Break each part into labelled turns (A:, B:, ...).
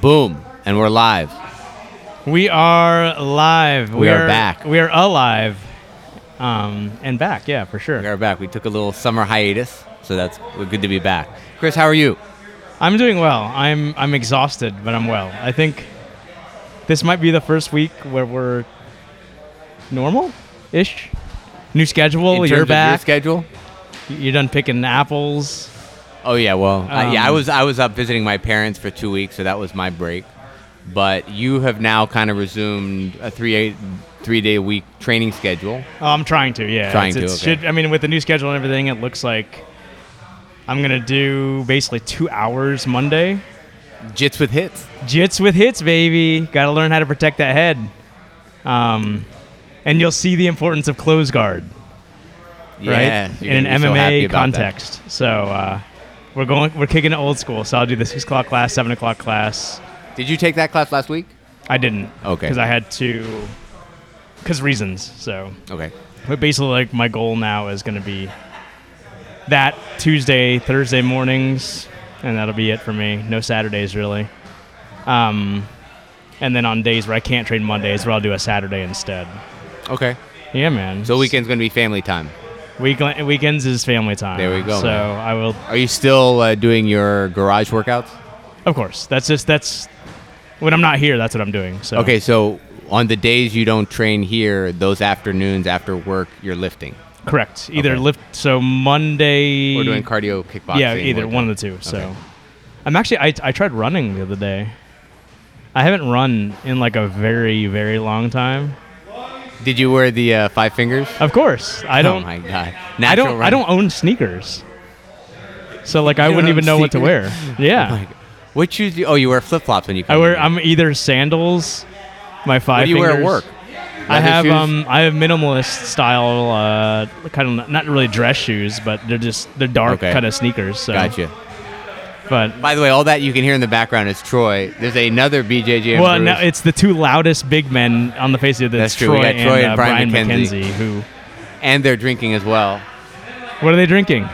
A: Boom. And we're live.
B: We are live. We,
A: are back.
B: We are alive. Um, and back, yeah, for
A: We
B: sure.
A: are back. We took a little summer hiatus, so that's we're good to be back. Chris, how are you?
B: I'm doing well. I'm I'm exhausted, but I'm well. I think this might be the first week where we're normal ish. New
A: In
B: schedule,
A: terms
B: Oh, you're
A: of Your
B: back.
A: schedule?
B: You're done picking apples.
A: Oh yeah. Well, I- yeah. I
B: Um,
A: was I was up visiting my parents for two weeks, so that was my break. But you have now kind of resumed a three eight three day week training schedule.
B: Oh, I'm trying to, yeah.
A: Trying
B: It's-
A: to,
B: it's
A: okay.
B: should- I mean, with the new schedule and everything, it looks like I'm going to do basically two hours Monday.
A: Jits with hits.
B: Jits with hits, baby. Got to learn how to protect that head. Um, and you'll see the importance of close guard,
A: Yeah,
B: right?
A: you're
B: In
A: gonna
B: an
A: be so happy
B: MMA
A: about that.
B: context. So uh, we're going, we're kicking it old school. So I'll do the six o'clock class, seven o'clock class.
A: Did you take that class last week?
B: I didn't,
A: Okay.
B: because I had to, because reasons. So,
A: Okay.
B: but basically, like my goal now is going to be that Tuesday, Thursday mornings, and that'll be it for me. No Saturdays really. Um, and then on days where I can't train Mondays, where I'll do a Saturday instead.
A: Okay.
B: Yeah, man.
A: So weekend's gonna be family time.
B: Weekend weekends is family time.
A: There we go,
B: So
A: man.
B: I will,
A: Are you still uh, doing your garage workouts?
B: of course. That's just that's when I'm not here. That's what I'm doing. So
A: Okay, so on the days you don't train here, those afternoons after work, you're lifting
B: correct. Either
A: Okay.
B: lift. So Monday.
A: or doing cardio kickboxing.
B: Yeah, either one of the two. So
A: Okay.
B: I'm actually I, I tried running the other day. I haven't run in like a very very long time.
A: the. Did you wear the uh, five fingers?
B: Of course, I
A: Oh
B: don't.
A: my god!
B: I don't.
A: Natural
B: I
A: running.
B: don't own sneakers. So like I
A: You don't
B: wouldn't
A: own
B: even know what to wear.
A: sneakers?
B: Yeah,
A: Oh my God. What shoes? Do you, oh, you wear flip flops when you come.
B: I wear.
A: here.
B: I'm either sandals, my five.
A: What do you wear at
B: fingers.
A: work?
B: I
A: Leather
B: have
A: shoes?
B: um I have minimalist style uh kind of not really dress shoes but they're just they're dark
A: Okay.
B: kind of sneakers so
A: Gotcha.
B: but
A: By the way, all that you can hear in the background is Troy. There's another BJJ.
B: Well, no, it's the two loudest big men on the face of the
A: That's
B: Troy,
A: true. We got
B: and,
A: Troy
B: uh,
A: and Brian
B: Brian,
A: McKenzie.
B: McKenzie. Who?
A: and they're drinking as well.
B: What are they drinking?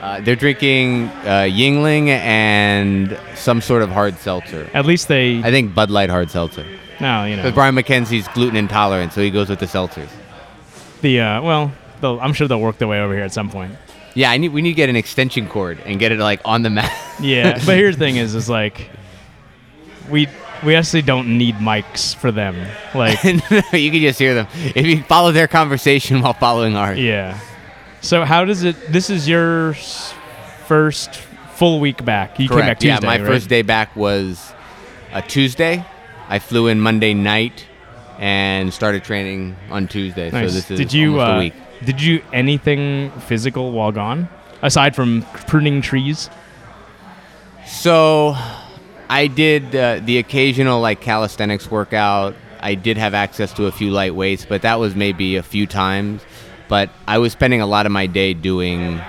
A: Uh, they're drinking uh, Yingling and some sort of hard seltzer.
B: At least they.
A: I think Bud Light hard seltzer.
B: no, you know
A: Because Brian McKenzie's gluten intolerant, so he goes with the seltzers.
B: the. Uh, well, they'll, I'm sure they'll work their way over here at some point.
A: Yeah, I need, we need to get an extension cord and get it like on the mat.
B: Yeah, but here's the thing: is is like, we we actually don't need mics for them. Like,
A: you can just hear them if you follow their conversation while following ours.
B: yeah. So how does it? This is your s- first full week back. You came back
A: Correct.
B: Tuesday.
A: yeah, my
B: right?
A: first day back was a Tuesday. I flew in Monday night and started training on Tuesday.
B: Nice.
A: So this is
B: did you
A: almost
B: uh,
A: a week.
B: did you anything physical while gone aside from pruning trees?
A: So I did uh, the occasional like calisthenics workout. I did have access to a few light weights, but that was maybe a few times. But I was spending a lot of my day doing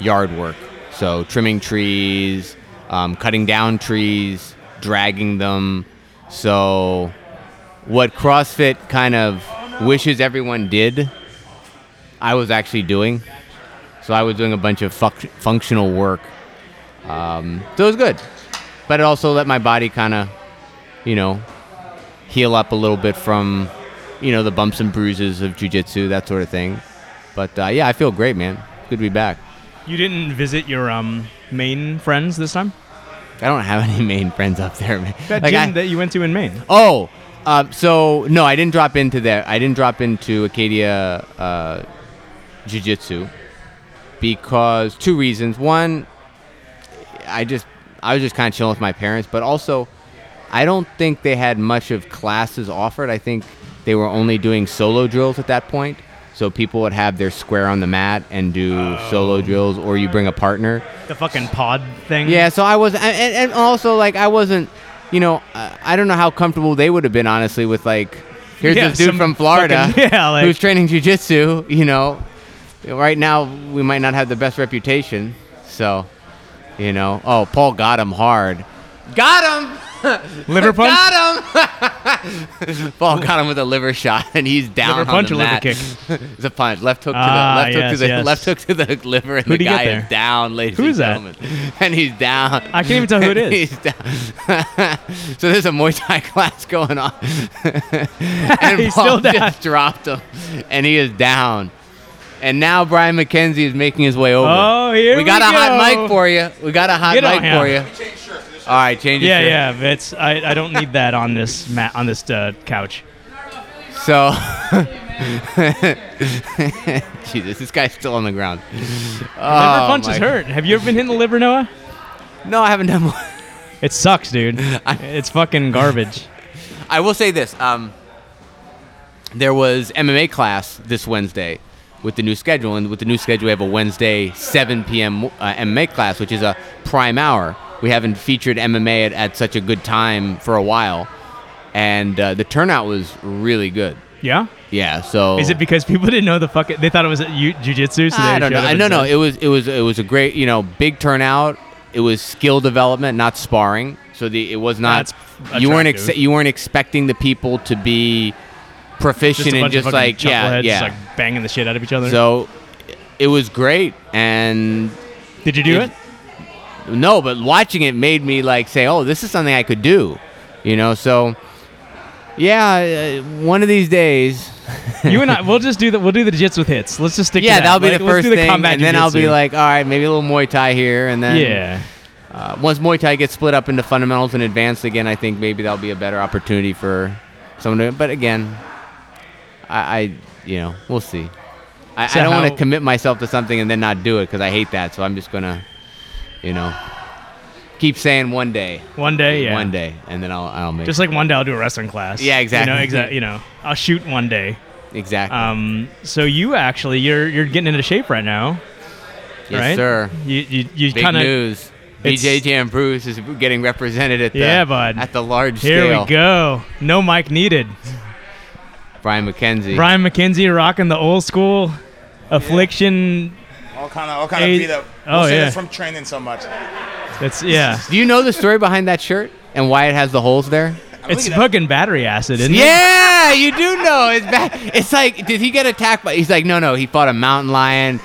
A: yard work. So trimming trees, um, cutting down trees, dragging them. So what CrossFit kind of wishes everyone did, I was actually doing. So I was doing a bunch of fuc- functional work so it was good. But it also let my body kind of, you know, heal up a little bit from, you know, the bumps and bruises of jujitsu, that sort of thing. But uh, yeah, I feel great, man. Good to be back.
B: You didn't visit your um, Maine friends this time?
A: I don't have any main friends up there, man.
B: That
A: Like,
B: gym
A: I-
B: that you went to in Maine.
A: oh, uh, so no, I didn't drop into there. I didn't drop into Acadia uh, Jiu Jitsu because two reasons. One, I just I was just kind of chilling with my parents, but also I don't think they had much of classes offered. I think they were only doing solo drills at that point. So people would have their square on the mat and do solo drills, or you bring a partner.
B: The fucking pod thing.
A: Yeah, so I was, and, and and also like I wasn't, you know, uh, I don't know how comfortable they would have been honestly with like, here's
B: Yeah,
A: this dude
B: some
A: from Florida
B: fucking- yeah, like-
A: who's training jujitsu. You know, right now we might not have the best reputation, so, you know, oh Paul got him hard, got him.
B: Liver punch?
A: Got him! Paul got him with a liver shot, and he's down
B: Liver
A: on
B: punch
A: the
B: or liver
A: mat.
B: kick?
A: it's a punch. Left hook to the
B: Ah,
A: left hook to
B: yes,
A: the
B: yes.
A: left hook to the liver, and
B: Who'd
A: the
B: he get
A: guy
B: there?
A: is down, ladies
B: Who
A: and
B: is that?
A: gentlemen. And he's down.
B: I can't even tell who it
A: And
B: is.
A: he's down. so there's a Muay Thai class going on, and
B: He's
A: Paul
B: still down.
A: just dropped him, and he is down. And now Brian McKenzie is making his way over.
B: Oh, here we
A: got a hot
B: go.
A: mic for you. We got a hot
B: Get on
A: mic for you.
B: him.
A: All right, change your
B: Yeah,
A: shirt.
B: yeah. but It's I, I don't need that on this mat on this uh, couch.
A: So, Jesus, this guy's still on the ground.
B: Liver
A: Oh,
B: punch is
A: my-
B: hurt. Have you ever been hitting the liver, Noah?
A: No, I haven't done one.
B: It sucks, dude. It's fucking garbage.
A: I will say this. Um, there was MMA class this Wednesday with the new schedule, and with the new schedule, we have a Wednesday 7 p.m. Uh, MMA class, which is a prime hour. We haven't featured MMA at, at such a good time for a while, and uh, the turnout was really good.
B: Yeah.
A: Yeah, so
B: Is it because people didn't know the fuck? They thought it was ju- jujitsu. So they
A: I don't
B: showed
A: know.
B: up
A: I
B: and
A: no, no.
B: said-
A: It was it was it was a great you know big turnout. It was skill development, not sparring. So the it was not.
B: That's
A: you weren't
B: attractive.
A: ex- you weren't expecting the people to be proficient
B: Just a
A: and
B: bunch
A: just
B: of fucking
A: like yeah
B: chuckleheads
A: yeah.
B: Just like banging the shit out of each other.
A: so it was great and
B: Did you do
A: it-
B: it?
A: no, but watching it made me like say, oh, this is something I could do, you know. So yeah, uh, one of these days.
B: you and I, we'll just do the we'll do the jits with hits. Let's just stick.
A: Yeah,
B: to that.
A: that'll be
B: Like,
A: the
B: let's
A: first
B: do the
A: thing,
B: combat
A: and then I'll be
B: jujitsu.
A: like, um, all right, maybe a little Muay Thai here, and then
B: yeah,
A: Uh, once Muay Thai gets split up into fundamentals and advanced again, I think maybe that'll be a better opportunity for someone to. But again, I, I you know, we'll see. I,
B: So
A: I don't want
B: how-
A: to commit myself to something and then not do it because I hate that. So I'm just gonna, you know, keep saying one day,
B: one day, yeah,
A: one day, and then I'll I'll make
B: Just like one day, I'll do a wrestling class.
A: Yeah, exactly.
B: You know, exactly. You know, I'll shoot one day.
A: exactly.
B: Um, so you actually, you're you're getting into shape right now,
A: yes,
B: right?
A: sir.
B: You you, you
A: Big
B: kind of
A: news.
B: it's-
A: BJ Jam Bruce is getting represented at the
B: Yeah, bud.
A: at the large
B: here
A: scale.
B: we go. No mic needed.
A: Brian McKenzie.
B: Brian McKenzie rocking the old school affliction.
C: All kind of, all kind of
B: Hey,
C: beat up.
B: oh,
C: We'll say
B: yeah.
C: that's from training so much.
B: That's yeah.
A: Do you know the story behind that shirt and why it has the holes there?
B: It's
C: looking at-
B: fucking battery acid, isn't it?
A: Yeah, you do know. It's bad. It's like, did he get attacked by? He's like, no, no. He fought a mountain lion.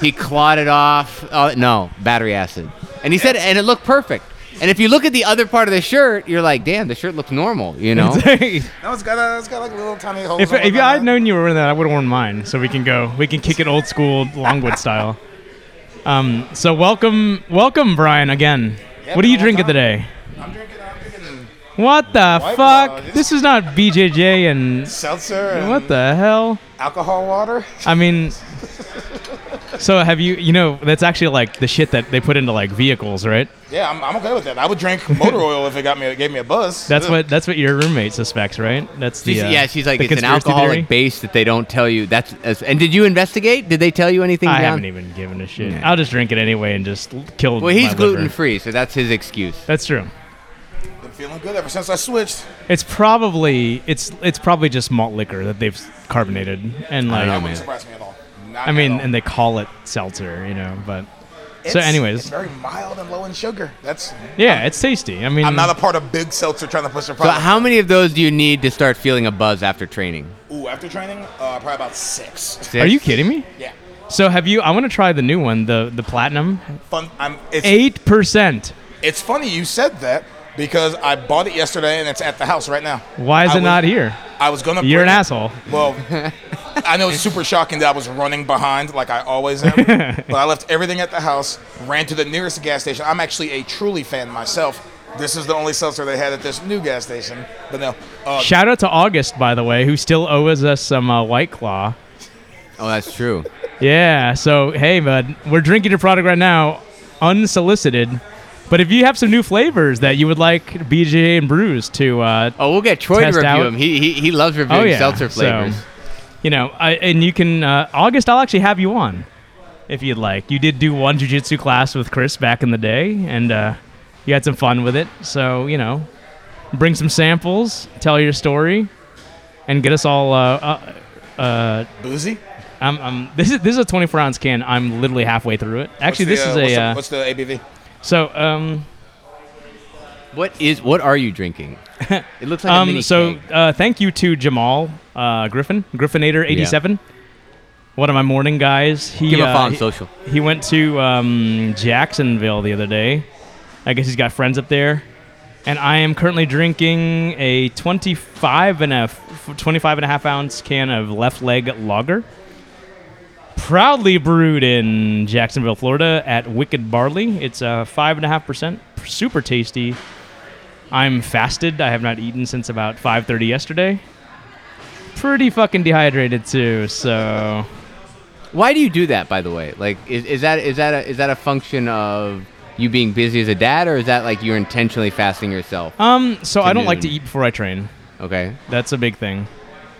A: He clawed it off. Oh, no, battery acid. And he said, and it looked perfect. And if you look at the other part of the shirt, you're like, damn, the shirt looks normal. You know,
B: Yeah.
C: No, it's got, a, it's got like little tiny holes.
B: If,
C: all
B: if
C: over
B: I had
C: it.
B: known you were wearing that, I would have worn mine. So we can go. We can kick it old school Longwood style. Um, so welcome, welcome, Brian. Again,
C: Yeah,
B: what are you
C: been a long
B: drinking
C: time.
B: today?
C: I'm drinking, I'm drinking
B: What the
C: White
B: fuck?
C: Claw, this-
B: This is not BJJ and
C: seltzer and
B: what the hell?
C: alcohol water.
B: I mean, so have you? You know, that's actually like the shit that they put into like vehicles, right?
C: Yeah, I'm, I'm okay with that. I would drink motor oil if it got me, it gave me a buzz.
B: That's what that's what your roommate suspects, right? That's the
A: She's-
B: uh,
A: yeah, she's like,
B: the
A: it's an
B: conspiracy
A: alcoholic
B: theory?
A: base that they don't tell you. That's as, and did you investigate? Did they tell you anything?
B: I
A: John?
B: haven't even given a shit. I'll just drink it anyway and just l- kill.
A: Well, he's
B: my liver.
A: gluten free, so that's his excuse.
B: That's true.
C: Been feeling good ever since I switched.
B: It's probably it's it's probably just malt liquor that they've carbonated
A: I don't
B: and like
C: That
A: know, man.
C: wouldn't surprise me at all. Not
B: I mean
C: at all.
B: and they call it seltzer, you know, but so
C: It's-
B: anyways. Mm.
C: it's very mild and low in sugar. That's.
B: yeah, it's tasty. I mean
C: I'm not a part of big seltzer trying to push their
A: So,
C: product.
A: how many of those do you need to start feeling a buzz after training?
C: Ooh, after training, uh, probably about six.
B: Are you kidding me?
C: Yeah,
B: So have you I want to try the new one, the the platinum.
C: fun. I'm. It's
B: 8%.
C: It's funny you said that because I bought it yesterday and it's at the house right now.
B: Why is
C: I
B: it
C: was-
B: not here?
C: I was gonna.
B: You're an
C: bring it-
B: asshole.
C: Well, I know it's super shocking that I was running behind like I always am, but I left everything at the house, ran to the nearest gas station. I'm actually a truly fan myself. This is the only seltzer they had at this new gas station. But no, uh,
B: Shout out to August by the way, who still owes us some uh, white claw.
A: Oh, that's true.
B: Yeah. So hey, bud, we're drinking your product right now, unsolicited. But if you have some new flavors that you would like BJ and Brews to, uh,
A: Oh, we'll get Troy to
B: Test
A: review
B: out.
A: him. He, he he loves reviewing
B: oh yeah,
A: seltzer flavors.
B: So, you know, I, and you can uh, August. I'll actually have you on if you'd like. You did do one jujitsu class with Chris back in the day, and uh, you had some fun with it. So you know, bring some samples, tell your story, and get us all uh, uh,
C: boozy.
B: I'm, I'm this is this is a 24 ounce can. I'm literally halfly halfway through it. Actually,
C: uh, What's
B: this
C: the,
B: is
C: uh,
B: a uh,
C: What's the, what's the ABV?
B: so um
A: What is? What are you drinking? It looks like a
B: Um,
A: mini
B: so
A: keg.
B: uh, thank you to Jamal uh, Griffin, Griffinator87, one of my morning guys. He,
A: Give him a
B: uh,
A: follow on
B: he-
A: social.
B: He went to um, Jacksonville the other day. I guess he's got friends up there. And I am currently drinking a 25 and a f- 25 and a half ounce can of Left Leg Lager. Proudly brewed in Jacksonville, Florida at Wicked Barley. It's uh, 5.5%, super tasty. I'm fasted. I have not eaten since about 5:30 yesterday. Pretty fucking dehydrated too. So
A: Why do you do that, by the way? Like, is, is that is that a, is that a function of you being busy as a dad, or is that like you're intentionally fasting yourself?
B: um, so I don't like to
A: Dude.
B: eat before I train.
A: Okay.
B: That's a big thing.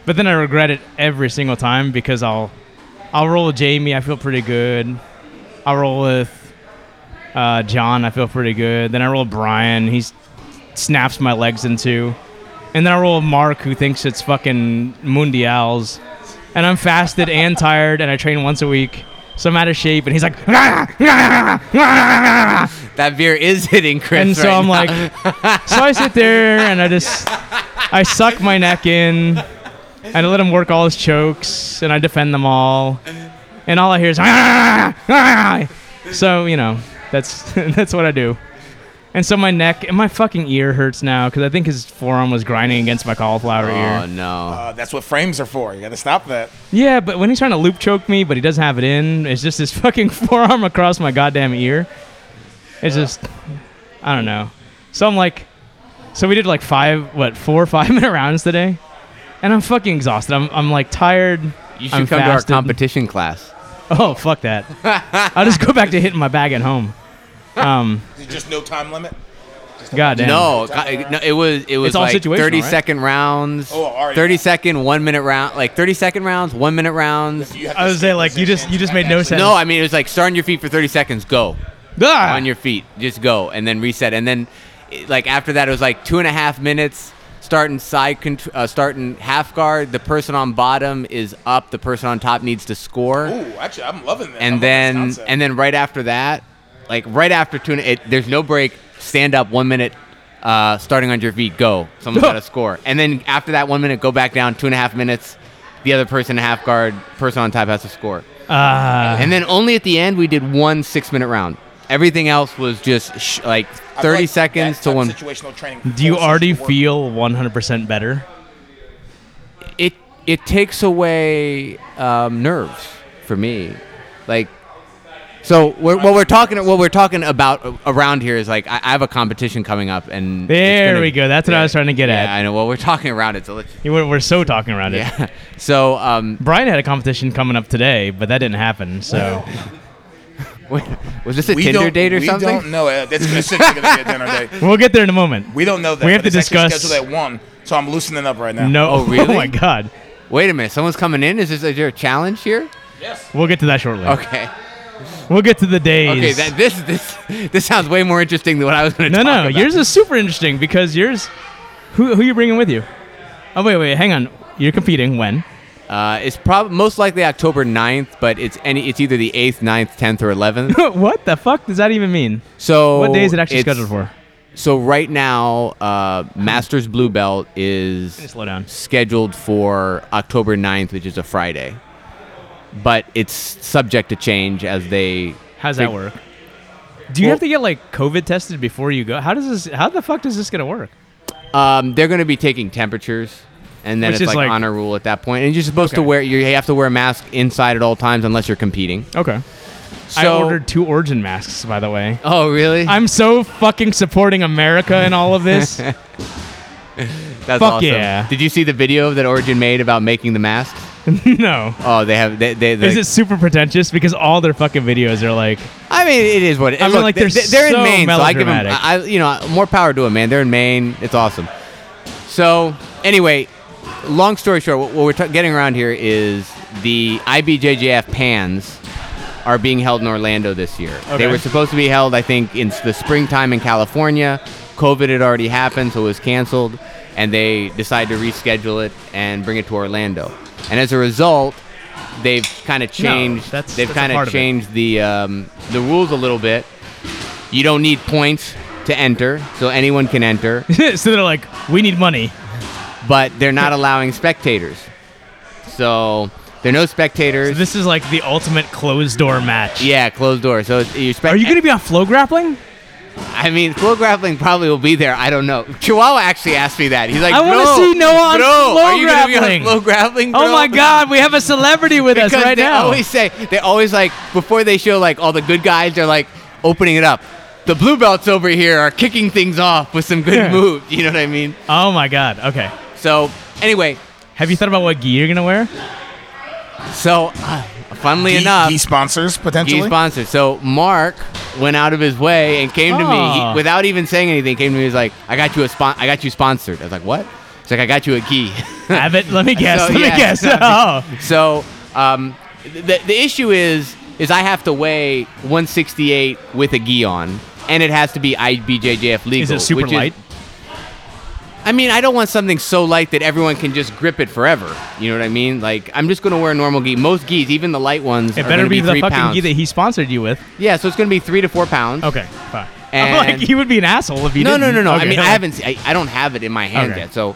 B: But then I regret it every single time because I'll I'll roll with Jamie. I feel pretty good. I'll roll with uh, John. I feel pretty good. Then I roll with Brian. He s- snaps my legs in two. And then I roll with Mark, who thinks it's fucking mundials. And I'm fasted and tired, and I train once a week. So I'm out of shape, and he's like,
A: That beer is hitting Chris.
B: and so
A: right
B: I'm
A: now.
B: like, so I sit there and I just, I suck my neck in, and I let him work all his chokes, and I defend them all, and all I hear is, "Ah, ah." so you know, that's that's what I do, and so my neck and my fucking ear hurts now because I think his forearm was grinding against my cauliflower
A: oh
B: ear.
A: no.
C: Uh, that's what frames are for. You got to stop that.
B: Yeah, but when he's trying to loop choke me, but he doesn't have it in, it's just his fucking forearm across my goddamn ear. It's just, I don't know. So I'm like, so we did like five, what, four or five minute rounds today, and I'm fucking exhausted. I'm, I'm like tired.
A: You should
B: I'm
A: come
B: fasted.
A: to our competition class.
B: Oh fuck that! I'll just go back to hitting my bag at home. Um,
C: There's just no time limit.
B: goddamn.
A: No, God, it- no, it was it was
B: all
A: like
B: situational,
A: 30
B: right?
A: second rounds,
C: Oh, all right.
A: 30 second, one minute round, like 30 second rounds, one minute rounds.
C: You have
B: I
C: to
B: was
C: stay
B: say, like,
C: in
B: you just-
C: position.
B: you just
C: I
B: made no
C: actually-
B: sense.
A: No, I mean it was like start on your feet for 30 seconds, go
B: Ah!
A: on your feet, just go, and then reset, and then it- like after that it was like two and a half minutes. Starting side, contr- uh, starting half guard. The person on bottom is up. The person on top needs to score.
C: Ooh, actually, I'm loving that.
A: and then and then right after that, like right after tune, it, there's no break. Stand up one minute, uh, starting on your feet. Go. Someone's got to score. And then after that one minute, go back down two and a half minutes. The other person in half guard, person on top has to score.
B: Ah.
A: And then only at the end we did one six minute round. Everything else was just sh- like 30 seconds to one.
C: Situational training.
B: do you
C: forces to
B: already
C: work.
B: feel 100% better?
A: it it takes away um, nerves for me. Like, so we're, what we're talking what we're talking about around here is like I, I have a competition coming up, and it's
B: There
A: gonna-
B: we go. That's what I was trying to get
A: yeah,
B: at.
A: I know. Well, we're talking around it, so let's.
B: You were- We're so talking around it.
A: Yeah. So, um,
B: Brian had a competition coming up today, but that didn't happen. So
A: wait, was this a
C: We
A: Tinder
C: don't-
A: date or
C: we
A: something?
C: don't know. Uh, That's gonna, essentially gonna be a dinner date.
B: we'll get there in a moment.
C: We don't know that.
B: We have
C: but
B: to
C: it's actually
B: discuss-
C: Scheduled at one, so I'm loosening up right now.
B: No.
A: Oh, really?
B: my God.
A: Wait a minute. Someone's coming in. Is this is there a challenge here?
C: Yes.
B: We'll get to that shortly.
A: Okay.
B: We'll get to the days.
A: Okay. That, this this this sounds way more interesting than what I was going to
B: no,
A: talk
B: no.
A: about.
B: Yours is super interesting because yours. Who who you bringing with you? Oh wait, wait, hang on. You're competing when?
A: Uh, it's probably most likely October 9th, but it's any it's either the 8th, 9th, 10th or 11th.
B: what the fuck does that even mean?
A: So
B: what day is it actually
A: it's-
B: scheduled for?
A: So right now, uh, Masters Blue Belt is
B: Slow down.
A: scheduled for October 9th, which is a Friday. But it's subject to change as they
B: How's that work? Do you
A: Well-
B: have to get like COVID tested before you go? How does this? How the fuck is this gonna work?
A: um, they're going to be taking temperatures and then
B: Which
A: it's
B: is
A: like,
B: like-
A: honor rule at that point. And you're supposed to
B: Okay.
A: wear you have to wear a mask inside at all times unless you're competing.
B: Okay. I
A: So-
B: ordered two origin masks, by the way.
A: Oh, really?
B: I'm so fucking supporting America in all of this.
A: That's
B: fuck
A: awesome.
B: yeah.
A: Did you see the video that Origin made about making the masks?
B: no.
A: Oh, they have. They, they,
B: Is
A: they-
B: it super pretentious? Because all their fucking videos are like,
A: I mean, it is what it is.
B: I mean, like, they're so
A: in Maine, so I give them.
B: melodramatic.
A: I, I- you know, more power to them, man. They're in Maine. It's awesome. So, anyway, long story short, what, what we're t- getting around here is the IBJJF Pans are being held in Orlando this year.
B: Okay.
A: They were supposed to be held, I think, in s- the springtime in California. COVID had already happened, so it was canceled, and they decided to reschedule it and bring it to Orlando. And as a result, they've kind of changed.
B: that's-
A: they've
B: that's a
A: kind
B: part of it.
A: changed the um, the rules a little bit. You don't need points to enter, so anyone can enter,
B: so they're like, we need money.
A: but they're not allowing spectators. So there are no spectators.
B: This is like the ultimate closed door match.
A: yeah, closed door. So it's- you spec-
B: Are you going to be on flow grappling?
A: I mean, flow grappling probably will be there. I don't know. Chihuahua actually asked me that. He's like,
B: I wanna
A: "Bro,
B: see Noah on
A: bro,
B: flow
A: are you gonna
B: grappling."
A: Be on flow grappling.
B: Oh
A: bro?"
B: my God, we have a celebrity with us
A: Because
B: right
A: they
B: now.
A: always say they always like before they show like all the good guys, they're like opening it up. The blue belts over here are kicking things off with some good
B: Yeah.
A: moves. You know what I mean?
B: oh my God. Okay.
A: So anyway,
B: Have you thought about what gi you're going to wear?
A: so uh, funnily
C: He,
A: enough,
C: he sponsors
A: He
C: potentially.
A: sponsored. So Mark went out of his way and came to me
B: Oh.
A: he, without even saying anything. Came to me, he was like, "I got you a spon- I got you sponsored." I was like, "What?" He's like, "I got you a key."
B: Abbott, let me guess.
A: So,
B: let
A: yeah.
B: me guess. Oh.
A: so um, the the issue is is I have to weigh 168 with a gi on, and it has to be IBJJF legal.
B: Is it super
A: which
B: light?
A: I mean, I don't want something so light that everyone can just grip it forever. You know what I mean? Like, I'm just gonna wear a normal gi. Most gis, even the light ones,
B: It
A: are
B: better
A: gonna
B: be,
A: be,
B: the
A: three
B: fucking
A: pounds.
B: gi that he sponsored you with.
A: yeah, so it's gonna be three to four pounds.
B: Okay, fine.
A: And-
B: I'm like, he would be an asshole if he
A: No,
B: didn't.
A: no, no, no. I
B: Okay.
A: mean, I haven't. se- I, I don't have it in my hand
B: Okay.
A: yet. So,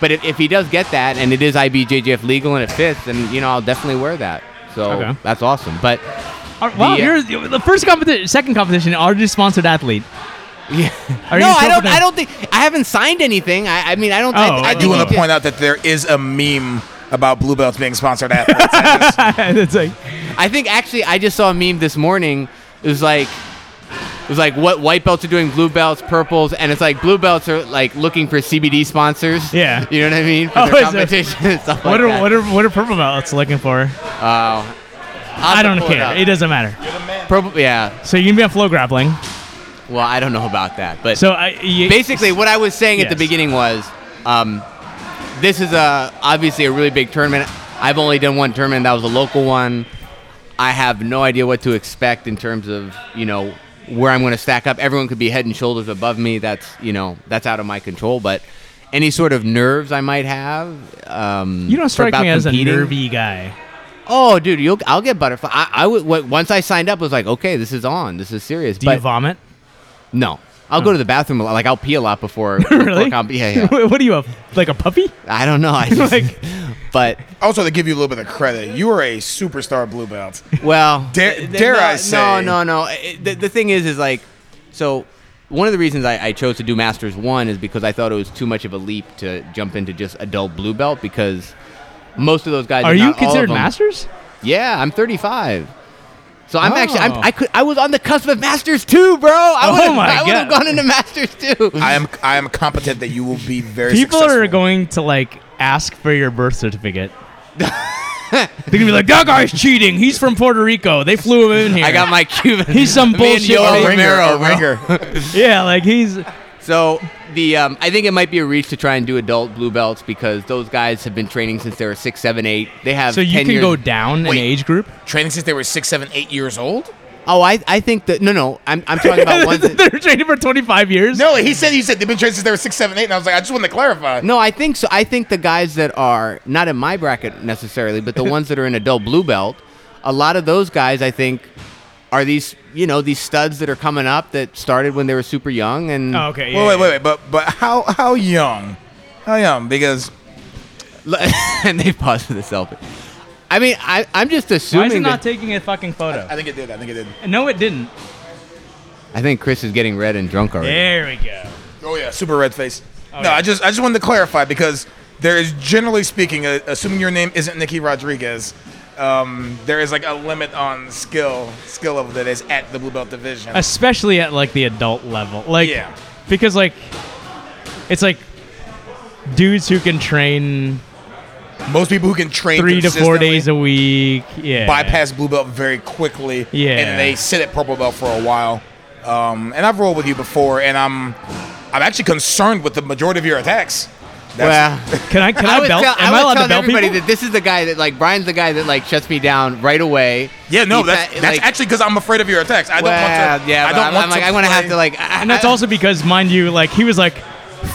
A: but if, if he does get that, and it is IBJJF legal, and it fits, then you know I'll definitely wear that. So
B: Okay.
A: that's awesome. But
B: All right, Wow,
A: the, uh,
B: you're you're the first competition, second competition, already sponsored athlete.
A: yeah.
B: Are
A: no,
B: you
A: I don't.
B: confident?
A: I don't think I haven't signed anything. I, I mean, I don't.
B: Oh,
A: I,
C: I do
A: think
C: want
A: he
C: to
A: did-
C: point out that there is a meme about blue belts being sponsored athletes. I just-
B: it's like,
A: I think actually, I just saw a meme this morning. It was like. It was like what white belts are doing, blue belts, purples, and it's like blue belts are like looking for CBD sponsors.
B: Yeah.
A: you know what I mean for
B: Oh,
A: their
B: is it-
A: competition and stuff like
B: what are
A: that.
B: what are what are purple belts looking for?
A: Oh. I'll
B: I don't
A: pull it
B: care.
A: up.
B: It, doesn't matter.
A: Purple, yeah.
B: So you're gonna be on flow grappling.
A: Well, I don't know about that, but
B: So I you,
A: basically, what I was saying at the
B: Yes.
A: beginning was, um, this is a obviously a really big tournament. I've only done one tournament. That was a local one. I have no idea what to expect in terms of you know where I'm going to stack up. Everyone could be head and shoulders above me. That's you know that's out of my control. But any sort of nerves I might have, um,
B: you don't strike
A: about
B: me as
A: competing-
B: a nervy guy.
A: Oh, dude, you'll I'll get butterfly. I, I would what, once I signed up, I was like, okay, this is on. This is serious.
B: Do
A: but
B: you vomit?
A: No. I'll go to the bathroom a lot. Like I'll pee a lot before.
B: really?
A: before comp- yeah, yeah.
B: what are you a like a puppy?
A: I don't know. I just,
B: Like-
A: but
C: also, to give you a little bit of credit, you are a superstar blue belt.
A: well,
C: Dare-
A: th-
C: dare
A: no,
C: I say.
A: No, no, no. It- The, the thing is, is like, so one of the reasons I, I chose to do Masters One is because I thought it was too much of a leap to jump into just adult blue belt because most of those guys
B: Are
A: if
B: you
A: not all of
B: considered
A: them-
B: masters?
A: Yeah, I'm 35. So I'm actually I'm,
B: Oh.
A: I could I was on the cusp of Masters Two, bro. I
B: Oh
A: would have
B: my
A: I would have
B: God.
A: gone into Masters Two.
C: I am I am competent that you will be very
B: People
C: successful.
B: are going to like ask for your birth certificate. They're gonna be like, that guy's cheating. He's from Puerto Rico. They flew him in here.
A: I got my Cuban.
B: He's
A: me
B: some
A: and
B: bullshit
A: Yoel
B: ringer,
C: a ringer,
A: Romero,
C: a
A: bro.
C: ringer.
B: yeah, like he's
A: So the um, I think it might be a reach to try and do adult blue belts because those guys have been training since they were six, seven, eight. They have
B: so you
A: 10
B: can
A: years-
B: go down
C: Wait.
B: in age group.
C: Training since they were six, seven, eight years old.
A: Oh, I I think that no no I'm I'm talking about ones. That,
B: They're training for 25 years.
C: No, he said he said they've been training since they were six, seven, eight, and I was like, I just wanted to clarify.
A: no, I think so. I think the guys that are not in my bracket necessarily, but the ones that are in adult blue belt, a lot of those guys I think are these you know these studs that are coming up that started when they were super young and
B: Oh, okay.
C: Well, wait, wait, wait, but but how how young? How young? Because
A: and they paused for the selfie. I mean, I, I'm just
B: Why is it
A: assuming
B: not
A: that
B: taking a fucking photo?
C: I think it did. I think it did.
B: no, it didn't.
A: I think Chris is getting red and drunk already.
B: There we go.
C: Oh yeah, super red face. no,
B: Oh, yeah.
C: I just I just wanted to clarify because there is generally speaking, uh, assuming your name isn't Nikki Rodriguez, um, there is like a limit on skill skill level that is at the blue belt division.
B: Especially at like the adult level. Like
C: Yeah.
B: because like it's like dudes who can train
C: Most people who can train
B: 3 to 4
C: consistently
B: days a week. Yeah.
C: bypass blue belt very quickly.
B: Yeah.
C: and they sit at purple belt for a while. Um, and I've rolled with you before, and I'm I'm actually concerned with the majority of your attacks.
A: Well,
B: Can I can I,
A: was
B: belt?
A: tell-
B: am I,
A: was
B: allowed to
A: telling
B: belt
A: everybody
B: people?
A: that this is the guy that like Brian's the guy that like shuts me down right away.
C: yeah, no,
A: He
C: that's,
A: fa-
C: that's
A: like,
C: actually because I'm afraid of your attacks. I don't
A: well,
C: want to.
A: Yeah,
C: I
A: but
C: don't
A: I'm,
C: want
A: I'm like
C: to
A: I'm gonna have
C: play-
A: to like. I-
B: and that's
A: I-
B: also because mind you like he was like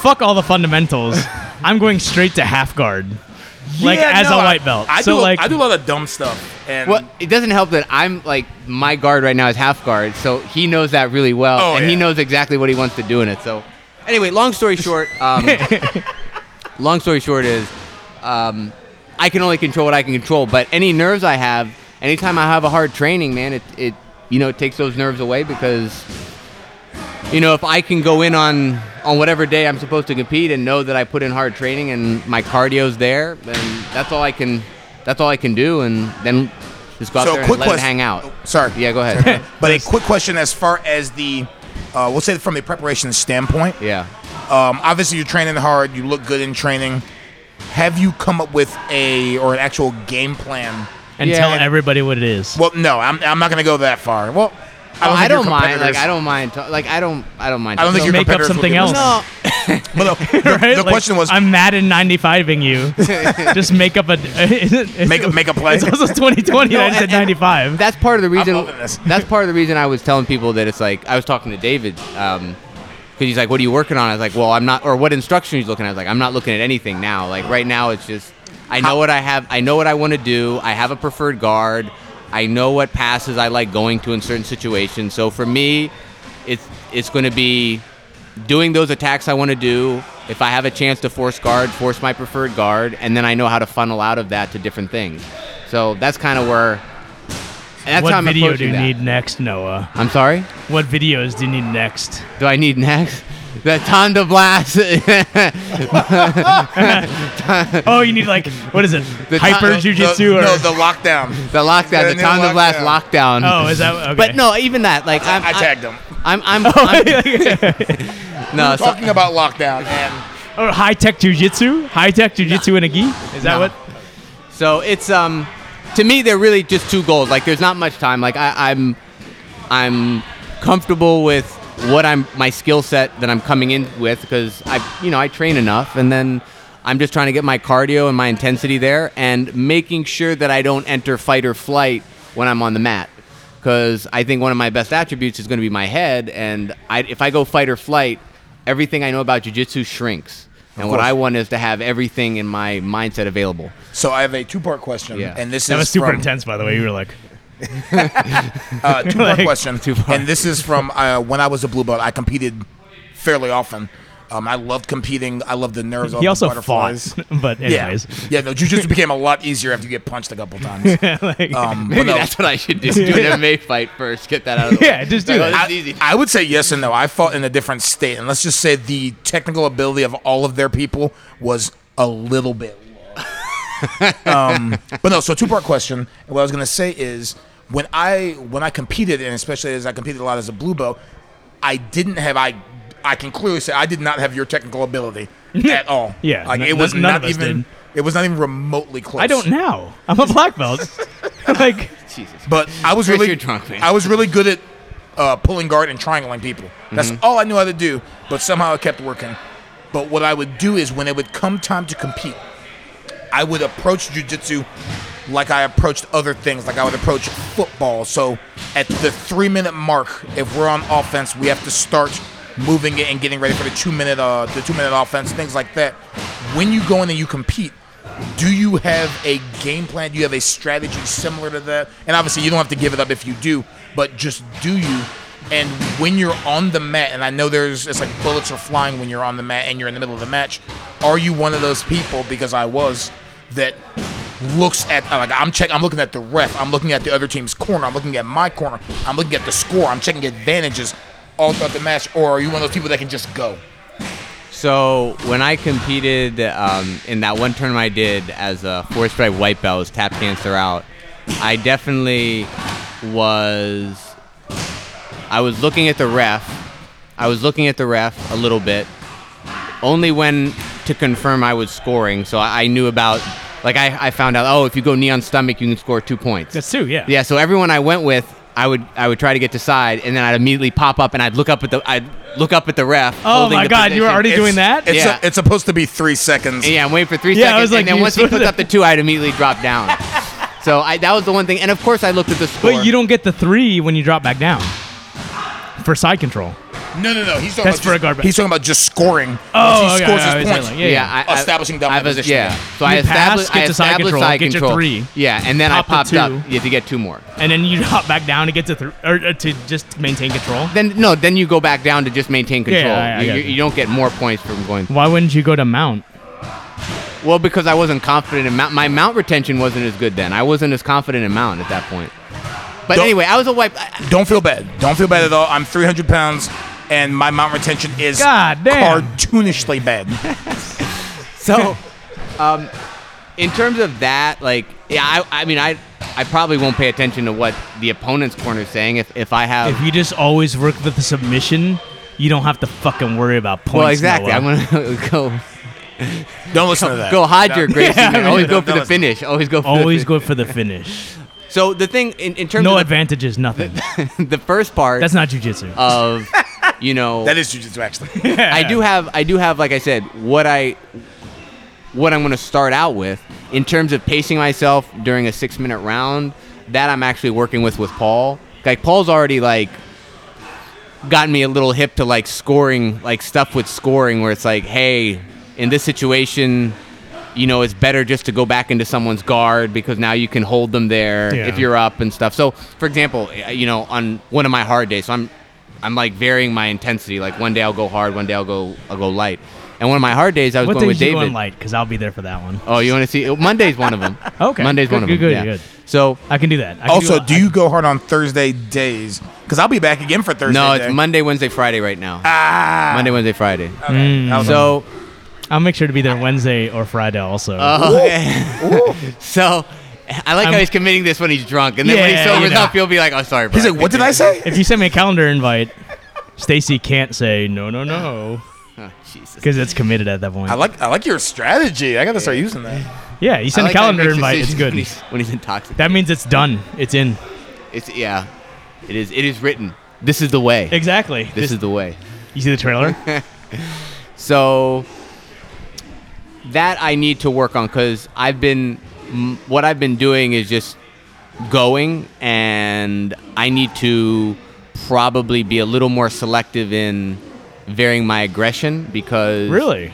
B: fuck all the fundamentals. I'm going straight to half guard. like
C: Yeah,
B: as
C: no,
B: a
C: I-
B: white belt.
C: I,
B: so
C: do, a-
B: like
C: I do a lot of dumb stuff. And
A: Well, it doesn't help that I'm like my guard right now is half guard, so he knows that really well,
C: Oh,
A: and he
C: yeah.
A: knows exactly what he wants to do in it. So, anyway, long story short, um, long story short is, um, I can only control what I can control. But any nerves I have, anytime I have a hard training, man, it, it you know it takes those nerves away because you know if I can go in on on whatever day I'm supposed to compete and know that I put in hard training and my cardio's there, then that's all I can that's all I can do, and then just go out
C: So,
A: there and
C: quick
A: let it
C: quest-
A: hang out.
C: Oh, sorry.
A: Yeah, go ahead.
C: But a quick question as far as the, uh, we'll say from a preparation standpoint,
A: yeah.
C: um, obviously you're training hard, you look good in training. Have you come up with a, or an actual game plan?
B: and
A: Yeah,
B: tell
A: and-
B: everybody what it is.
C: Well, no, I'm, I'm not going to go that far. Well,
A: Oh, I
C: think your
A: don't mind. Like
C: competitors-
A: I don't mind. ta- like I don't. I don't mind.
C: I don't think
A: So-
C: your
B: Make up
C: competitors will
B: something
C: give a-
B: else.
A: No,
C: But the, the-
B: Right?
C: the
B: Like,
C: question was
B: I'm mad in 95ing you. just make up a
C: make a make a play.
B: It's also 2020. I said 95.
A: that's part of the reason.
C: loving this.
A: that's part of the reason I was telling people that it's like I was talking to David because he's like, "What are you working on?" I was like, "Well, I'm not." Or what instruction he's looking at? I was like, "I'm not looking at anything now. Like right now, it's just I know what I have. I know what I want to do. I have a preferred guard. I know what passes I like going to in certain situations. So for me, it's it's going to be doing those attacks I want to do. If I have a chance to force guard, force my preferred guard, and then I know how to funnel out of that to different things. So that's kind of where. And that's
B: what
A: how I'm
B: video do
A: approaching
B: you
A: that.
B: need next, Noah?
A: I'm sorry.
B: What videos do you need next?
A: Do I need next? The Tonda Blast.
B: Oh, you need like what is it?
A: The
B: Hyper
A: ti-
B: jujitsu
C: the,
B: or
C: no the lockdown.
A: The lockdown, the,
C: The new
A: Tonda Blast lockdown.
B: oh, is that okay?
A: But no, even that, like I'm,
C: I tagged him.
A: I'm, I'm,
B: Oh,
A: I'm no, so-
C: Talking about lockdown and
B: or high tech jujitsu, high tech jujitsu and a gi. Is that
A: No.
B: what?
A: So it's um, to me they're really just two goals. Like there's not much time. Like I, I'm, I'm comfortable with what I'm my skill set that I'm coming in with because I, you know, I train enough, and then I'm just trying to get my cardio and my intensity there, and making sure that I don't enter fight or flight when I'm on the mat. Because I think one of my best attributes is going to be my head, and I, if I go fight or flight, everything I know about jujitsu shrinks. And what
C: course.
A: I want is to have everything in my mindset available.
C: so I have a two part question.
A: Yeah.
C: And this
B: That
C: is
B: was super
C: from,
B: intense, by the way. You were like,
C: Uh, two part
B: Like,
C: question.
A: two-part.
C: And this is from uh, when I was a blue belt. I competed fairly often. Um, I loved competing. I loved the nerves.
B: he
C: the
B: also
C: butterflies.
B: fought, but
C: Yeah,
B: anyways,
C: yeah. No, jujitsu became a lot easier after you get punched a couple times.
B: like,
C: Um, but
A: Maybe
C: no,
A: that's what I should do. Do an MMA fight first. Get that out of the
B: Yeah,
A: way.
B: just do
A: Like,
B: that.
A: oh, this
C: I,
A: is easy.
C: I would say yes and no. I fought in a different state, and let's just say the technical ability of all of their people was a little bit low. um, but no, so two part question. And what I was gonna say is when I when I competed, and especially as I competed a lot as a blue belt, I didn't have I. I can clearly say I did not have your technical ability at all.
B: Yeah,
C: like
B: n-
C: it was
B: none
C: not
B: of us
C: even
B: did.
C: it was not even remotely close.
B: I don't now. I'm a black belt. like,
A: Jesus.
C: But I was
A: Chris,
C: really
A: you're drunk, man.
C: I was really good at uh, pulling guard and triangling people. That's
A: Mm-hmm.
C: all I knew how to do. But somehow it kept working. But what I would do is when it would come time to compete, I would approach jujitsu like I approached other things, like I would approach football. So at the three minute mark, if we're on offense, we have to start moving it and getting ready for the two minute uh, the two minute offense, things like that. When you go in and you compete, do you have a game plan? Do you have a strategy similar to that? And obviously you don't have to give it up if you do, but just do you and when you're on the mat, and I know there's, it's like bullets are flying when you're on the mat and you're in the middle of the match. Are you one of those people? Because I was, that looks at like I'm check. I'm looking at the ref. I'm looking at the other team's corner. I'm looking at my corner. I'm looking at the score. I'm checking advantages all throughout the match. Or are you one of those people that can just go?
A: So when I competed um, in that one tournament I did as a four stripe white belt, was tap dancer out. I definitely was. I was looking at the ref. I was looking at the ref a little bit, only when to confirm I was scoring. So I, I knew about, like I, I found out. Oh, if you go knee on stomach, you can score two points.
B: that's two, yeah.
A: Yeah, so everyone I went with, I would I would try to get to side, and then I'd immediately pop up and I'd look up at the I'd look up at the ref.
B: Oh
A: holding
B: my
A: the
B: God, you were
A: position.
B: already doing that?
C: It's,
A: Yeah.
C: it's supposed to be three seconds.
A: And yeah, I'm waiting for three
B: Yeah, I
A: seconds,
B: was like,
A: and then
B: you
A: once he
B: sort
A: puts
B: of-
A: up the two, I'd immediately drop down. so I, that was the one thing, and of course I looked at the score.
B: But you don't get the three when you drop back down for side control.
C: No, no, no. He's talking
B: That's
C: about
B: for a
C: just,
B: guard back.
C: He's talking about just scoring.
B: Oh,
C: Once he
B: okay,
C: scores
B: I
C: his
B: was
C: points.
B: like,
A: Yeah,
B: yeah.
A: I,
C: Establishing dominant
A: I was-
C: position,
A: Yeah,
C: yeah.
A: so I
B: You pass,
A: established,
B: get
A: I
B: to side
A: established
B: control,
A: side
B: get your
A: control.
B: three.
A: Yeah, and then
B: Pop the
A: I popped up.
B: two.
A: You have to get two more.
B: and then you hop back down to get to three or uh, to just maintain control.
A: Then no, then you go back down to just maintain control.
B: yeah, I
A: you,
B: got
A: you,
B: you.
A: you don't get more points from going.
B: Why wouldn't you go to mount?
A: Well, because I wasn't confident in mount. My mount retention wasn't as good then. I wasn't as confident in mount at that point. But
C: Don't-
A: anyway, I was a wipe. I,
C: Don't feel bad. Don't feel bad at all. I'm 300 pounds, and my mount retention is
B: God damn.
C: cartoonishly bad.
A: So, um, in terms of that, like, yeah, I, I mean, I, I probably won't pay attention to what the opponent's corner is saying if, if I have.
B: If you just always work with the submission, you don't have to fucking worry about points.
A: well, exactly.
B: Noah.
A: I'm gonna go
C: Don't listen to that.
A: go hide your Gracie.
B: Yeah, I
A: man.
B: mean,
A: always go
C: don't-
A: for
C: don't
A: the
C: listen.
A: finish. Always go. For
B: always
A: the finish.
B: go for the finish.
A: So the thing in, in terms
B: No
A: of
B: advantages, nothing.
A: the, the first part
B: That's not
A: Uh,
B: jujitsu.
A: of, you know,
C: That is jujitsu, actually.
A: I do have I do have like I said what I what I'm going to start out with in terms of pacing myself during a 6 minute round that I'm actually working with with Paul like Paul's already like gotten me a little hip to like scoring like stuff with scoring where it's like hey in this situation you know it's better just to go back into someone's guard because now you can hold them there
B: Yeah.
A: if you're up and stuff so for example uh, you know on one of my hard days so i'm i'm like varying my intensity like one day i'll go hard one day i'll go i'll go light and one of my hard days i was
B: what
A: going with
B: things you
A: david
B: going light? Because I'll be there for that one.
A: oh you want to see monday's one of them
B: Okay.
A: monday's
B: Good,
A: one of
B: good,
A: them
B: good,
A: yeah.
B: good.
A: so
B: I can do that. I can
C: also,
B: do,
C: do you go hard on Thursday days? Because I'll be back again for Thursday.
A: no it's
C: day.
A: monday wednesday friday right now
C: Ah.
A: monday wednesday friday
C: Okay.
B: Mm.
C: That was-
A: so
B: I'll make sure to be there Wednesday or Friday also.
A: Uh-huh. Okay. so, I like how
B: I'm-
A: he's committing this when he's drunk, and then when he
B: Yeah,
A: sobers
B: you know.
A: up, he'll be like, "Oh, sorry." Bro.
C: he's like, what did I say?
B: if you send me a calendar invite, Stacy can't say no, no, no,
A: Oh, Jesus.
B: because it's committed at that point.
C: I like I like your strategy. I gotta start using that.
B: yeah, you
A: I
B: send
A: like
B: a
A: how he
B: calendar
A: makes
B: invite, it's
A: decisions
B: good.
A: when he's, when he's intoxicated.
B: That means it's done. It's in.
A: It's yeah, it is. It is written. This is the way.
B: Exactly.
A: This
B: This-
A: is the way.
B: you see the trailer?
A: So that I need to work on because I've been m- what I've been doing is just going, and I need to probably be a little more selective in varying my aggression because
B: really?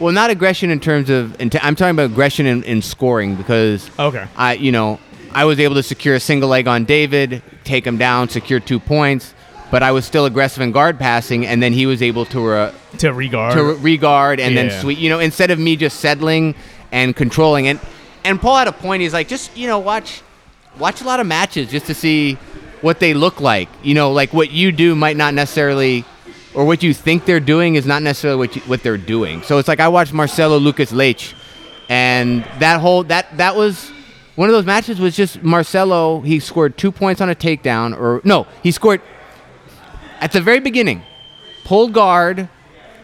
A: Well, not aggression in terms of. In I'm talking about aggression in, in scoring because
B: Okay.
A: I, you know, I was able to secure a single leg on David, take him down, secure two points, but I was still aggressive in guard passing, and then he was able to uh,
B: To regard.
A: to regard and
B: Yeah.
A: then sweep. You know, instead of me just settling and controlling and and Paul had a point. He's like, just you know, watch watch a lot of matches just to see what they look like. You know, like what you do might not necessarily. Or what you think they're doing is not necessarily what, you, what they're doing. So it's like I watched Marcelo Lucas Leitch, and that whole that that was one of those matches was just Marcelo. He scored two points on a takedown, or no, he scored at the very beginning, pulled guard,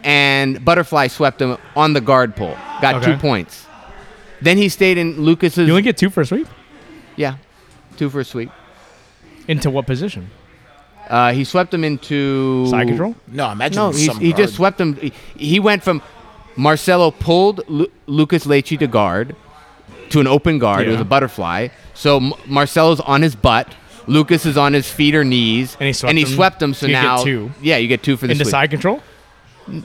A: and Butterfly swept him on the guard pull. Got
B: Okay.
A: two points. Then he stayed in Lucas's.
B: you only get two for a sweep?
A: yeah, two for a sweep.
B: Into what position?
A: Uh, he swept him into
B: Side control?
C: No, imagine
A: No, he's,
C: some
A: he
C: guard.
A: just swept him. He, he went from Marcelo pulled Lu- Lucas Leite to guard to an open guard. It was
B: Yeah.
A: a butterfly. So M- Marcelo's on his butt. Lucas is on his feet or knees,
B: And he swept him.
A: swept him. So
B: You get
A: now,
B: two.
A: yeah, you get two for the
B: Into
A: sweep.
B: side control?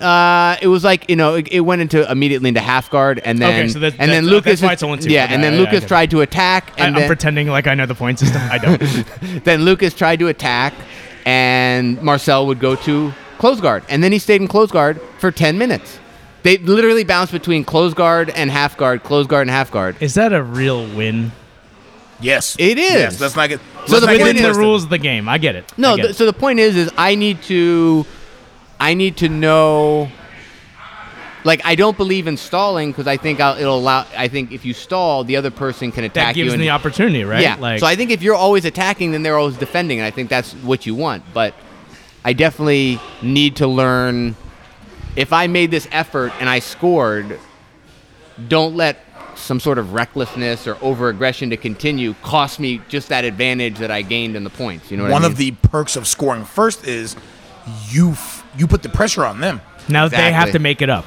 A: Uh, it was like you know, it, it went into immediately into half guard, and then
B: Okay, so that-
A: and then
B: that's-
A: Lucas,
B: that's why
A: is-
B: it's a one-two.
A: yeah,
B: Okay,
A: and then
B: I- I
A: Lucas
B: get it.
A: tried to attack,
B: I,
A: and
B: I'm
A: then,
B: pretending like I know the point system. I don't.
A: then Lucas tried to attack, and Marcel would go to close guard, and then he stayed in close guard for ten minutes. They literally bounced between close guard and half guard, close guard and half guard.
B: is that a real win?
C: yes,
A: It is.
C: Yes, that's not good.
A: So the
C: not get
A: point
B: Within the
C: twisted.
B: rules of the game. I get it. I
A: No,
B: get
A: th-
B: it.
A: so the point is, is I need to, I need to know. Like I don't believe in stalling because I think I'll, it'll allow. I think if you stall, the other person can
B: that
A: attack you.
B: gives them
A: and-
B: the opportunity, right?
A: Yeah.
B: Like,
A: so I think if you're always attacking, then they're always defending, and I think that's what you want. But I definitely need to learn. If I made this effort and I scored, don't let some sort of recklessness or overaggression to continue cost me just that advantage that I gained in the points. You know what
C: One
A: I mean?
C: of the perks of scoring first is you f- you put the pressure on them.
B: now they have
A: Exactly.
B: to make it up.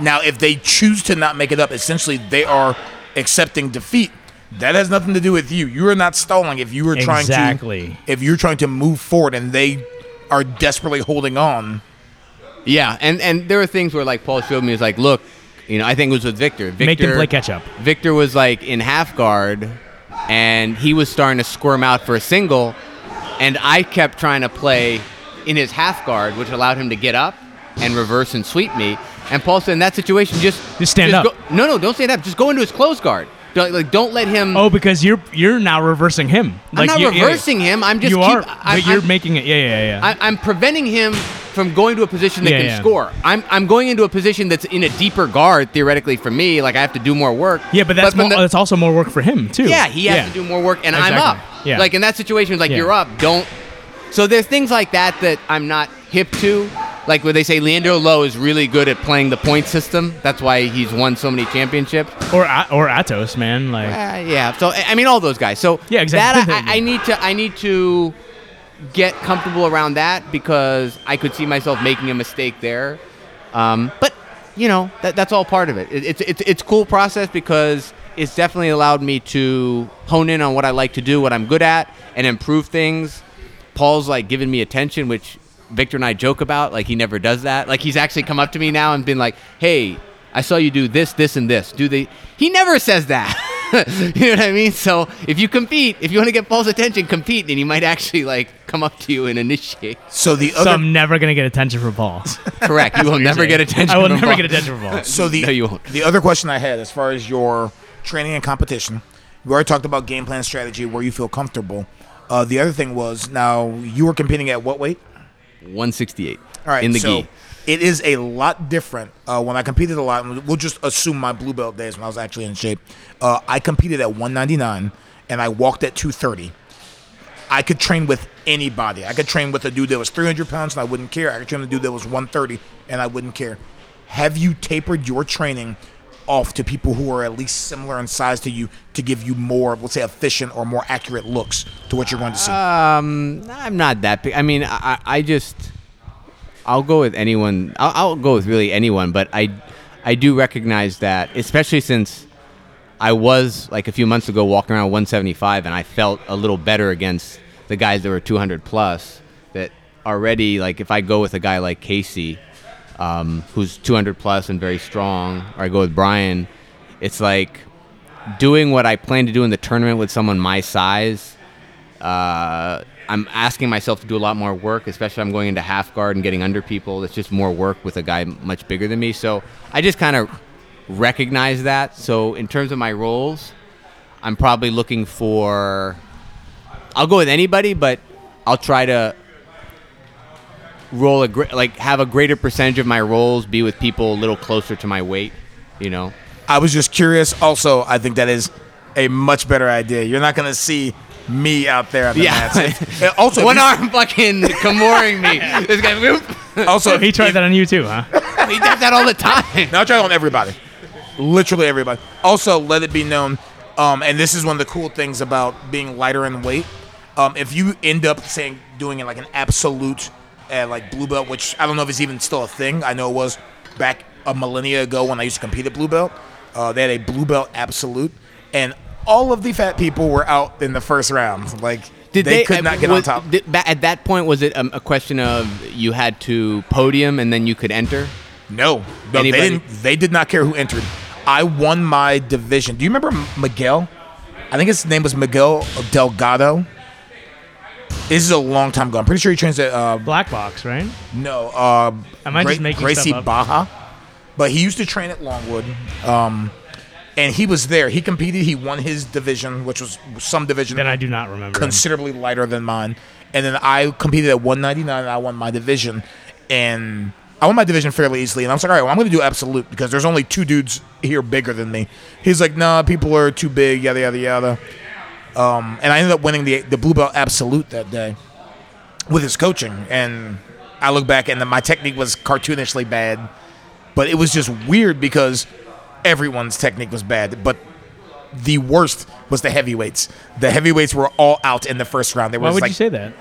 C: Now, if they choose to not make it up, essentially they are accepting defeat. That has nothing to do with you. You are not stalling if you are trying
B: Exactly.
C: to if you're trying to move forward and they are desperately holding on.
A: Yeah, and and there were things where like Paul showed me is like, look, you know, I think it was with Victor. Victor
B: Make them play catch up.
A: Victor was like in half guard, and he was starting to squirm out for a single, and I kept trying to play in his half guard, which allowed him to get up and reverse and sweep me. And Paul said, in that situation, just
B: Just stand up.
A: go- no, no, don't stand up. Just go into his close guard. Don't, like, don't let him.
B: Oh, because you're you're now reversing him.
A: I'm not
B: you- yeah,
A: reversing him. I'm just
B: you
A: keep,
B: are,
A: I,
B: but you're
A: I'm-
B: making it. Yeah, yeah, yeah.
A: I, I'm preventing him from going to a position that
B: Yeah,
A: can
B: yeah.
A: score. I'm, I'm going into a position that's in a deeper guard theoretically for me. Like I have to do more work.
B: yeah, but that's
A: from
B: more,
A: the-
B: that's also more work for him too.
A: yeah, he has to do more work, and I'm
B: Exactly.
A: up.
B: Yeah.
A: Like in that situation, it's like
B: Yeah.
A: you're up. Don't. So there's things like that that I'm not hip to. Like where they say Leandro Lowe is really good at playing the point system. That's why he's won so many championships.
B: Or A- or Atos, man. Like
A: Uh, yeah. So I I mean, all those guys. So
B: Yeah, exactly.
A: That I- I, I need to. I need to get comfortable around that because I could see myself making a mistake there. Um, but you know, that, that's all part of it. it it's it's it's cool process because it's definitely allowed me to hone in on what I like to do, what I'm good at, and improve things. Paul's like giving me attention, which Victor and I joke about. Like he never does that. Like he's actually come up to me now and been like, "Hey, I saw you do this, this, and this. Do the." He never says that. you know what I mean? So if you compete, if you want to get Paul's attention, compete, and he might actually like come up to you and initiate.
C: So the
B: so
C: other
B: I'm never gonna get attention from Paul.
A: Correct. You will never get attention.
B: I will
A: from
B: never
A: Paul.
B: get attention from Paul.
C: So the
A: No, you won't.
C: the other question I had, as far as your training and competition, we already talked about game plan strategy where you feel comfortable. Uh, the other thing was now you were competing at what weight?
A: 168.
C: All right,
A: In the
C: so
A: gi.
C: it is a lot different. Uh, when I competed a lot, and we'll just assume my blue belt days when I was actually in shape. Uh, I competed at 199 and I walked at 230. I could train with anybody. I could train with a dude that was 300 pounds and I wouldn't care. I could train with a dude that was 130 and I wouldn't care. Have you tapered your training off to people who are at least similar in size to you to give you more, let's say, efficient or more accurate looks to what you're going to see?
A: Um, I'm not that big. I mean, I, I I just, I'll go with anyone. I'll, I'll go with really anyone, but I, I do recognize that, especially since I was like a few months ago walking around 175, and I felt a little better against the guys that were 200 plus. That already, like, if I go with a guy like Casey, um, who's 200 plus and very strong, or I go with Brian, it's like doing what I plan to do in the tournament with someone my size uh, I'm asking myself to do a lot more work, especially if I'm going into half guard and getting under people. It's just more work with a guy much bigger than me. So I just kind of recognize that. So in terms of my roles, I'm probably looking for. I'll go with anybody, but I'll try to roll a gr- like have a greater percentage of my roles be with people a little closer to my weight. You know,
C: I was just curious. Also, I think that is a much better idea. You're not going to see me out there on the
A: Yeah.
C: mats. And also, if
A: one
C: you-
A: arm fucking camoring me. This guy, whoop.
C: Also,
B: He tried that on you too, huh?
A: he does that all the time.
C: Now I try it on everybody, literally everybody. Also, let it be known, um, and this is one of the cool things about being lighter in weight. Um, if you end up saying doing it like an absolute, uh, like blue belt, which I don't know if it's even still a thing. I know it was back a millennia ago when I used to compete at blue belt. Uh, they had a blue belt absolute, and all of the fat people were out in the first round. Like they, could not get on
A: was-
C: top.
A: di- ba- at that point, was it um, a question of you had to podium and then you could enter?
C: No, no, they
A: Anybody?
C: didn't. They did not care who entered. I won my division. Do you remember M- Miguel? I think his name was Miguel Delgado. This is a long time ago. I'm pretty sure he trains at uh,
B: Black box, right?
C: no. Uh,
B: Am I just
C: Gra-
B: making
C: Gracie
B: stuff up?
C: Baja? But he used to train at Longwood, um, and he was there. He competed. He won his division, which was some division
B: Then I do not remember. him.
C: considerably lighter than mine. And then I competed at 199 and I won my division. And I won my division fairly easily. And I was like, all right, well, I'm going to do absolute because there's only two dudes here bigger than me. He's like, nah, people are too big, yada, yada, yada. Um, and I ended up winning the, the blue belt absolute that day with his coaching. And I look back and my technique was cartoonishly bad. But it was just weird because everyone's technique was bad. But the worst was the heavyweights. The heavyweights were all out in the first round. They were
B: Why
C: just
B: would
C: like,
B: you say that?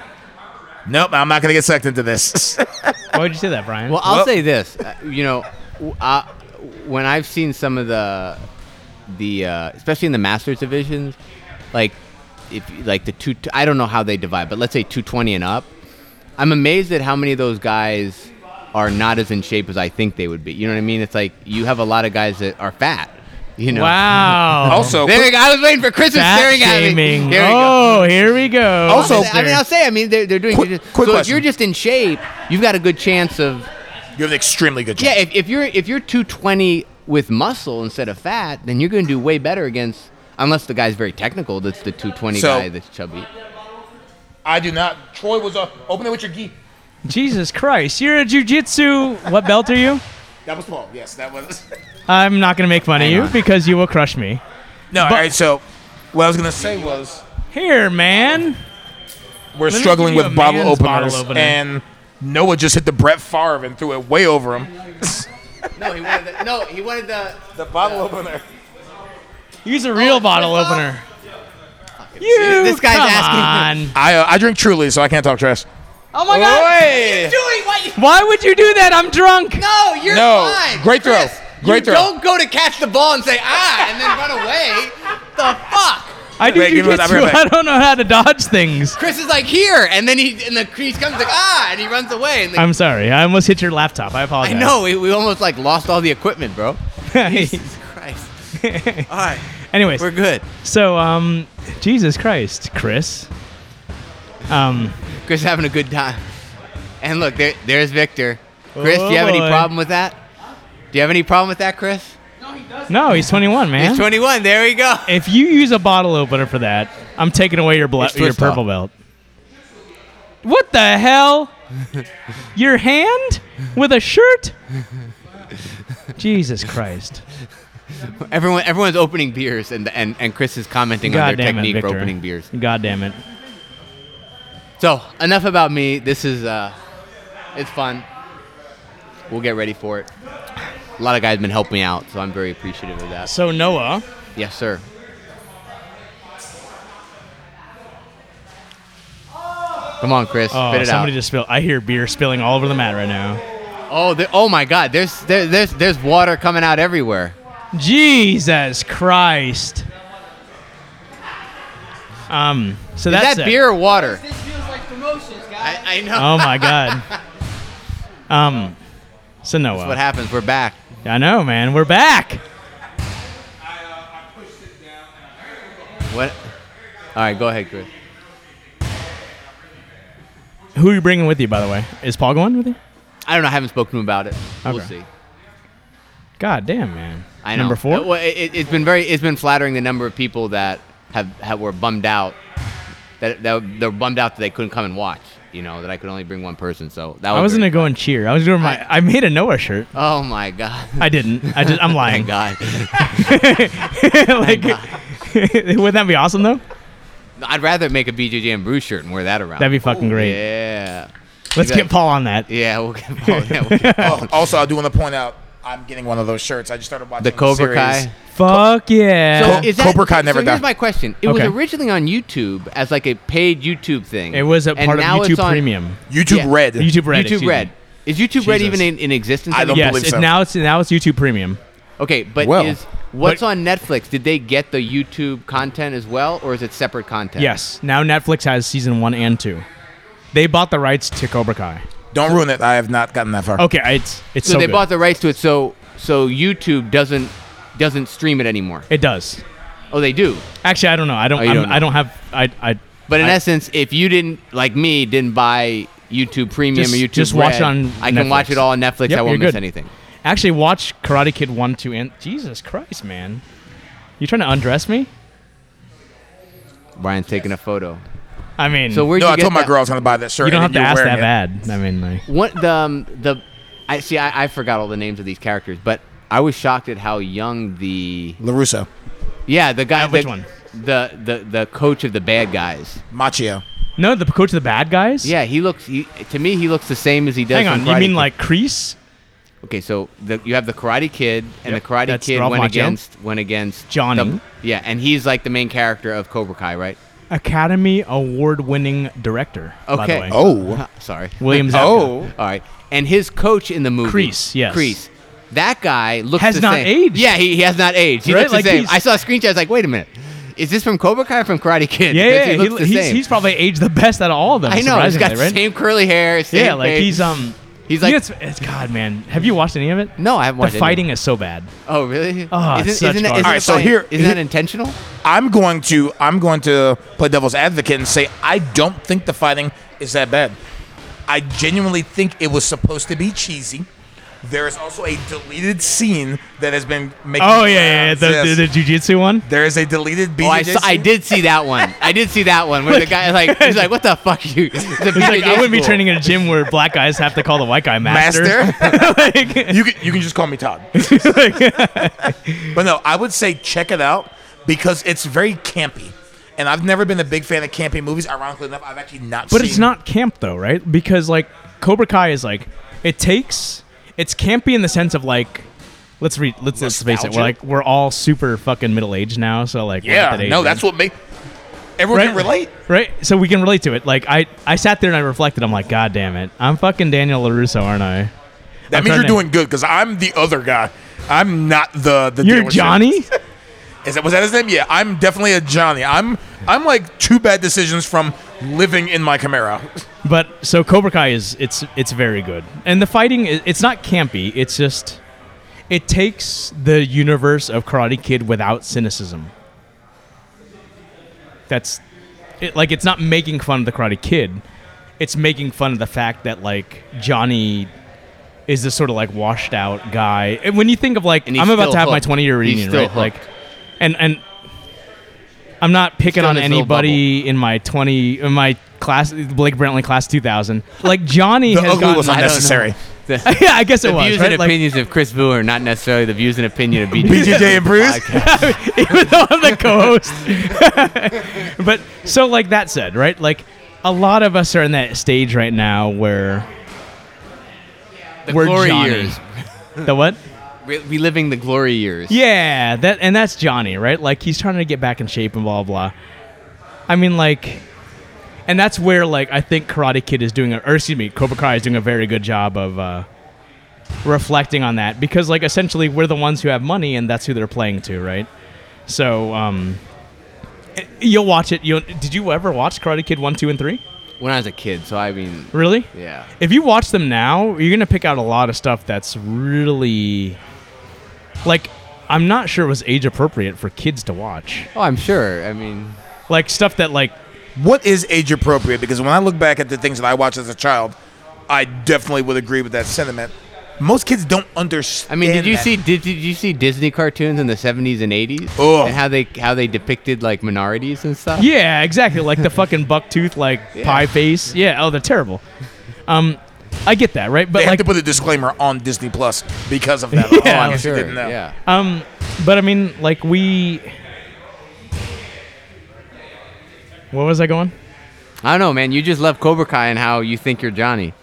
C: "Nope, I'm not going to get sucked into this."
B: Why would you say that, Brian?
A: Well, I'll
C: Well-
A: say this. uh, You know, w- I- when I've seen some of the, the uh, especially in the masters divisions, like if like the two, I don't know how they divide, but let's say 220 and up. I'm amazed at how many of those guys are not as in shape as I think they would be. You know what I mean? It's like you have a lot of guys that are fat. You know.
B: Wow.
C: Also,
A: There we go. I was waiting for Chris was
B: Fat
A: staring at
B: shaming.
A: me. There we go.
B: oh, here we go.
C: Also-
A: I mean, I'll say. I mean, they're, they're doing.
C: Quick-
A: so
C: quick
A: if you're
C: question.
A: just in shape, you've got a good chance of.
C: you have an extremely good
A: Yeah,
C: chance.
A: if, if you're if you're 220 with muscle instead of fat, then you're going to do way better against. Unless the guy's very technical, that's the 220
C: So-
A: guy that's chubby.
C: I do not. Troy was uh, open it with your gi.
B: Jesus Christ, you're a jujitsu. What belt are you?
C: That was Paul. Yes, that was.
B: I'm not gonna make fun of
A: Hang
B: you
A: on.
B: because you will crush me.
C: no, all right. So, what I was gonna say was
B: Here, man.
C: we're
B: me
C: struggling
B: give you
C: with
B: a
C: bottle
B: man's
C: openers,
B: bottle opener.
C: and Noah just hit the Brett Favre and threw it way over him.
A: No, he wanted the, no, he wanted the
C: The bottle opener.
B: Use a real
A: it's
B: bottle
A: my fault.
B: opener. You,
A: This guy's
B: come
A: asking.
B: on.
C: I uh, I drink Truly, so I can't talk trash.
B: Oh my God.
C: Oi!
A: Julie, what?
B: Why would you do that? I'm drunk.
A: No, you're
C: No,
A: fine.
C: great throw.
A: Chris,
C: Great
A: you
C: throw.
A: Don't go to catch the ball and say ah, and then run away. the fuck.
B: I do
C: Wait, give me one, I'll be right
B: jujitsu.
C: back.
B: I don't know how to dodge things.
A: Chris is like here, and then he and the crease comes like ah, and he runs away. And the,
B: I'm sorry. I almost hit your laptop. I
A: I
B: apologize.
A: know we, we almost like lost all the equipment, bro. Jesus Christ. all right,
B: Anyways,
A: we're good.
B: so um, Jesus Christ, Chris. Um,
A: Chris having a good time. And look, there, there's Victor. Chris, do you have any
B: boy.
A: problem with that? Do you have any problem with that, Chris?
B: no, he's 21, man.
A: He's 21. There we go.
B: if you use a bottle opener for that, I'm taking away your ble-
A: It's
B: your
A: twist off.
B: purple belt. What the hell? your hand with a shirt? Jesus Christ.
A: Everyone, everyone's opening beers, and and, and Chris is commenting on
B: God
A: their
B: damn it,
A: technique
B: Victor.
A: for opening beers.
B: God damn it.
A: So enough about me. This is uh, it's fun. We'll get ready for it. A lot of guys have been helping me out, so I'm very appreciative of that.
B: So Noah,
A: Yes, sir. Come on, Chris.
B: oh,
A: spit it out.
B: somebody just spilled. I hear beer spilling all over the mat right now.
A: oh, there, oh my God! There's there, there's there's water coming out everywhere.
B: Jesus Christ. Um. So
A: Is
B: that's
A: that
B: it.
A: beer or water?
D: This feels like promotions, guys.
A: I, I know.
B: Oh my God. Um. So Noah.
A: That's what happens. We're back.
B: I know, man. We're back.
A: What? All right, go ahead, Chris.
B: Who are you bringing with you, by the way? Is Paul going with you?
A: I don't know. I haven't spoken to him about it. We'll
B: Okay.
A: see.
B: God damn, man.
A: I know.
B: Number
A: Uh,
B: four?
A: Well, it- it, it's been very, it's been flattering the number of people that have, have were bummed out, that, that they're bummed out that they couldn't come and watch. You know, that I could only bring one person. So that was.
B: I wasn't
A: very-
B: going to go and cheer. I was doing my. I made a Noah shirt.
A: Oh my god.
B: I didn't. I just. I'm lying.
A: Thank God.
B: like, wouldn't that be awesome though?
A: I'd rather make a BJJ and Brew shirt and wear that around. Oh,
B: That'd be fucking great.
A: Yeah.
B: Let's
A: Exactly.
B: get Paul on that.
A: Yeah, we'll get Paul. Yeah, we'll get Paul.
C: Oh, also, I do want to point out I'm getting one of those shirts. I just started watching
A: the Cobra
C: series.
A: Kai.
B: Fuck yeah.
A: So is that,
C: Cobra Kai never
A: so here's
C: died.
A: my question. It
B: Okay.
A: was originally on YouTube as like a paid YouTube thing.
B: it was a
A: and
B: part of
A: now it's
B: YouTube
A: on
B: Premium.
C: YouTube
A: Yeah.
C: Red.
B: YouTube Red. excuse
A: YouTube
B: me.
A: Red. Is YouTube Red
B: Jesus.
A: even in, in existence?
C: I don't
A: anymore?
B: Yes.
C: believe
B: it-
C: so.
B: now it's now it's YouTube Premium.
A: Okay, but
C: Well,
A: is what's
B: but-
A: on Netflix? Did they get the YouTube content as well, or is it separate content?
B: Yes. Now Netflix has season one and two. They bought the rights to Cobra Kai.
C: Don't ruin it. I have not gotten that far.
B: Okay, it's it's
A: So,
B: so,
A: they
B: good.
A: bought the rights to it. So so YouTube doesn't doesn't stream it anymore.
B: it does.
A: Oh, they do.
B: Actually, I don't know. I don't.
A: Oh, you
B: I'm,
A: don't know.
B: I don't have. I. I
A: But in
B: I-
A: essence, if you didn't like me, didn't buy YouTube Premium
B: Just-
A: or YouTube
B: just watch
A: Red,
B: on
A: I can watch
B: Netflix.
A: it all on Netflix.
B: Yep,
A: I
B: you're
A: won't miss
B: good.
A: anything.
B: Actually, watch Karate Kid 1, 2, and. Jesus Christ, man. You trying to undress me?
A: Brian's taking a photo.
B: I mean,
A: So where
C: No,
A: you
C: I
A: get
C: told my
A: that-
C: girl I was going to buy that shirt.
B: you don't have
C: and
B: to
C: you're
B: ask
C: wearing
B: that
C: it.
B: bad. I mean, like.
A: What the um, the I see. I, I forgot all the names of these characters, but I was shocked at how young the
C: Larusso,
A: yeah the guy
B: Uh, which
A: the,
B: one?
A: the the the coach of the bad guys.
C: Machio.
B: No, the coach of the bad guys?
A: Yeah, he looks. He, to me, he looks the same as he does.
B: Hang
A: from
B: on. You
A: Karate
B: mean
A: Kid.
B: like Crease?
A: okay? So the, you have the Karate Kid, and
B: Yep,
A: the Karate
B: that's
A: Kid
B: Ralph
A: went
B: Macchio.
A: against went against
B: Johnny.
A: the- yeah, and he's like the main character of Cobra Kai, right?
B: Academy Award winning director. By the
A: Okay.
B: way.
C: Oh.
A: Sorry,
B: William Zabka.
C: Oh.
A: All right, and his coach in the movie,
B: Kreese, yes.
A: Kreese. That guy looks
B: Has
A: the
B: not
A: same.
B: aged.
A: Yeah, he, he has not aged. He
B: Right?
A: looks the
B: Like
A: same.
B: he's-
A: I saw a screenshot. I was like, wait a minute, Is this from Cobra Kai or from Karate Kid?
B: Yeah,
A: Because
B: yeah,
A: he
B: he-
A: looks the
B: he's,
A: same.
B: he's probably aged the best out of all of them.
A: I know. He's got
B: surprisingly, right?
A: same curly hair. Same
B: yeah, like
A: face.
B: he's um,
A: He's
B: you
A: like-
B: know, it's, it's- God, man. Have you watched any of it?
A: No, I haven't
B: The
A: watched. any.
B: fighting is so bad.
A: Oh really?
B: Oh, it's such
A: isn't
B: garbage.
A: isn't
C: All right, so
A: by-
C: here-
A: isn't that intentional?
C: I'm going to I'm going to play devil's advocate and say I don't think the fighting is that bad. I genuinely think it was supposed to be cheesy. There is also a deleted scene that has been making.
B: Oh yeah, yeah, yeah.
C: rounds.
B: The,
C: Yes.
B: the, the jujitsu one.
C: there is a deleted BJJ.
A: Oh, I, saw, I
C: scene.
A: did see that one. I did see that one where the guy like he's like, "What the fuck, you?" It's a
B: It's like,
A: PJJ
B: I wouldn't be
A: school.
B: training in a gym where black guys have to call the white guy master.
C: Master?
B: Like-
C: You can, you can just call me Todd. but no, I would say check it out because it's very campy. And I've never been a big fan of campy movies. Ironically enough, I've actually not
B: But
C: seen
B: it's not camp though, right? Because like Cobra Kai is like it takes it's campy in the sense of like let's read let's, let's face it,
C: Nostalgia?
B: we're like we're all super fucking middle aged now, so like we're at
C: Yeah,
B: that age
C: no,
B: where-
C: that's what made. Everyone can relate.
B: Right? So we can relate to it. Like I I sat there and I reflected, I'm like, God damn it. I'm fucking Daniel LaRusso, aren't I?
C: That
B: I'm trying
C: means you're
B: to-
C: doing good because I'm the other guy. I'm not the the.
B: You're
C: dealership.
B: Johnny?
C: Is that was that his name? Yeah, I'm definitely a Johnny. I'm I'm like two bad decisions from living in my Camaro.
B: But so Cobra Kai is it's it's very good, and the fighting i- it's not campy. It's just it takes the universe of Karate Kid without cynicism. That's it, like it's not making fun of the Karate Kid. It's making fun of the fact that like Johnny is this sort of like washed out guy. And when you think of like
A: And he's
B: I'm about
A: still
B: to have my
A: hooked.
B: 20 year
A: He's
B: reunion,
A: still
B: right? Like, and and I'm not picking
A: Still in
B: on
A: his little
B: anybody in my 20 in my class Blake Brantley class 2000. Like Johnny
C: The
B: has
C: ugly
B: gotten,
C: was
A: I don't know.
C: unnecessary.
A: The,
B: yeah, I guess it
A: the
B: was.
A: views
B: Right?
A: and
B: Like,
A: opinions of Chris Booer, not necessarily the views and opinion of
C: BJJ and Bruce?
A: Podcast.
B: even though I'm the co-host. but so like that said, right? Like a lot of us are in that stage right now where
A: The
B: we're
A: glory
B: Johnny.
A: years.
B: the what?
A: Re- reliving the glory years.
B: Yeah, that and that's Johnny, right? Like he's trying to get back in shape and blah blah. I mean, like, and that's where like I think Karate Kid is doing, a, or excuse me, Cobra Kai is doing a very good job of uh, reflecting on that because like essentially we're the ones who have money and that's who they're playing to, right? So um, it- you'll watch it. You did you ever watch Karate Kid one, two, and three?
A: When I was a kid, so I mean,
B: Really?
A: yeah.
B: if you watch them now, you're gonna pick out a lot of stuff that's really like I'm not sure it was age appropriate for kids to watch.
A: Oh, I'm sure. I mean,
B: Like stuff that like
C: What is age appropriate? Because when I look back at the things that I watched as a child, I definitely would agree with that sentiment. Most kids don't understand.
A: I mean, did you
C: that.
A: see did, did you see Disney cartoons in the 70s and 80s
C: Ugh.
A: and how they how they depicted like minorities and stuff?
B: yeah, exactly like the fucking buck tooth like pie face. Yeah, oh they're terrible. Um, I get that right, but
C: They have
B: like
C: to put a disclaimer on Disney Plus because of that.
A: Oh,
C: oh, I
A: I'm
C: guess you
A: sure.
C: didn't know.
A: Yeah.
B: Um, but I mean, like we. Where was I going?
A: I don't know, man. You just love Cobra Kai and how you think you're Johnny.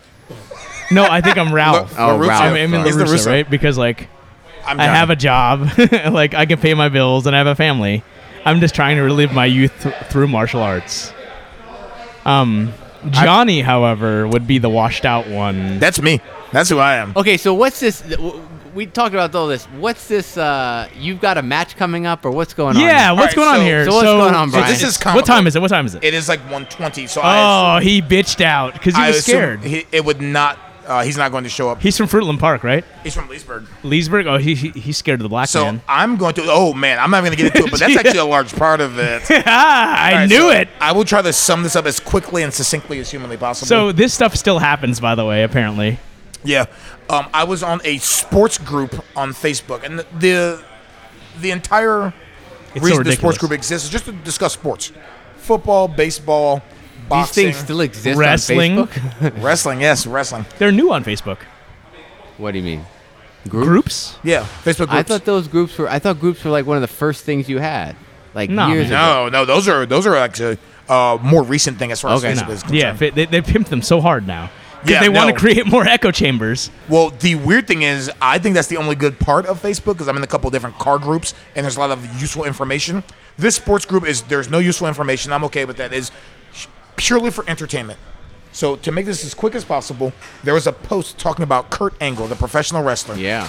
B: No, I think I'm Ralph.
A: Oh, Ralph.
B: I'm, I'm in
A: He's
B: LaRusso, right? Because like
C: I'm
B: I
C: Johnny.
B: have a job, like I can pay my bills, and I have a family. I'm just trying to relive my youth th- through martial arts. Um, Johnny, however, would be the washed out one.
C: That's me. That's who I am.
A: Okay, so what's this? w- We talked about all this. What's this? Uh, you've got a match coming up, or what's going on?
B: yeah, what's
C: Alright,
B: going on
C: so-
B: here?
A: so what's going on, Brian?
C: this is
B: what
C: comical.
B: time is it? What time is it?
C: It is like 120. So I.
B: oh, he bitched out because he
C: I
B: was
C: assume
B: scared.
C: He, it would not. Uh, he's not going to show up.
B: He's from Fruitland Park, right?
C: He's from Leesburg.
B: Leesburg. Oh, he, he he's scared of the black
C: So
B: man.
C: I'm going to. Oh man, I'm not going to get into it. But that's actually a large part of it.
B: ah, I
C: All right,
B: knew
C: so
B: it.
C: I will try to sum this up as quickly and succinctly as humanly possible.
B: So this stuff still happens, by the way. Apparently,
C: yeah, um, I was on a sports group on Facebook, and the the, the entire
B: it's so
C: reason the
B: ridiculous.
C: sports group exists is just to discuss sports, football, baseball,
A: These
C: boxing,
A: things still exist
B: Wrestling.
A: on Facebook.
C: wrestling. Yes, wrestling.
B: They're new on Facebook.
A: What do you mean?
B: Groups?
C: Yeah, Facebook groups.
A: I thought those groups were. I thought groups were like one of the first things you had, like
B: No,
A: years ago.
C: no, no, those are those are actually uh, more recent thing as far
A: Okay,
C: as
A: no.
C: Facebook is concerned.
B: Yeah, fi- they, they pimp them so hard now. 'Cause
C: Yeah,
B: they want
C: no.
B: to create more echo chambers.
C: Well, the weird thing is, I think that's the only good part of Facebook because I'm in a couple different car groups and there's a lot of useful information. This sports group is there's no useful information. I'm okay with that. Is purely for entertainment. So to make this as quick as possible, there was a post talking about Kurt Angle, the professional wrestler,
A: Yeah,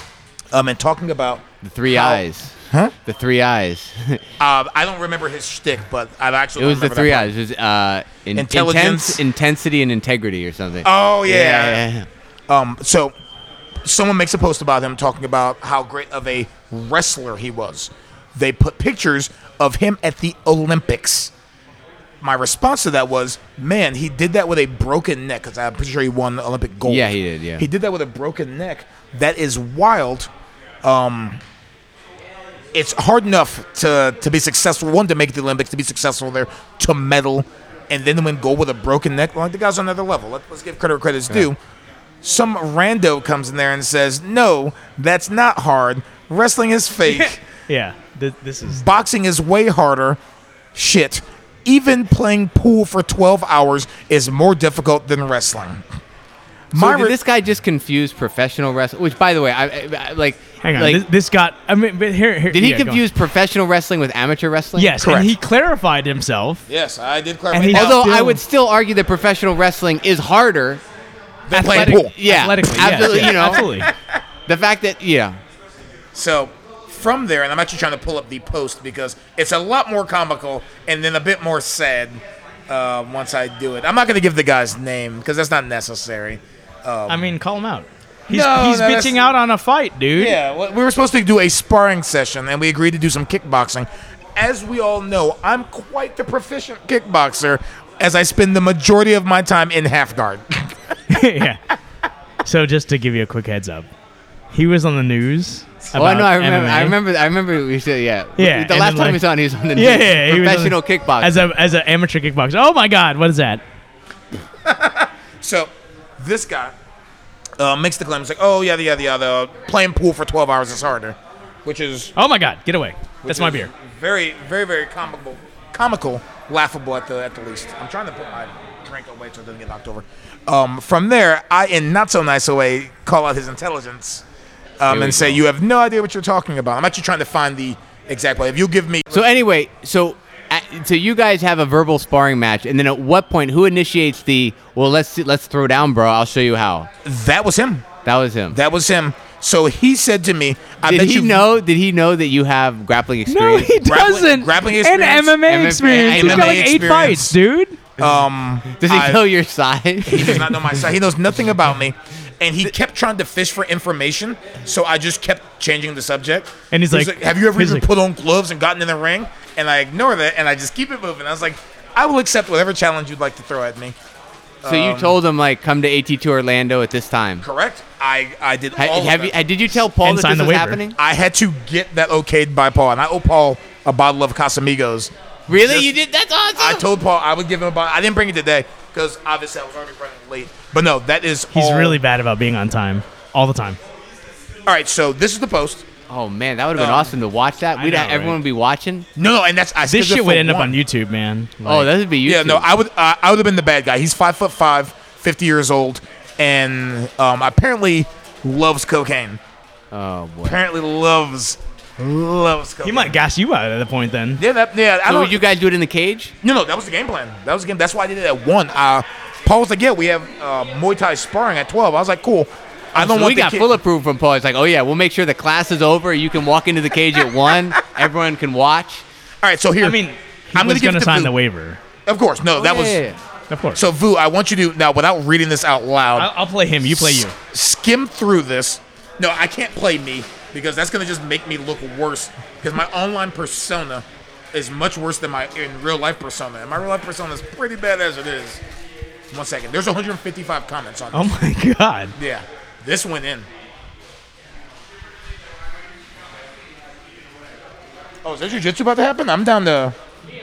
C: um, and talking about
A: the three
C: how-
A: eyes. The Three Eyes.
C: Uh, I don't remember his shtick, but I've actually
A: It was the
C: remember
A: Three
C: that
A: Eyes. It was uh, in-
C: Intelligence.
A: intense, intensity, and integrity, or something.
C: part. Oh
A: yeah,
C: yeah.
A: yeah, yeah.
C: Um. So, someone makes a post about him talking about how great of a wrestler he was. They put pictures of him at the Olympics. My response to that was, "Man, he did that with a broken neck because I'm pretty sure he won Olympic gold."
A: Yeah, he did, yeah.
C: he did that with a broken neck. That is wild. it's hard enough to to be successful. One to make the Olympics, to be successful there, to medal, and then to win gold with a broken neck. Like the guy's on another level. Let, let's give credit where credit's due. Some rando comes in there and says, "No, that's not hard. Wrestling is fake.
B: Yeah, th- this is
C: Boxing is way harder. Shit." Even playing pool for 12 hours is more difficult than wrestling.
A: So
C: My
A: did
C: re-
A: this guy just confuse professional wrestling? Which, by the way, I, I, I- like,
B: Hang on,
A: like,
B: this, this got. I mean, but here, here
A: did he
B: yeah, go on.
A: confuse professional wrestling with amateur wrestling?
B: Yes,
C: Correct.
B: and he clarified himself.
C: yes, I did
B: And he-
C: clarify.
A: Although I
B: Still-
A: would still argue that professional wrestling is harder.
C: They play
A: athletic-
C: pool.
A: Yeah,
B: Athletically, yes,
A: absolutely.
B: yeah,
A: you know, Um,
B: absolutely.
A: the fact that yeah,
C: So from there, and I'm actually trying to pull up the post because it's a lot more comical and then a bit more sad uh, once I do it. I'm not going to give the guy's name because that's not necessary.
B: I mean, call him out. He's,
C: No,
B: he's
C: no, that's-
B: bitching out on a fight, dude.
C: Yeah, well, we were supposed to do a sparring session, and we agreed to do some kickboxing. As we all know, I'm quite the proficient kickboxer, as I spend the majority of my time in half guard.
B: yeah. So just to give you a quick heads up, he was on the news.
A: Oh, I know. I remember.
B: MMA.
A: I remember. I remember. We said, yeah.
B: Yeah,
A: The last
B: and then,
A: time
B: like-
A: he was on, he was on the
B: Yeah,
A: news.
B: yeah, he was on
A: professional
B: the-
A: kickboxer.
B: as a as an amateur kickboxer. Oh my God, what is that?
C: So this guy uh, makes the claim, he's like, oh, yeah, yeah, yeah, the playing pool for 12 hours is harder, which is
B: Oh my God, get away! That's my beer.
C: Very, very, very comical, comical, laughable at the at the least. I'm trying to put my drink away so it doesn't get knocked over. Um, from there, I, in not so nice a way, call out his intelligence um,
A: we
C: and say,
A: go.
C: "You have no idea what you're talking about." I'm actually trying to find the exact way. If you give me,
A: so anyway, so uh, so you guys have a verbal sparring match, and then at what point, who initiates the? Well, let's see, let's throw down, bro. I'll show you how.
C: that was him.
A: That was him.
C: That was him. So he said to me, "I
A: did
C: bet
A: he
C: you
A: know? Did he know that you have grappling
B: No,
A: experience?
B: he
C: Grappling-
B: doesn't.
C: grappling
B: and
C: experience.
B: MMA,
A: MMA
B: experience. He's got like eight
C: experience.
B: fights, dude.
C: Um,
A: Does he
C: I-
A: know your size?
C: He does not know my size. He knows nothing about me." And he kept trying to fish for information, so I just kept changing the subject.
B: And he's
C: He
B: like-
C: was "Have you ever
B: he's
C: even
B: like-
C: put on gloves and gotten in the ring?" And I ignore that, and I just keep it moving. I was like, "I will accept whatever challenge you'd like to throw at me."
A: so
C: um,
A: you told him like, come to AT2 Orlando at this time.
C: Correct. I I did
A: Ha-
C: all. of
A: have you,
C: that.
A: uh, did you tell Paul
B: And
A: that
B: sign
A: this
B: the
A: was
B: waiver.
A: happening?
C: I had to get that okayed by Paul, and I owe Paul a bottle of Casamigos.
A: Really?
C: Just-
A: you did? That's awesome.
C: I told Paul I would give him a bottle. I didn't bring it today because obviously I was already running late. But no, that is
B: He's
C: all-
B: really bad about being on time all the time.
C: all right. So this is the post.
A: oh man, that would have been
C: Um,
A: awesome to watch that.
B: I
A: We'd
B: know,
A: have, everyone
B: right?
A: would be watching.
C: No, no, and that's I
B: This
C: skipped it
B: shit would
C: for
B: end up
C: one.
B: on YouTube, man.
A: oh,
B: Like,
A: that would be you.
C: Yeah, no, I would uh, I would have been the bad guy. He's five foot five, 50 years old, and um, apparently loves cocaine.
A: oh boy.
C: Apparently loves loves cocaine.
B: he might gas you out at the point then.
C: Yeah, that, yeah. I
A: So
C: don't.
A: would you guys do it in the cage?
C: no, no, that was the game plan. That was the game. That's why I did it at one. Uh, Paul was like, "Yeah, we have uh, Muay Thai sparring at 12. I was like, "Cool." I don't
A: So
C: want
A: we
C: the
A: got
C: kid-
A: full approval from Paul. It's like, oh yeah, we'll make sure the class is over. You can walk into the cage at one. Everyone can watch.
C: All right, so here.
B: I mean, he
C: I'm
B: was
C: give
B: going to
C: it to
B: sign
C: Vu.
B: the waiver.
C: Of course, no, that
A: Yeah,
C: was
A: yeah, Oh, yeah.
B: Of course.
C: so. Vu, I want you to now without reading this out loud.
B: I'll, I'll play him. You play you.
C: s- skim through this. No, I can't play me because that's gonna just make me look worse. Because my online persona is much worse than my in real life persona, and my real life persona is pretty bad as it is. One second, there's 155 comments on.
B: Oh
C: This.
B: my God.
C: Yeah, this went in. Oh, is there jujitsu about to happen? I'm down to.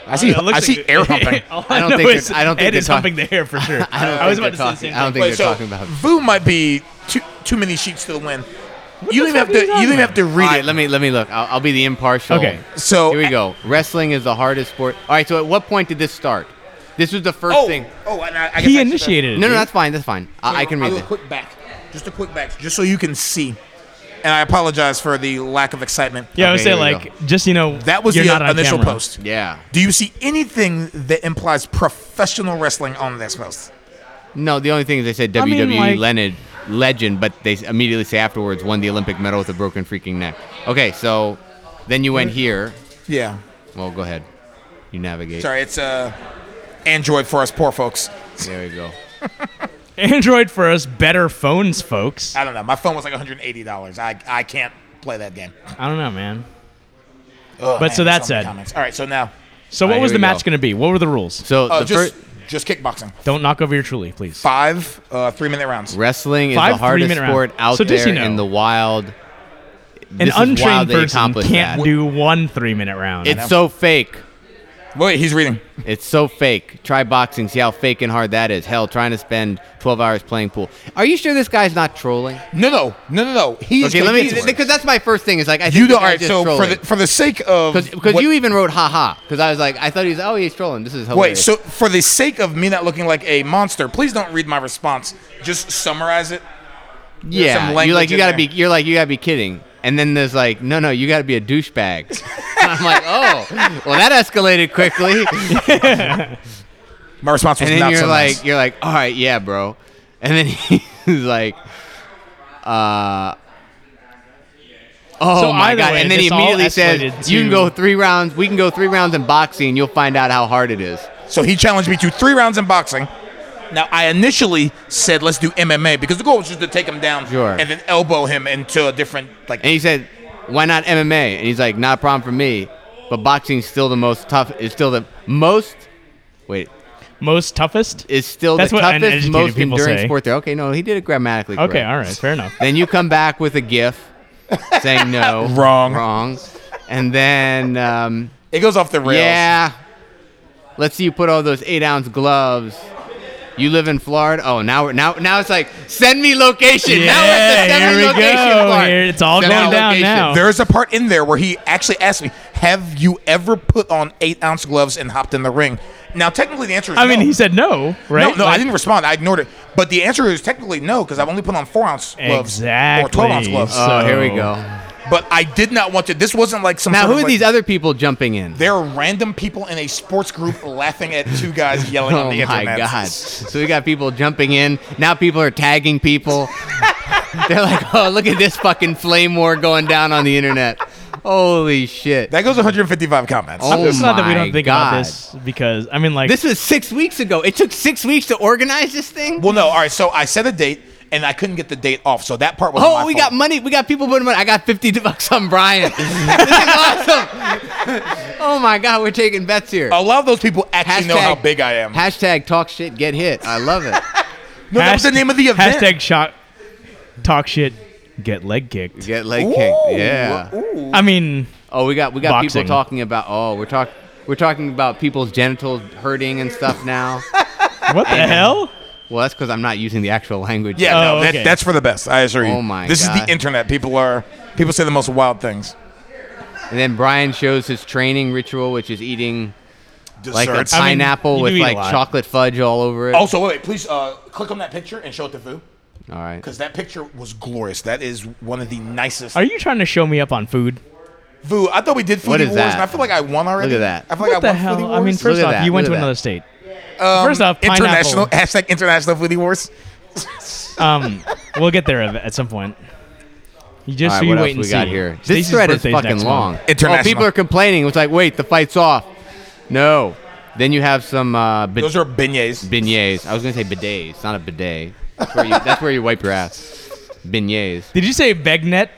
C: I see. I see air humping.
B: All
A: I don't
B: know
A: think
B: is
A: they're- I don't think
B: Ed
A: they're
B: is
A: talk-
B: humping the air for sure.
A: I don't
B: I was
A: think
B: about to
A: they're talking-
B: say the
A: I don't
B: same thing.
A: think
C: Wait,
A: they're
C: so
A: talking about.
C: Vu might be too too many sheets to the wind. You don't even
B: fuck
C: have
B: are
C: to.
B: you
C: You don't
B: talking
C: even
B: about?
C: have to read
A: All right,
C: it.
A: let me let me look. I'll, I'll be the impartial.
B: Okay.
C: So-
A: here we go. Wrestling is the hardest sport. All right. So at what point did this start? This was the first
C: Oh,
A: thing.
C: oh, and I, I guess
B: He
C: I should-
B: initiated it.
A: No, no,
B: dude.
A: that's fine. That's fine. I, I can
C: I'll
A: read
C: do
A: it.
C: a quick back, just a quick back, just so you can see. And I apologize for the lack of excitement.
B: Yeah, I would
A: Okay,
B: say
A: here we
B: like just you know
C: That was
B: you're
C: the
B: not on
C: initial
B: camera.
C: post.
A: Yeah.
C: Do you see anything that implies professional wrestling on this post?
A: No, the only thing is they said WWE
B: I mean, like-
A: Leonard legend, but they s- immediately say afterwards won the Olympic medal with a broken freaking neck. Okay, so Then you went here.
C: Yeah.
A: Well, go ahead. You navigate.
C: Sorry, it's uh, Android for us poor folks.
A: There you go.
B: Android for us better phones, folks.
C: I don't know. My phone was like $180. I, I can't play that game.
B: I don't know, man.
C: Ugh,
B: But so
C: man,
B: that's
C: many
B: it.
C: comments. All right, so now,
B: So
A: All
B: what
A: right,
B: was
A: here we
B: the match
A: go.
B: going to be? What were the rules?
A: So
C: uh,
A: the
C: just
A: first
C: just kickboxing.
B: Don't knock over your truly, please.
C: Five uh, three minute rounds.
A: wrestling is
B: Five
A: the hardest
B: three-minute round.
A: sport out
B: So does
A: there
B: he know?
A: in the wild.
B: An
A: This is wild
B: untrained
A: they
B: person
A: accomplished
B: can't
A: that.
B: do one three-minute round.
A: It's so fake.
C: Wait, he's reading.
A: It's so fake. Try boxing. See how fake and hard that is. Hell, trying to spend 12 hours playing pool. Are you sure this guy's not trolling?
C: No, no, no, no, no. He's
A: Okay, let me.
C: he's-
A: Because that's my first thing. Is like I think
C: you
A: this
C: don't. All
A: guy's
C: right,
A: just
C: so for
A: trolling.
C: the for the sake of
A: because
C: what-
A: you even wrote haha because I was like I thought he was oh he's trolling this is
C: Wait,
A: hilarious.
C: so for the sake of me not looking like a monster, please don't read my response. Just summarize it. some
A: yeah you
C: language
A: like you
C: in
A: gotta
C: there.
A: be you're like you gotta be kidding and then there's like no no you gotta be a douchebag And I'm like oh well that escalated quickly
C: My response was
A: and then
C: not
A: you're
C: so
A: like
C: nice.
A: you're like all right yeah bro and then he's like uh oh
B: So
A: my
B: either
A: god
B: way,
A: and then he
B: this all
A: immediately
B: escalated
A: says you can
B: to-
A: go three rounds we can go three rounds in boxing and you'll find out how hard it is
C: So he challenged me to three rounds in boxing. Now I initially said let's do MMA because the goal was just to take him down
A: Sure.
C: and then elbow him into a different like.
A: And he said, "Why not MMA?" And he's like, "Not a problem for me, but boxing's still the most tough. Is still the most. Wait,
B: Most toughest?
A: is still
B: That's
A: the
B: what
A: toughest,
B: uneducated
A: most
B: people
A: enduring
B: say.
A: sport there. Okay, no, he did it grammatically. Correct.
B: Okay, all right, fair enough.
A: Then you come back with a GIF saying no,
C: Wrong.
A: wrong, and then um,
C: It goes off the rails.
A: yeah, let's see you put all those eight ounce gloves. You live in Florida. Oh, now we're now now it's like send me location. now we're at the
B: Yeah,
A: send
B: here
A: me
B: we
A: location
B: go.
A: part.
B: Here- it's all
A: Send me
B: going down
A: location.
B: now.
C: There's a part in there where he actually asked me, "Have you ever put on eight ounce gloves and hopped in the ring?" Now, technically, the answer is
B: I mean,
C: no.
B: he said no, right?
C: No, no, I
B: Like-
C: didn't respond. I ignored it. But the answer is technically no because I've only put on four ounce gloves or
B: Exactly.
C: twelve ounce gloves.
B: Uh,
A: Oh, here we
B: So-
A: go.
C: but I did not want to. This wasn't like some.
A: Now,
C: sort
A: who
C: of
A: are
C: like-
A: these other people jumping in?
C: They're random people in a sports group laughing at two guys yelling
A: oh
C: on the
A: my
C: internet.
A: god! So we got people jumping in. Now people are tagging people. They're like, "Oh, look at this fucking flame war going down on the internet! Holy shit!"
C: That goes 155 comments.
A: Oh
B: It's not that we
A: my
B: don't think
A: God.
B: about this because I mean, like,
A: this was six weeks ago. It took six weeks to organize this thing.
C: Well, no. All right. So I set a date and I couldn't get the date off. So that part was.
A: Oh,
C: my
A: we
C: fault.
A: got money. We got people putting money. I got fifty bucks on Brian. this is awesome. oh my god, we're taking bets here.
C: A lot of those people actually Oh, know how big I am.
A: Hashtag talk shit, get hit. I love it.
C: no, that was the
B: hasht-
C: name of the event.
B: Hashtag shot, talk shit, get leg kicked.
A: Get leg
C: Ooh,
A: kicked. Yeah.
C: ooh.
B: I mean,
A: Oh, we got we got
B: Boxing.
A: people talking about oh we're talking we're talking about people's genitals hurting and stuff now.
B: what the hell?
A: well, that's because I'm not using the actual language.
C: Yeah,
B: Oh,
C: no, that,
B: okay.
C: that's for the best. I assure you.
A: Oh my
C: this is
A: God.
C: the internet. People are people say the most wild things.
A: And then Brian shows his training ritual, which is eating like a
C: Desserts.
B: I mean,
A: pineapple
B: you
A: with
B: do eat a
A: like
B: lot. Oh,
A: chocolate fudge all over it.
C: also, wait, wait, please uh, click on that picture and show it to Vu
A: all right.
C: because that picture was glorious. That is one of the nicest.
B: Are you trying to show me up on food?
C: Vu, I thought we did foodie
A: What is
C: wars,
A: that?
C: and I feel like I won already.
A: Look at that.
C: I feel like
B: What
C: I
B: the
C: won foodie
B: hell? I
C: wars.
B: mean, first
A: at
B: off,
A: that,
B: you went to
A: look at
B: another
A: that.
B: state.
C: Um,
B: first off, pineapple.
C: international hashtag international foodie wars.
B: Um, we'll get there ev- at some point. You just
A: All
B: so
A: right,
B: you
A: what
B: wait
A: else
B: and
A: we
B: see.
A: got here?
B: Stacey's
A: this thread is
B: birthday's
A: fucking
B: next
A: long.
B: month.
A: Oh, people
C: International.
A: are complaining. It's like, wait, the fight's off. No. Then you have some uh, bi-
C: Those are beignets.
A: beignets. I was gonna say bidets. It's not a bidet. That's where you, that's where you wipe your ass. Beignets.
B: Did you say Begnet?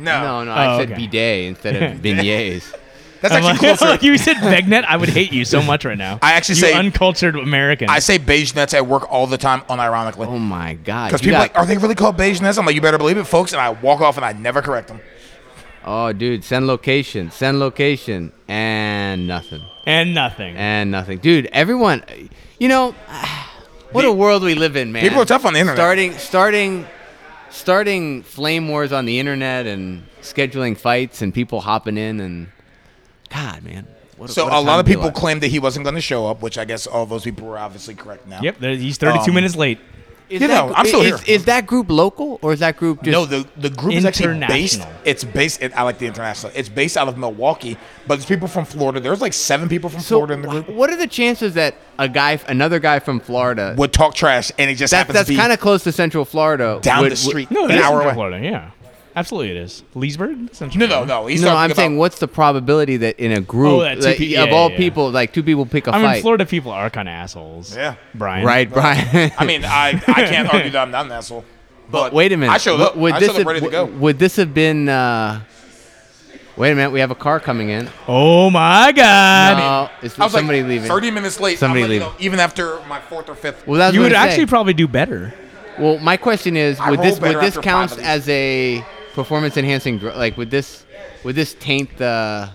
A: No,
C: No,
A: no, I
B: Oh,
A: said
B: okay.
A: bidet instead of beignets.
C: that's
B: I'm
C: actually
B: like,
C: closer.
B: like, you said Begnet, I would hate you so much right now.
C: I actually
B: you
C: say-
B: uncultured American.
C: I say beige nuts at work all the time, unironically.
A: Oh my god!
C: Because
A: you
C: people are
A: got-
C: like, are they really called beige nuts? I'm like, you better believe it, folks. And I walk off and I never correct them.
A: oh dude, send location, send location, and nothing,
B: and nothing.
A: and nothing, dude. Everyone, you know, what a world we live in, man.
C: People are tough on the internet.
A: Starting, starting, starting flame wars on the internet and scheduling fights and people hopping in and God, man. What
C: So
A: what
C: a lot
A: time
C: of
A: to be
C: people
A: alive.
C: claimed that he wasn't going to show up, which I guess all those people were obviously correct now.
B: yep, there, he's 32
C: Um,
B: minutes late.
A: Is
C: you
A: that
C: know,
A: gr-
C: I'm still
A: is,
C: here.
A: Is that group local or is that group just
C: no, the the group is actually based.
B: International.
C: It's based. In, I like the international. It's based out of Milwaukee, but there's people from Florida. There's like seven people from Florida in the
A: wh-
C: group.
A: What are the chances that a guy, another guy from Florida,
C: Would talk trash, and it just
A: that,
C: happens
A: that's
C: to be
A: kind of close to Central Florida,
C: down
A: would-
C: the street,
B: No,
C: an
B: it is
C: hour
B: in
C: away.
B: Florida. Yeah, Absolutely, it is. Leesburg? That's not
C: No, no,
B: true.
C: no. He's
A: no,
C: talking
A: I'm
C: about,
A: saying, what's the probability that in a group
B: Oh, that two
A: like,
B: pe- yeah,
A: of all
B: yeah, yeah.
A: people, like two people pick a
B: I mean,
A: fight?
B: Florida people are kind of assholes.
C: Yeah.
B: Brian.
A: right, Brian?
C: I mean, I, I can't argue that I'm not an asshole. But
A: Wait a minute.
C: I showed
A: W-
C: up. I showed up ready to
A: w-
C: go.
A: Would this have been? Uh, wait a minute. We have a car coming in.
B: Oh my God.
A: No, it's
C: I was
A: somebody
C: like,
A: leaving.
C: 30 minutes late. I'm
A: Somebody
C: like, you
A: leaving.
C: know, even after my fourth or fifth.
A: well, that's
B: you
A: what
B: would
A: I'm
B: actually
A: saying.
B: probably do better.
A: well, my question is,
C: I
A: would this
C: roll
A: would
C: better
A: this
C: after
A: count
C: five of these.
A: as a performance enhancing drug? Like, would this would this taint the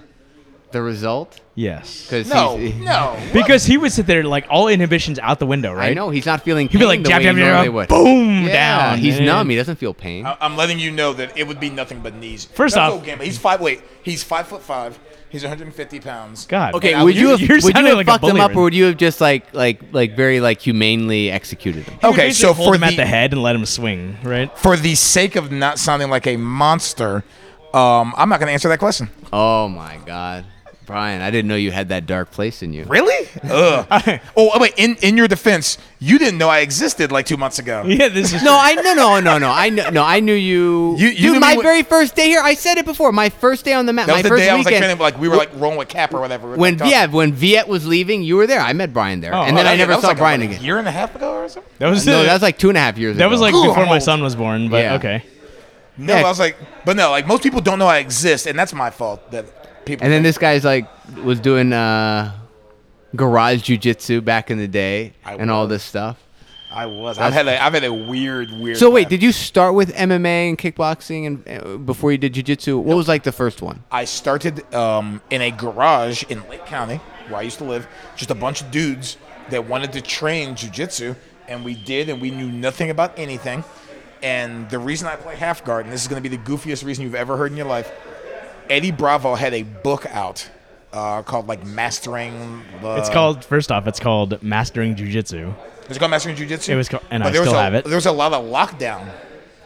A: the result?
B: Yes.
A: 'Cause
C: no,
A: he's-
C: no.
B: Because he would sit there like all inhibitions out the window, right?
A: I know he's not feeling.
B: He'd
A: Pain
B: be like,
A: the
B: jab,
A: way
B: jab,
A: he normally
B: jab,
A: would.
B: boom,
A: Yeah,
B: down.
A: He's
B: And-
A: numb. He doesn't feel pain.
C: I- I'm letting you know that it would be nothing but knees.
B: First
C: That's
B: off-
C: no Gamba. he's five. Wait, he's five foot five. He's 150 pounds.
B: God.
A: Okay,
C: Now,
A: would
C: you-
A: you have,
B: you're
A: would you
B: sounding
A: have
B: like a
A: fucked him
B: bully
A: up,
B: right
A: or would you have just like like like very like humanely executed him?
B: You
C: Okay,
B: basically
C: so
B: hold
C: for
B: him at
C: the-
B: the head and let him swing, right?
C: For the sake of not sounding like a monster, um, I'm not going to answer that question.
A: Oh my God, Brian! I didn't know you had that dark place in you.
C: Really? Ugh. oh, wait. In in your defense, you didn't know I existed like two months ago.
B: Yeah, this is
A: No, I no no no no I kn- no I knew you.
C: You- you knew me
A: Dude, my
C: when-
A: very first day here. I said it before. My first day on the mat.
C: That
A: my
C: was the
A: first
C: day I was like,
A: weekend.
C: training, like we were like rolling with Cap or whatever. We were,
A: when
C: like, talking.
A: yeah when Viet was leaving, you were there. I met Brian there,
B: Oh,
A: and
C: Oh,
A: then
C: that-
A: I
C: yeah,
A: never
C: that was
A: saw
C: like,
A: Brian
C: like, a
A: again.
C: year and a half ago or something.
B: that was
A: No,
B: it.
A: that was like two and a half years
B: that
A: ago.
B: was like
C: Ooh,
B: before
C: I'm
B: my
C: old.
B: son was born, but
A: Yeah.
B: okay.
C: No,
A: Yeah.
C: I was like, but no, like most people don't know I exist, and that's my fault that people.
A: And then this guy's like was doing uh, garage jujitsu back in the day,
C: I
A: and all
C: was.
A: this stuff.
C: I was. I've had a, I've had a weird, weird.
A: So wait,
C: path.
A: did you start with MMA and kickboxing and uh, before you did jiu-jitsu? What was like the first one?
C: I started um, in a garage in Lake County, where I used to live. Just a bunch of dudes that wanted to train jujitsu, and we did, and we knew nothing about anything. And the reason I play half guard, and this is going to be the goofiest reason you've ever heard in your life, Eddie Bravo had a book out uh, called like Mastering. The,
B: It's called first off, it's called mastering jujitsu.
C: It's called Mastering Jujitsu.
B: It was called- and I
C: there was
B: still
C: a-
B: have it.
C: There was a lot of lockdown,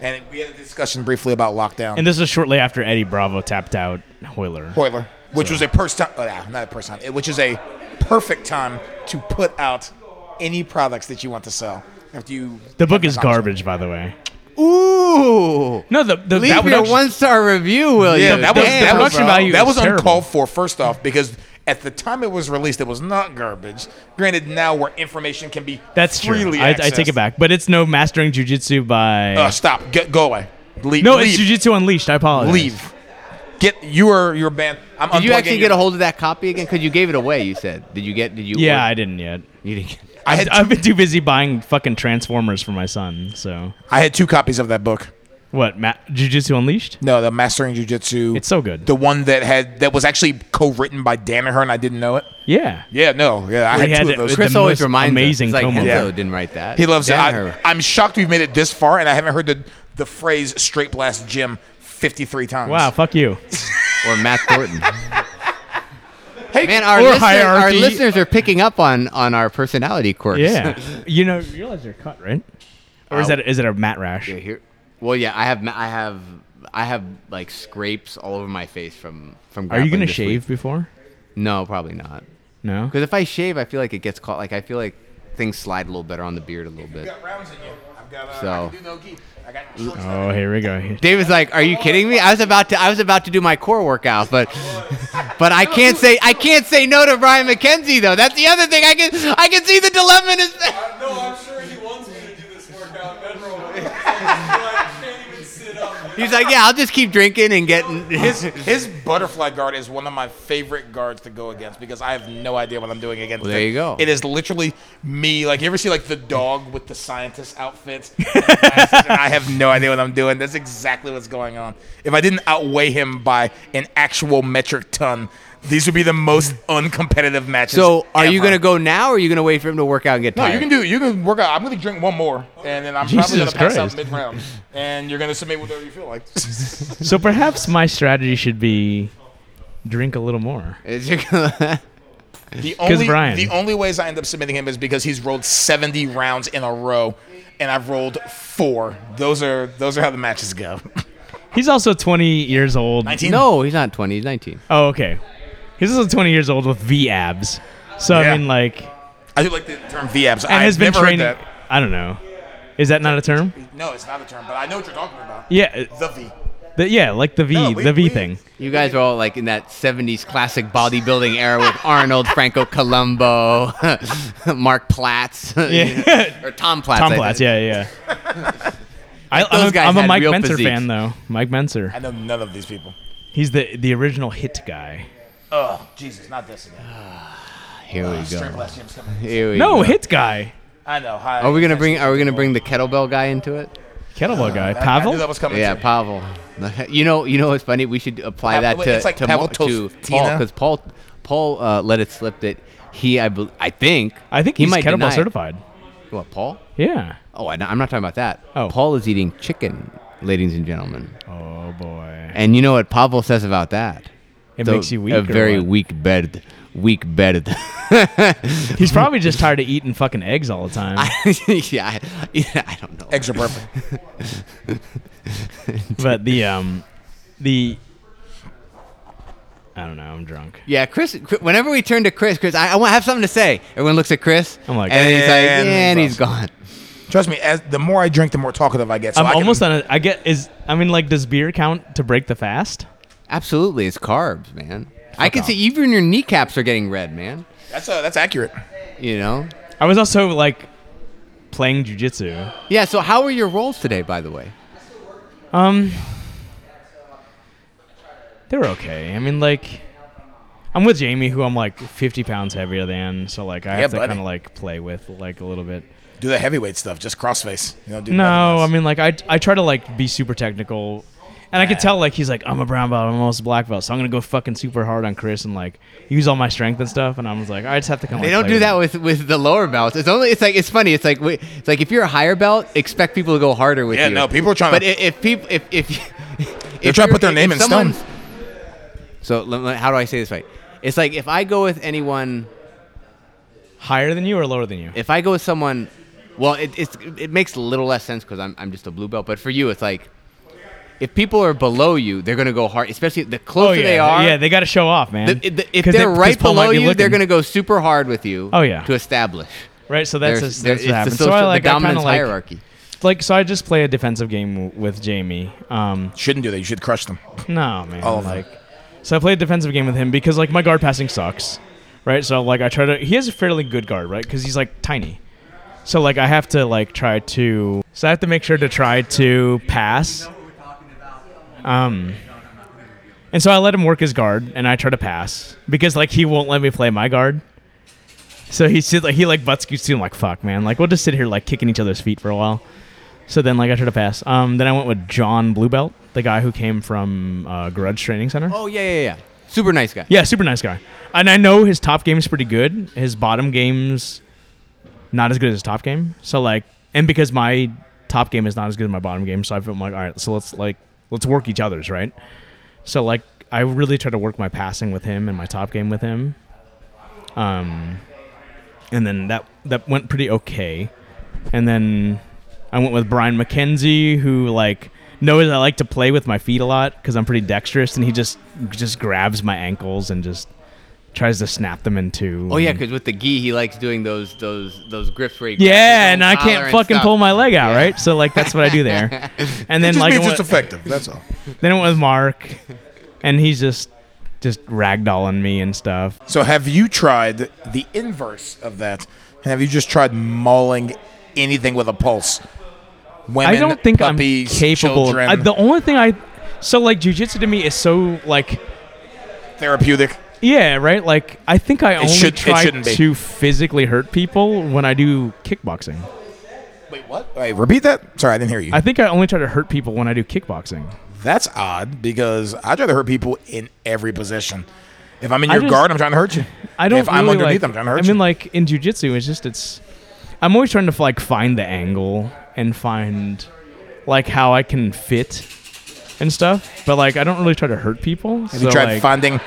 C: and we had a discussion briefly about lockdown.
B: And this was shortly after Eddie Bravo tapped out Hoiler.
C: Spoiler, which was a first time, oh, nah, not a first time, it- which is a perfect time to put out any products that you want to sell after you.
B: The book is garbage, by the way.
A: Ooh,
B: No, the the
A: leave
B: that
A: your
B: production-
A: one-star review, will
C: Yeah,
A: you?
C: that was
B: the
C: that was uh,
B: production value
C: that
B: is
C: was
B: terrible.
C: uncalled for. First off, because at the time it was released, it was not garbage. Granted, now where information can be
B: That's true.
C: freely
B: I, I take
C: accessed.
B: it back, but it's no mastering jujitsu by.
C: Uh, stop. Get, go away. Leave.
B: no, it's
C: leave.
B: jujitsu unleashed. I apologize.
C: leave. Get you are you're banned. I'm
A: Did you
C: unplugging
A: actually
C: your-
A: get a hold of that copy again? Because you gave it away. You said. Did you get? Did you?
B: Yeah, I
A: order-
B: didn't yet.
A: You didn't get-
C: I had
B: I've been too busy buying fucking Transformers for my son. So
C: I had two copies of that book.
B: what? Ma- jujitsu unleashed?
C: No, the Mastering Jiu-Jitsu.
B: It's so good.
C: The one that had that was actually co-written by Danaher and I didn't know it.
B: Yeah.
C: Yeah, no, yeah, I
B: We
C: had,
B: had
C: two
B: it
C: of those.
B: with-
A: Chris
B: the
A: always
B: most
A: reminds
B: amazing
A: us. It's like
B: promo.
A: Enzo
C: Yeah.
A: didn't write that.
C: he loves it.
A: Danaher.
C: I, I'm shocked we've made it this far and I haven't heard the the phrase "straight blast gym" 53 times.
B: Wow. Fuck you.
A: or Matt Thornton.
C: Hey,
A: Man, our
B: Or
A: listeners, our
B: hierarchy.
A: listeners are picking up on on our personality quirks.
B: Yeah. you know, you realize they're cut, right? Or is
A: Uh,
B: that is it a mat rash?
A: Yeah, here. Well, yeah, I have, ma- I have, I have like scrapes all over my face from from.
B: Are you
A: grappling
B: gonna
A: this
B: shave
A: week.
B: before?
A: No, probably not.
B: No.
A: Because if I shave, I feel like it gets caught. Like I feel like things slide a little better on the beard a little
C: I've
A: bit.
C: got rounds in you. I've got, uh,
A: So.
C: I can do no gi. I got shorts that-
B: Oh, here we go.
A: David's like, "Are you kidding me? I was about to, I was about to do my core workout, but, but I can't say, I can't say no to Brian McKenzie though. That's the other thing. I can, I can see the dilemma in his face.
E: No, I'm sure he wants me to do this workout. Then roll with it. But I can't even sit up.
A: He's like, "Yeah, I'll just keep drinking and getting."
C: His his butterfly guard is one of my favorite guards to go against because I have no idea what I'm doing against.
A: Well, there
C: it.
A: you go.
C: It is literally me. Like you ever see like the dog with the scientist outfits? and glasses, and I have no idea what I'm doing. That's exactly what's going on. If I didn't outweigh him by an actual metric ton, these would be the most uncompetitive matches.
A: So, are you
C: ever.
A: gonna go now, or are you gonna wait for him to work out and get
C: No,
A: tired?
C: you can do. You can work out. I'm gonna drink one more, and then I'm probably gonna
B: Jesus
C: pass
B: Christ.
C: out mid round. And you're gonna submit whatever you feel like.
B: So perhaps my strategy should be drink a little more.
A: Is you gonna-
C: The only
B: Brian.
C: the only ways I end up submitting him is because he's rolled seventy rounds in a row, and I've rolled four. Those are those are how the matches go.
B: He's also 20 years old.
C: Nineteen.
A: no, he's not 20. He's 19.
B: Oh, okay. He's also 20 years old with V abs. So
C: Yeah.
B: I mean, like,
C: I do like the term VABs.
B: and
C: I've
B: has been
C: never heard
B: training.
C: that.
B: I don't know. Is that not a term?
C: No, it's not a term, but I know what you're talking about.
B: Yeah.
C: The V.
B: The, yeah, like the V,
C: No, we-
B: the V
C: we-
B: thing.
A: You guys are all like in that 70s classic bodybuilding era with Arnold, Franco Colombo, Mark Platts.
B: Yeah.
A: or Tom Platz.
B: Tom
A: I
B: Platz,
A: think.
B: yeah, yeah. I,
A: those
B: I'm, a,
A: guys
B: I'm a
A: had
B: Mike
A: real
B: Menser
A: physiques.
B: fan though. Mike Menser.
C: I know none of these people.
B: He's the the original hit guy.
C: Oh, Jesus, not this again.
A: Here we
C: Uh, Straight
A: go.
C: blasphemous coming.
A: Here we
B: No,
A: go.
B: hit guy.
C: I know. Hi.
A: Are we gonna bring? Are we gonna bring the kettlebell guy into it?
B: Kettlebell guy.
C: I- I knew that
B: Pavel?
C: was coming.
A: Yeah,
C: too.
A: Pavel. You know, you know what's funny? We should apply
C: Pavel-
A: that to
C: it's like
A: to,
C: Pavel
A: Mo- to
C: Toast-
A: Paul
C: Tina.
A: because Paul Paul uh, let it slip that he I bel I think
B: I think
A: he
B: he's
A: might deny
B: kettlebell
A: it.
B: certified.
A: What Paul?
B: Yeah.
A: Oh, I, I'm not talking about that.
B: Oh.
A: Paul is eating chicken, ladies and gentlemen.
B: Oh boy.
A: And you know what Pavel says about that?
B: It
A: The-
B: makes you weak.
A: A
B: or
A: very
B: what?
A: weak bed. Weak bed.
B: He's probably just tired of eating fucking eggs all the time.
A: yeah, I, yeah, I don't know.
C: Eggs are perfect.
B: but the um the I don't know, I'm drunk.
A: Yeah, Chris. Chri- Whenever we turn to Chris, Chris, I, I want to have something to say. Everyone looks at Chris,
B: I'm like,
A: and then he's like,
C: and
A: yeah, and
C: he's
A: he's gone.
C: Trust me, as the more I drink, the more talkative I get. So
B: I'm
C: I can-
B: almost on a I get is I mean like does beer count to break the fast?
A: Absolutely, it's carbs, man. I can see even your kneecaps are getting red, man.
C: That's uh, that's accurate.
A: You know.
B: I was also like playing jujitsu.
A: Yeah. So, how are your rolls today, by the way?
B: Um They're okay. I mean like I'm with Jamie who I'm like 50 pounds heavier than, so like I have to
C: buddy.
B: kind of like play with like a little bit.
C: Do the heavyweight stuff, just crossface. You know, do
B: No,
C: nothing
B: I
C: else.
B: mean like I I try to like be super technical, and I could tell like he's like I'm a brown belt, I'm almost a black belt, so I'm gonna go fucking super hard on Chris and like use all my strength and stuff. And I was like, I just have to come.
A: They don't do that with, with the lower belts. It's only it's like it's funny. It's like wait, it's like if you're a higher belt, expect people to go harder with
C: Yeah,
A: you.
C: no, people are trying
A: But
C: to-
A: i- if people if if
C: They're
A: if
C: trying to put
A: you're-
C: their name
A: if
C: in stone.
A: someone's- So let- let- how do I say this right? It's like if I go with anyone,
B: higher than you or lower than you.
A: if I go with someone, well, it it's, it makes a little less sense because I'm I'm just a blue belt. But for you, it's like if people are below you, they're gonna go hard. Especially the closer
B: Oh, yeah,
A: they are,
B: yeah, they got to show off, man.
A: the, the, if
B: 'Cause
A: they're
B: they- 'cause
A: right
B: Paul might
A: below
B: be
A: you, they're
B: looking.
A: gonna go super hard with you.
B: Oh, yeah.
A: to establish.
B: right. So that's
A: There's-
B: just,
A: there-
B: that's what
A: it's
B: happens.
A: the social,
B: so I like
A: the
B: I kind
A: dominance
B: of like
A: hierarchy.
B: like so I just play a defensive game w- with Jamie. Um,
C: shouldn't do that. You should crush them.
B: No, man.
C: All of them.
B: like, so I played a defensive game with him because like my guard passing sucks, right? So like I try to. He has a fairly good guard, right? Because he's like tiny. So like I have to like try to. So I have to make sure to try to pass. Um. And so I let him work his guard, and I try to pass because like he won't let me play my guard. So he sit like he like butt scoots too. I'm like fuck, man. Like we'll just sit here like kicking each other's feet for a while. So then, like, I tried to pass. Um, then I went with John Bluebelt, the guy who came from uh, Grudge Training Center.
A: Oh yeah, yeah, yeah. Super nice guy.
B: Yeah, super nice guy. And I know his top game is pretty good. His bottom game's not as good as his top game. So like, and because my top game is not as good as my bottom game, so I'm like, all right, so let's like let's work each other's right. So like, I really try to work my passing with him and my top game with him. Um, and then that that went pretty okay. And then I went with Brian McKenzie, who like knows I like to play with my feet a lot because I'm pretty dexterous, and he just just grabs my ankles and just tries to snap them in two.
A: Oh yeah,
B: and-
A: because with the gi, he likes doing those those those grips where he grabs his
B: yeah,
A: own
B: and I
A: collar
B: can't
A: and
B: fucking
A: stuff.
B: pull my leg out, right? So like that's what I do there. And then
C: Just
B: like I
C: means it's
B: went,
C: effective. That's all.
B: then I went with Mark, and he's just just ragdolling me and stuff.
C: So have you tried the inverse of that? And have you just tried mauling anything with a pulse? Women,
B: I don't think
C: puppies,
B: I'm capable.
C: Children,
B: I, the only thing I so like jujitsu to me is so like
C: therapeutic.
B: yeah right like I think I only
C: should- it
B: try
C: shouldn't be.
B: to physically hurt people when I do kickboxing.
C: Wait, what? Wait, repeat that. Sorry, I didn't hear you.
B: I think I only try to hurt people when I do kickboxing.
C: That's odd because I try to hurt people in every position. If I'm in
B: I
C: your
B: just-
C: guard, I'm trying to hurt you.
B: I don't.
C: If I'm
B: really,
C: underneath,
B: like-
C: I'm trying to
B: I
C: hurt you.
B: mean, like in jujitsu, it's just it's. I'm always trying to like find the angle and find like how I can fit and stuff, but like I don't really try to hurt people.
C: Have you tried finding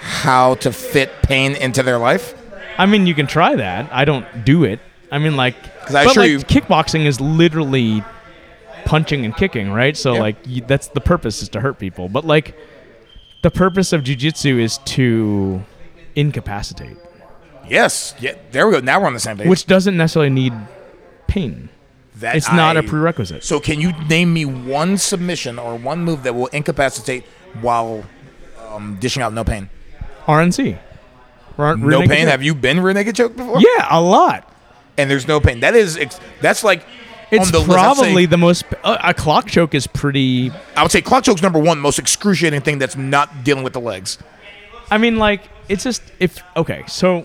C: how to fit pain into their life?
B: I mean, you can try that. I don't do it. I mean, like,
C: 'Cause I
B: but
C: assure
B: like
C: you-
B: kickboxing is literally punching and kicking, right? So
C: Yeah.
B: like you, that's the purpose is to hurt people. But like the purpose of jujitsu is to incapacitate,
C: Yes. Yeah. There we go. Now we're on the same page.
B: which doesn't necessarily need pain.
C: That
B: It's not
C: a
B: a prerequisite.
C: So can you name me one submission or one move that will incapacitate while um, dishing out no pain?
B: RNC. Ren-
C: no
B: Renegade
C: pain.
B: Joke.
C: Have you been rear naked choke before?
B: Yeah, a lot.
C: And there's no pain. That is. Ex- that's like.
B: It's
C: on the
B: probably
C: list,
B: the most. Uh, a clock choke is pretty.
C: I would, say, I would say clock choke's number one most excruciating thing that's not dealing with the legs.
B: I mean, like it's just if okay. So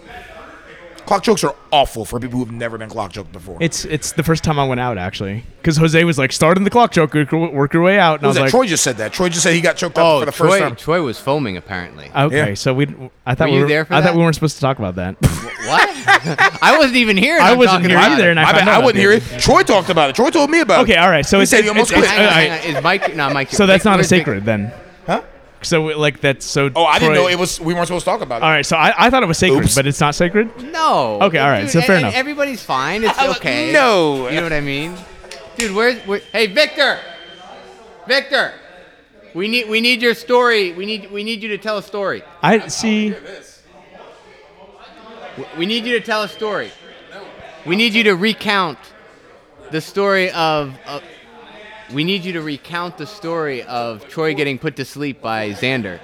C: Clock chokes are awful for people who've never been clock choked before.
B: it's it's the first time I went out actually because Jose was like starting the clock choke, work, your- work your way out, and
C: Who's
B: I
C: that?
B: was
C: Troy
B: like,
C: just said that. Troy just said he got choked up
A: Oh,
C: for the
A: Troy,
C: first time.
A: Troy was foaming apparently.
B: okay.
C: Yeah.
B: So we, I thought
A: Were
B: we
A: you
B: were,
A: there for
B: I
A: that?
B: thought we weren't supposed to talk about that.
A: What? I wasn't even here. and
B: I
A: I'm
B: wasn't
A: talking
B: here
A: about
B: either,
A: it.
B: and I
C: I,
B: found
C: bet
B: out
C: I wouldn't
B: about
C: hear
B: it.
C: it. Troy talked about it. Troy told me about it.
B: Okay, all right. So
C: he
B: it's,
C: said he
B: it's-
C: almost
B: it's-
C: quit.
A: Hang on,
B: all right,
A: hang on. Is Mike? No, Mike.
B: So that's
A: Mike
B: not a
A: was big-
B: sacred then.
C: Huh?
B: So like that's so.
C: Oh, I didn't
B: Troy-
C: know it was. We weren't supposed to talk about it.
B: All right, so I, I thought it was sacred,
C: Oops.
B: but it's not sacred.
A: No.
B: Okay, all right,
A: Dude,
B: so fair
A: and- and
B: enough.
A: Everybody's fine. It's okay.
C: no.
A: You know what I mean? Dude, where's where, Hey, Victor. Victor. We need we need your story. We need we need you to tell a story.
B: I see.
A: W- We need you to tell a story. We need you to recount the story of. Uh, we need you to recount the story of Troy getting put to sleep by Xander.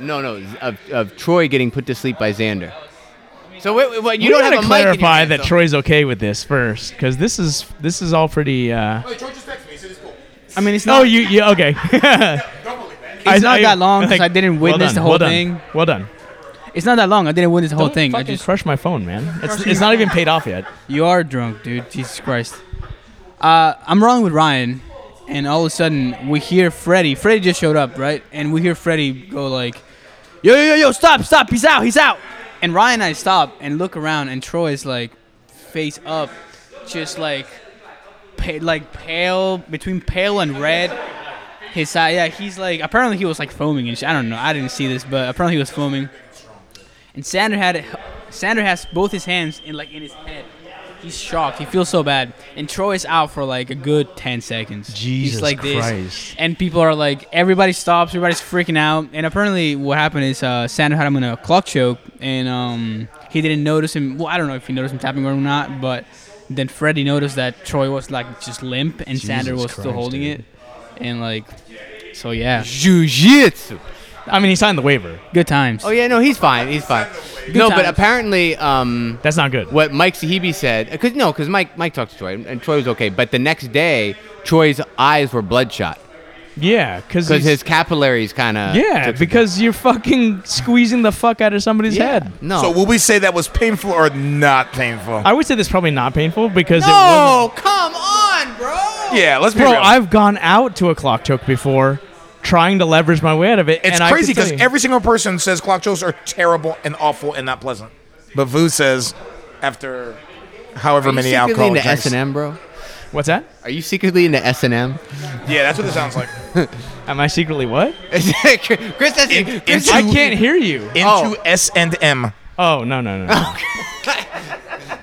A: No, no, z- of, of Troy getting put to sleep by Xander. So wait, wait, wait, you
B: we
A: don't
B: gotta
A: have a mic in your
B: clarify
A: hand,
B: that
A: so-
B: Troy's okay with this first, because this is this is all pretty. Uh,
C: Wait, Troy just texted me. He said it's cool.
F: I mean, it's not.
B: oh, you, you okay?
C: Don't believe that.
F: It's not that long, 'cause I didn't witness
B: done,
F: the whole
B: well done,
F: thing.
B: Well done.
F: It's not that long. I didn't win this whole
B: Don't
F: thing. I
B: fucking
F: just
B: crushed my phone, man. It's, it's not even paid off yet.
F: you are drunk, dude. Jesus Christ. Uh, I'm rolling with Ryan, and all of a sudden we hear Freddy. Freddy just showed up, right? And we hear Freddy go like, "Yo, yo, yo, yo! Stop, stop! He's out! He's out!" And Ryan and I stop and look around, and Troy's like, face up, just like, pa- like pale between pale and red. His eye, yeah, he's like. Apparently, he was like foaming and shit. I don't know. I didn't see this, but apparently he was foaming. And Sander had it. Sander has both his hands in like in his head. He's shocked. He feels so bad. And Troy is out for like a good ten seconds.
B: Jesus
F: He's like
B: Christ.
F: this. And people are like, everybody stops. Everybody's freaking out. And apparently, what happened is uh, Sander had him in a clock choke, and um, he didn't notice him. Well, I don't know if he noticed him tapping or not, but then Freddy noticed that Troy was like just limp, and Sander was
B: Jesus
F: still
B: Christ,
F: holding
B: dude.
F: it, and like, so yeah,
A: Jiu-jitsu.
B: I mean, he signed the waiver.
F: good times.
A: Oh yeah, no, he's fine. He's fine. No, but
F: times.
A: apparently, um,
B: That's not good.
A: what Mike Sahibi said, because no, because Mike Mike talked to Troy, and Troy was okay. But the next day, Troy's eyes were bloodshot
B: Yeah, because
A: because his capillaries kind of
B: yeah, because you're fucking squeezing the fuck out of somebody's head.
A: No,
C: So will we say that was painful or not painful?
B: I would say this probably not painful because it was
A: No, come on, bro.
C: yeah, let's be
B: Bro,
C: real.
B: I've gone out to a clock choke before, trying to leverage my way out of it.
C: it's
B: and I
C: crazy
B: can
C: because
B: tell you-
C: every single person says clock chokes are terrible and awful and not pleasant. But Vu says after however many
A: secretly
C: alcohol
A: into S
C: drinks.
A: and M, bro?
B: what's that?
A: Are you secretly into S and M?
C: Yeah, that's what it sounds like.
B: Am I secretly what?
A: Chris has
C: In-
A: Chris-
C: into-
B: I can't hear you.
C: Into
A: Oh.
C: S and M.
B: Oh no no no.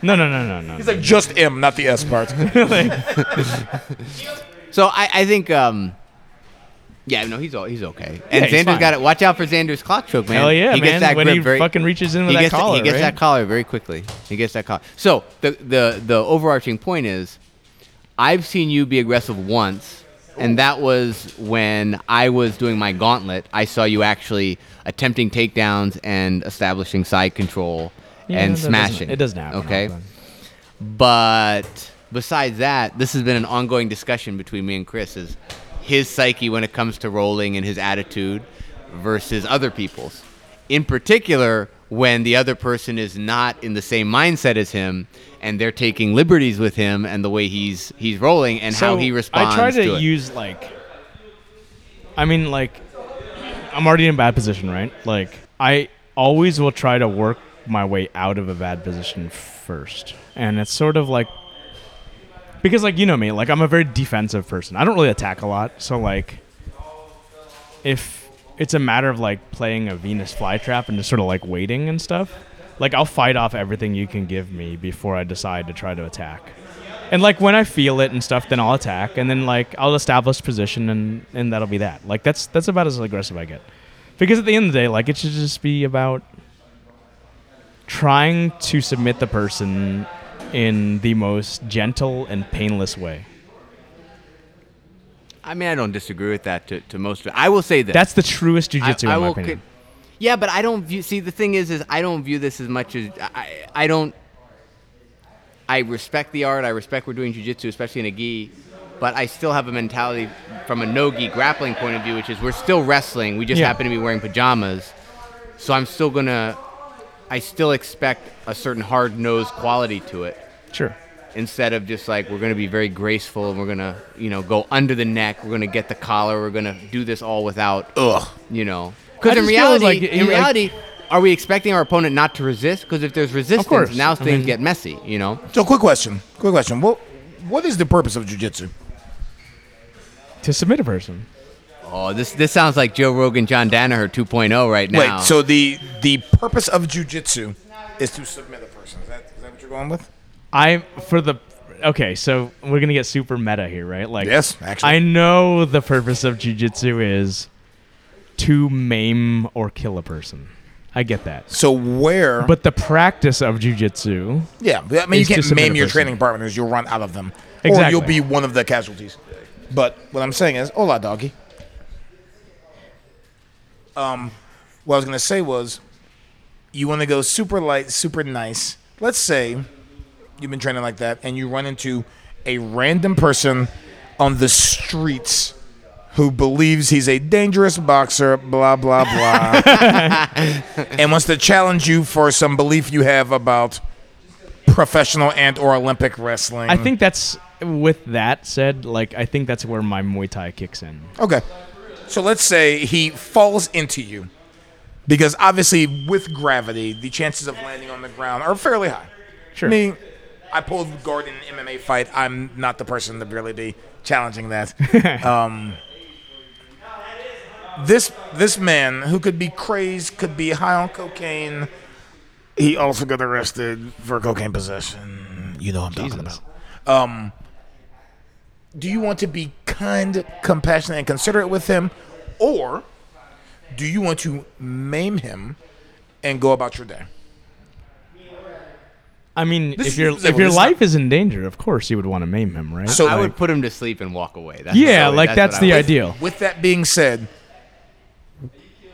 B: no no no no no.
C: It's like just M, not the S part.
A: So I, I think um. Yeah, no, he's all, he's okay. And
B: Yeah, he's
A: Xander's
B: fine.
A: got it. Watch out for Xander's clock choke, man.
B: Hell yeah,
A: he
B: man!
A: Gets that
B: when
A: grip
B: he
A: very,
B: fucking reaches into
A: he
B: that
A: gets
B: collar,
A: he gets
B: right?
A: that collar very quickly. He gets that collar. So the the the overarching point is, I've seen you be aggressive once, and that was when I was doing my gauntlet. I saw you actually attempting takedowns and establishing side control
B: Yeah,
A: and
B: that doesn't-
A: smashing.
B: It doesn't happen.
A: Okay,
B: often.
A: but besides that, this has been an ongoing discussion between me and Chris is his psyche when it comes to rolling and his attitude versus other people's. In particular, when the other person is not in the same mindset as him and they're taking liberties with him and the way he's he's rolling and how
B: So,
A: he responds
B: I try to,
A: to it.
B: use like, I mean like, I'm already in a bad position, right? Like I always will try to work my way out of a bad position first, and it's sort of like because like you know me, like I'm a very defensive person. I don't really attack a lot, so like if it's a matter of like playing a Venus flytrap and just sort of like waiting and stuff, like I'll fight off everything you can give me before I decide to try to attack. And like when I feel it and stuff, then I'll attack, and then like I'll establish position, and and that'll be that. Like that's that's about as aggressive I get, because at the end of the day, like it should just be about trying to submit the person in the most gentle and painless way.
A: I mean, I don't disagree with that to, to most. I will say this.
B: That's the truest jujitsu in my
A: will
B: opinion.
A: con- yeah, but I don't view. See, the thing is, is I don't view this as much as I. I don't. I respect the art. I respect we're doing jujitsu, especially in a gi, but I still have a mentality from a no gi grappling point of view, which is we're still wrestling. We just
B: Yeah.
A: happen to be wearing pajamas, so I'm still gonna. I still expect a certain hard nosed quality to it
B: sure.
A: instead of just like we're going to be very graceful and we're going to you know go under the neck we're going to get the collar we're going to do this all without ugh you know
B: I
A: because in
B: just feel
A: reality
B: like it-
A: in
B: like-
A: reality are we expecting our opponent not to resist because if there's
B: course.
A: resistance now
B: I
A: things
B: mean-
A: get messy you know
C: So, quick question. Quick question. What What is the purpose of jujitsu?
B: To submit a person.
A: oh this this sounds like joe rogan john danaher 2.0 right now
C: Wait, so the the purpose of jujitsu is to submit a person. Is that, is that what you're going with?
B: I for the okay, so we're gonna get super meta here, right? Like
C: Yes, actually.
B: I know the purpose of jujitsu is to maim or kill a person. I get that.
C: So where?
B: But the practice of jujitsu,
C: yeah, I mean, you
B: It's to
C: can't
B: submit
C: maim
B: a
C: your
B: person.
C: training partners. You'll run out of them, or
B: Exactly.
C: you'll be one of the casualties. But what I'm saying is, hola, doggy. Um, what I was gonna say was, you want to go super light, super nice. Let's say you've been training like that, and you run into a random person on the streets who believes he's a dangerous boxer, blah blah blah, and wants to challenge you for some belief you have about professional and or Olympic wrestling.
B: I think that's with that said, like I think that's where my Muay Thai kicks in.
C: Okay. So let's say he falls into you. Because obviously, with gravity, the chances of landing on the ground are fairly high.
B: Sure.
C: Me, I pulled guard in an MMA fight. I'm not the person to really be challenging that. um, this this man who could be crazed, could be high on cocaine. He also got arrested for cocaine possession. You know what I'm talking about. Um, do you want to be kind, compassionate, and considerate with him, or do you want to maim him and go about your day?
B: I mean,
C: This is
B: if your
C: usable.
B: if your
C: This is not-
B: life is in danger, of course you would want to maim him, right?
C: So
A: i
C: like-
A: would put him to sleep and walk away that's
B: yeah,
A: what I-
B: like
A: what
B: that's,
A: I
B: the
A: would-
B: ideal.
C: With that being said,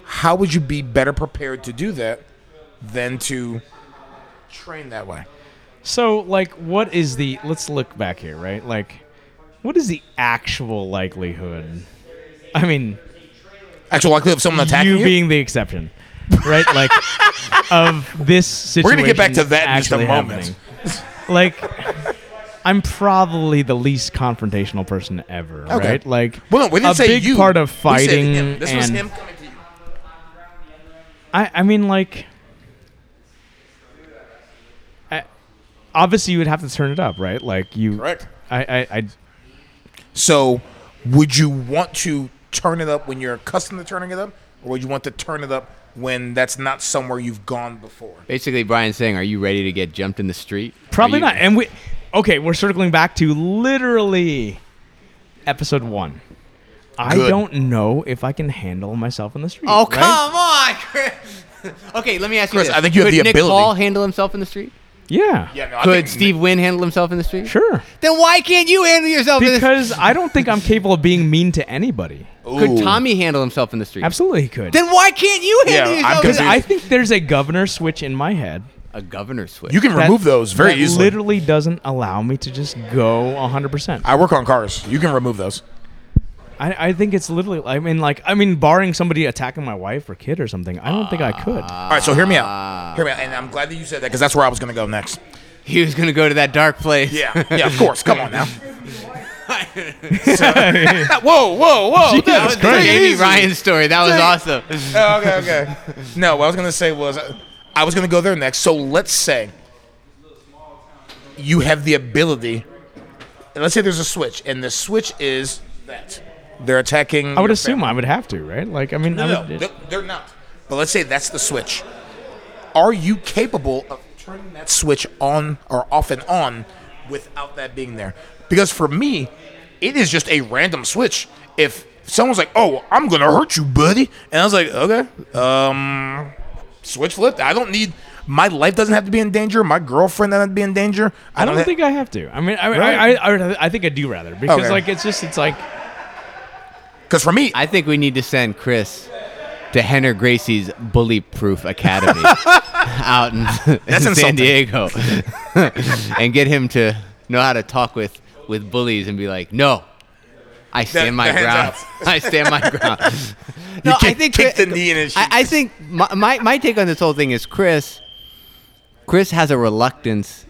C: how would you be better prepared to do that than to train that way?
B: So, like, what is the? Let's look back here, right? Like, what is the actual likelihood? I mean,
C: Actual likelihood of someone attacking
B: you
C: you.
B: being the exception, right? Like, of this situation.
C: We're gonna get back to that in just a
B: actually
C: moment.
B: happening. Like, I'm probably the least confrontational person ever,
C: Okay.
B: right? Like,
C: well, no, we didn't
B: a
C: say
B: big
C: you.
B: part of
C: We said
B: fighting.
C: him. This was
B: and-
C: him coming to you.
B: I, I mean, like, I, obviously you would have to turn it up, right? Like you,
C: Correct.
B: I, I, I
C: So, would you want to turn it up when you're accustomed to turning it up, or would you want to turn it up when that's not somewhere you've gone before?
A: basically brian's saying are you ready to get jumped in the street Are
B: probably
A: you-
B: not. And we, okay, we're circling back to literally episode one. I
C: Good.
B: don't know if I can handle myself in the street.
A: Oh
B: right?
A: come on, Chris! okay, let me ask you
C: Chris,
A: this:
C: I think you have
A: Could
C: the
A: Nick
C: ability.
A: Paul handle himself in the street?
B: Yeah.
C: Yeah, no, I
A: Could
C: think-
A: Steve Wynn handle himself in the street?
B: Sure.
A: Then why can't you handle yourself in the
B: Because I don't think I'm capable of being mean to anybody.
A: street? Could Tommy handle himself in the street?
B: Absolutely, he could.
A: Then why can't you handle
C: Yeah, I'm
A: yourself? in the
C: confused.
B: I think there's a governor switch in my head
A: A governor switch.
C: You can
B: that-
C: remove those very
B: that
C: easily.
B: Literally doesn't allow me to just go 100%.
C: I work on cars. You can remove those.
B: I, I think it's literally. I mean, like, I mean, barring somebody attacking my wife or kid or something, I don't think I could.
C: All right, so hear me out. Hear me out, and I'm glad that you said that because that's where I was going to go next.
A: he was gonna go to that dark place.
C: Yeah, yeah, of course. Come on now. So- whoa, whoa, whoa!
B: Jesus
C: that was
A: That
B: Christ.
C: pretty
A: Amy
C: easy.
A: Ryan story. That was awesome.
C: Oh, okay, okay. No, what I was gonna say was, uh, I was gonna go there next. So let's say you have the ability. and Let's say there's a switch, and the switch is that they're attacking.
B: I would
C: your
B: assume
C: family.
B: I would have to, right? Like, I mean, I
C: No,
B: would,
C: no, they're- they're not. But let's say that's the switch. Are you capable of turning that switch on or off and on without that being there? Because for me, it is just a random switch. If someone's like, "Oh, I'm gonna hurt you, buddy," and I was like, "Okay, um, switch flipped." I don't need. My life doesn't have to be in danger. My girlfriend doesn't be in danger.
B: I don't
C: ha-
B: think I have to. I mean, I,
C: Right.
B: I, I, I, I think I do rather because
C: Okay.
B: like it's just it's like
C: Because for me,
A: I think we need to send Chris to Henner Gracie's Bully Proof Academy out in, in
C: insulting.
A: San Diego and get him to know how to talk with, with bullies and be like, no, I stand my
C: the hands
A: ground. I stand my ground. no, I
C: kick-
A: think
C: kick
A: Chris-
C: the knee in his
A: I, I think my, my, my take on this whole thing is Chris. Chris has a reluctance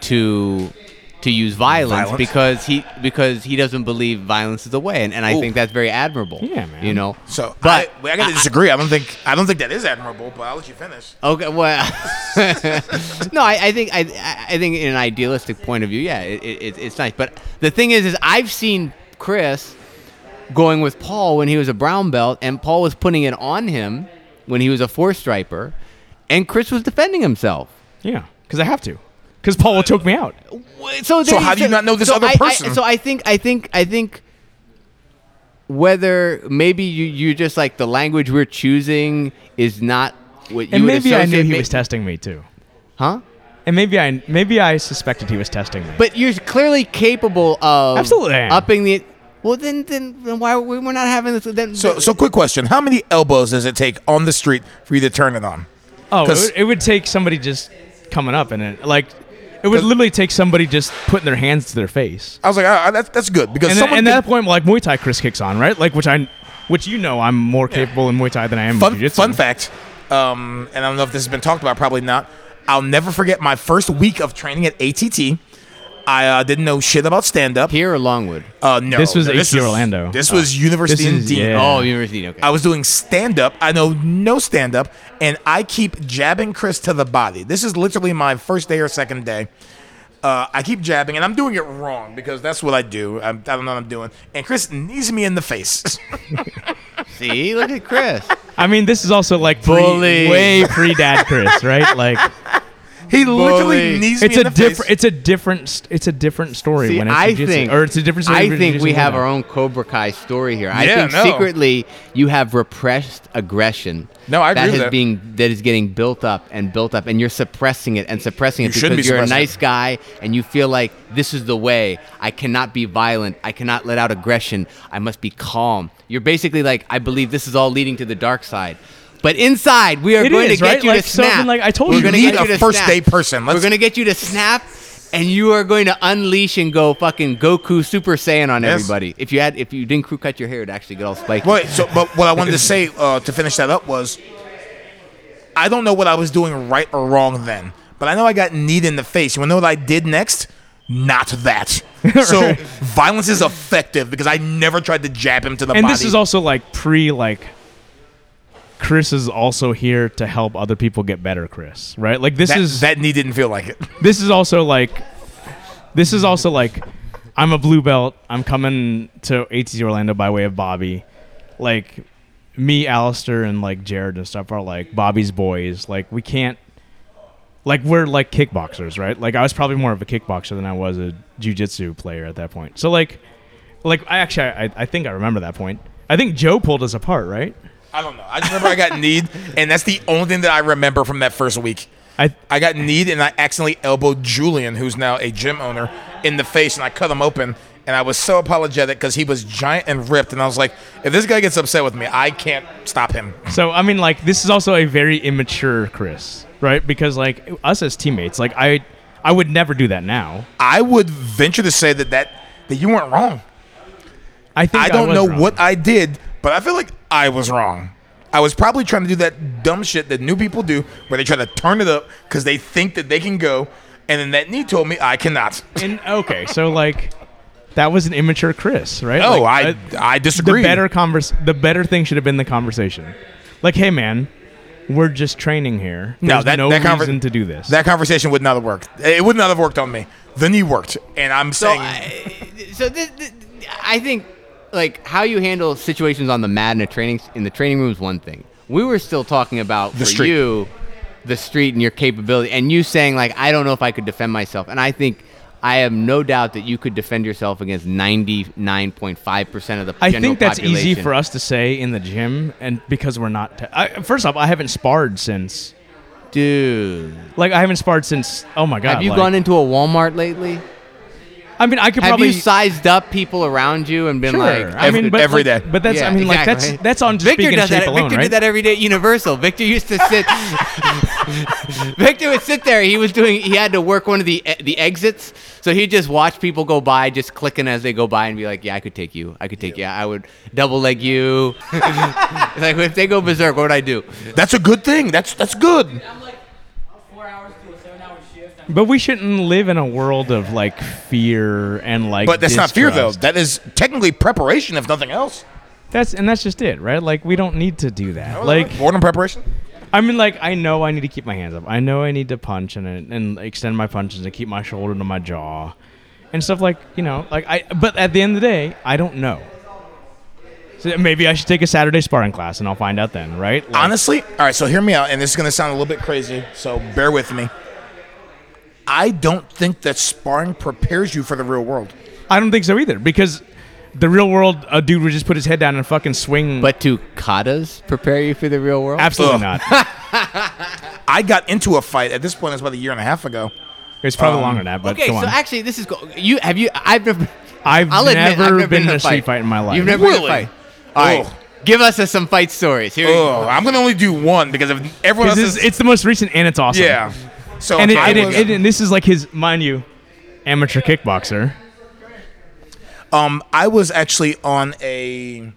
A: to to use violence,
C: Violence?
A: because he because he doesn't believe violence is the way, and, and I
C: Ooh.
A: think that's very admirable.
B: Yeah, man.
A: You know.
C: so.
A: but
C: But I, I gotta disagree. I don't think I don't think that is admirable. But I'll let you finish.
A: Okay. Well, no, I, I think I, I think in an idealistic point of view, yeah, it, it, it's nice. But the thing is, is I've seen Chris going with Paul when he was a brown belt, and Paul was putting it on him when he was a four striper, and Chris was defending himself.
B: yeah, because I have to, because Paul will choke me out.
A: Wh- So,
C: So
A: there-
C: how do you not know this other
A: I- I-
C: person?
A: so I think I think I think whether maybe you you just like the language we're choosing is not what you
B: And
A: would
B: maybe I knew
A: associate
B: he
A: ma-
B: was testing me too.
A: huh.
B: And maybe I maybe I suspected he was testing me.
A: But you're clearly capable of
B: Absolutely I am.
A: upping the. Well, then, then, then why are we, we're not having this? Then,
C: So, so quick question: How many elbows does it take on the street for you to turn it on?
B: oh, it
C: 'cause-
B: would, it would take somebody just coming up and it like it would literally take somebody just putting their hands to their face.
C: I was like, ah, that's that's good because
B: And, then,
C: someone.
B: and
C: did-
B: at that point, like Muay Thai, Chris kicks on right, like which I which you know I'm more capable in Muay Thai than I am in
C: fun,
B: jiu-jitsu.
C: fun fact, um, and I don't know if this has been talked about, probably not. I'll never forget my first week of training at ATT. I uh, didn't know shit about stand up.
A: here or Longwood?
C: Uh, no,
B: This was
C: no,
B: AT Orlando. Uh,
C: This was University
B: this
C: in
B: is-
C: Dean.
B: yeah.
A: Oh, University. Okay.
C: I was doing stand up. I know no stand up, and I keep jabbing Chris to the body. This is literally my first day or second day. Uh, I keep jabbing, and I'm doing it wrong because that's what I do. I'm, I don't know what I'm doing. And Chris knees me in the face.
A: See, look at Chris.
B: I mean, this is also like pre,
A: Bully.
B: way pre Dad Chris, right? Like
C: he literally
A: Bully.
C: knees
B: it's
C: me in
B: a
C: the face.
B: different it's a different st- it's a different story
A: See,
B: when it's
A: I
B: jiu-jitsu,
A: think,
B: or it's a different story.
A: I
B: when it's
A: think
B: jiu-jitsu
A: we
B: and
A: have
B: Muay
A: our
B: Thai.
A: own Cobra Kai story here. I
C: Yeah,
A: think
C: no.
A: secretly you have repressed aggression.
C: No, I agree
A: that
C: with
A: is
C: that.
A: being that is getting built up and built up, and you're suppressing it and suppressing it
C: You should
A: because
C: be
A: you're a
C: suppressing
A: nice guy and you feel like this is the way. I cannot be violent. I cannot let out aggression. I must be calm. You're basically like, I believe this is all leading to the dark side. But inside, we are
B: It
A: going
B: is,
A: to get
B: right?
A: you
B: Like,
A: to
B: so
A: snap.
B: then, like, I told
A: We're
B: you,
A: gonna
C: you
A: get
C: need a
A: to
C: first
A: snap.
C: day person.
A: We're
C: Let's-
A: gonna get you to snap, and you are going to unleash and go fucking Goku Super Saiyan on
C: Yes.
A: everybody. If you had, if you didn't crew cut your hair, it'd actually get all spiky.
C: Wait, so but what I wanted to say uh, to finish that up was, I don't know what I was doing right or wrong then, but I know I got kneed in the face. You wanna know what I did next? Not that. So violence is effective because I never tried to jab him to the
B: and
C: body.
B: this is also like pre like Chris is also here to help other people get better, Chris. Right? Like this
C: that,
B: is
C: that knee didn't feel like it.
B: this is also like this is also like I'm a blue belt. I'm coming to ATC Orlando by way of Bobby. Like me, Alistair, and like Jared and stuff are like Bobby's boys. Like we can't like we're like kickboxers, right? Like I was probably more of a kickboxer than I was a jujitsu player at that point. So like like I actually I, I think I remember that point. I think Joe pulled us apart, right?
C: I don't know. I just remember I got kneed, and that's the only thing that I remember from that first week.
B: I
C: I got kneed and I accidentally elbowed Julian, who's now a gym owner, in the face and I cut him open. And I was so apologetic because he was giant and ripped. And I was like, if this guy gets upset with me, I can't stop him.
B: So I mean, like, this is also a very immature Chris, right? Because like us as teammates, like I, I would never do that now.
C: I would venture to say that that, that you weren't wrong.
B: I think
C: I don't
B: was
C: know
B: wrong.
C: what I did, but I feel like I was wrong. I was probably trying to do that dumb shit that new people do where they try to turn it up because they think that they can go. And then that knee told me I cannot.
B: And okay, so like, that was an immature Chris, right?
C: Oh,
B: Like,
C: I,
B: uh,
C: I disagree.
B: The better converse, the better thing should have been the conversation. Like, hey man, we're just training here.
C: No,
B: There's
C: that-
B: no
C: that conver-
B: reason to do this.
C: That conversation would not have worked. It would not have worked on me. The knee worked, and I'm
A: so,
C: saying
A: Oh, I, so this, this, I think, like how you handle situations on the mat in a training in the training room is one thing. We were still talking about for
C: street.
A: you, the street and your capability, and you saying like, I don't know if I could defend myself, and I think. I have no doubt that you could defend yourself against 99.5% of the
B: I
A: general
B: think that's easy
A: population.
B: for us to say in the gym, and because we're not. Te- I, first off, I haven't sparred since
A: dude.
B: Like I haven't sparred since. Oh my god!
A: Have you
B: like-
A: gone into a Walmart lately?
B: I mean, I could
A: Have
B: probably.
A: you sized up people around you and been
B: sure.
A: like,
B: I mean, but
C: every
B: like-
C: day.
B: But that's.
A: Yeah,
B: I mean, like
A: exactly.
B: that's that's on just
A: Victor
B: being in
A: does
B: shape
A: that.
B: alone,
A: Victor
B: right?
A: did that every day at Universal. Victor used to sit. Victor would sit there. He was doing. He had to work one of the e- the exits, so he'd just watch people go by, just clicking as they go by, and be like, "Yeah, I could take you. I could take you. I would double leg you." It's like if they go berserk, what would I do?
C: That's a good thing. That's that's good.
D: I'm like four hours to a seven hour shift. I'm
B: But we shouldn't live in a world of like fear and like.
C: But that's not fear though.
B: distrust.
C: That is technically preparation, if nothing else.
B: That's and that's just it, right? Like we don't need to do that. Like
C: boredom preparation.
B: I mean, like I know I need to keep my hands up. I know I need to punch and and extend my punches and keep my shoulder to my jaw, and stuff like you know, like I. But at the end of the day, I don't know. So maybe I should take a Saturday sparring class and I'll find out then, right? Like,
C: Honestly, all right. So hear me out, and this is gonna sound a little bit crazy. So bear with me. I don't think that sparring prepares you for the real world.
B: I don't think so either because the real world, a dude would just put his head down and fucking swing.
A: But do katas prepare you for the real world?
B: absolutely not.
C: Ugh. I got into a fight at this point. It's about a year and a half ago.
B: It's probably
C: Um,
B: longer than that. But
A: Okay,
B: go
A: so
B: on.
A: actually, this is go- you. Have you? I've never.
B: I've
A: I'll admit, I've
B: never
A: never
B: been in a
A: fight.
B: street fight in my life.
A: You've never
C: Really?
A: been in a fight. All right,
C: Ugh.
A: give us uh, some fight stories. Here. you go.
C: Oh, I'm gonna only do one because if everyone
B: This
C: else
B: is,
C: is,
B: it's the most recent and it's awesome.
C: yeah. So
B: and, it,
C: I
B: and, it-
C: was-
B: and, and this is like his, mind you, amateur kickboxer.
C: Um, I was actually on a,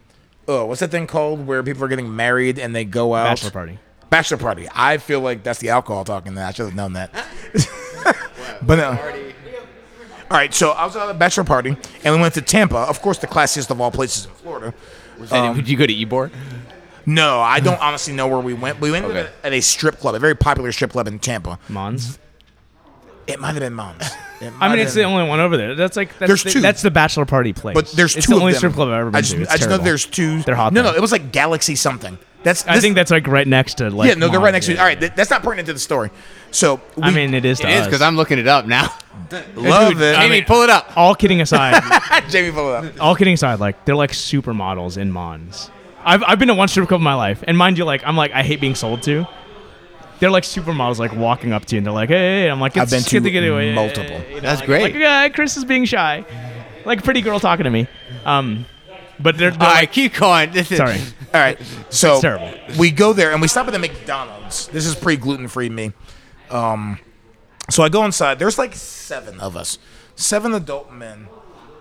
C: oh, what's that thing called where people are getting married and they go out?
B: Bachelor party.
C: Bachelor party. I feel like that's the alcohol talking. That I should have known that. but no. All right, so I was at a bachelor party and we went to Tampa. Of course, the classiest of all places in Florida. Um,
A: And Would you go to Ebor?
C: No, I don't honestly know where we went. We went
A: Okay.
C: at a strip club, a very popular strip club in Tampa.
B: Mons.
C: It might have been Mom's. It might
B: I mean,
C: have
B: it's the
C: been-
B: only one over there. That's like that's
C: There's
B: the,
C: two.
B: That's the bachelor party place.
C: But there's
B: it's
C: two
B: the only
C: of them.
B: strip club I've ever been
C: I just,
B: to. It's
C: I just know
B: terrible.
C: there's two.
B: They're hot
C: No,
B: though.
C: no, it was like Galaxy something. That's
B: I
C: this-
B: think that's like right next to like.
C: yeah, no, they're
B: Mons,
C: right next to.
B: yeah.
C: All right, th- that's not pertinent to the story. So we
B: I mean, it is. To
A: It is
B: us.
A: because I'm looking it up now.
C: love
B: dude,
C: it.
B: I
A: Amy,
B: mean-
A: pull it up.
B: All kidding aside,
C: Jamie, pull it up.
B: all kidding aside, like they're like supermodels in Mons. I've, I've been to one strip club in my life, and mind you, like I'm like I hate being sold to. They're like supermodels, like walking up to you, and they're like, "Hey," hey, hey." I'm like, it's
C: I've been
B: good
C: to
B: get away.
C: multiple.
B: You know,
A: That's
B: like-
A: great.
B: Like, yeah, Chris is being shy, like a pretty girl talking to me. Um, but they're, they're
A: All
B: like,
A: right, keep going. This is
B: sorry,
C: All right, so
B: terrible.
C: we go there and we stop at the McDonald's. This is pre gluten free me. Um, so I go inside. There's like seven of us, seven adult men.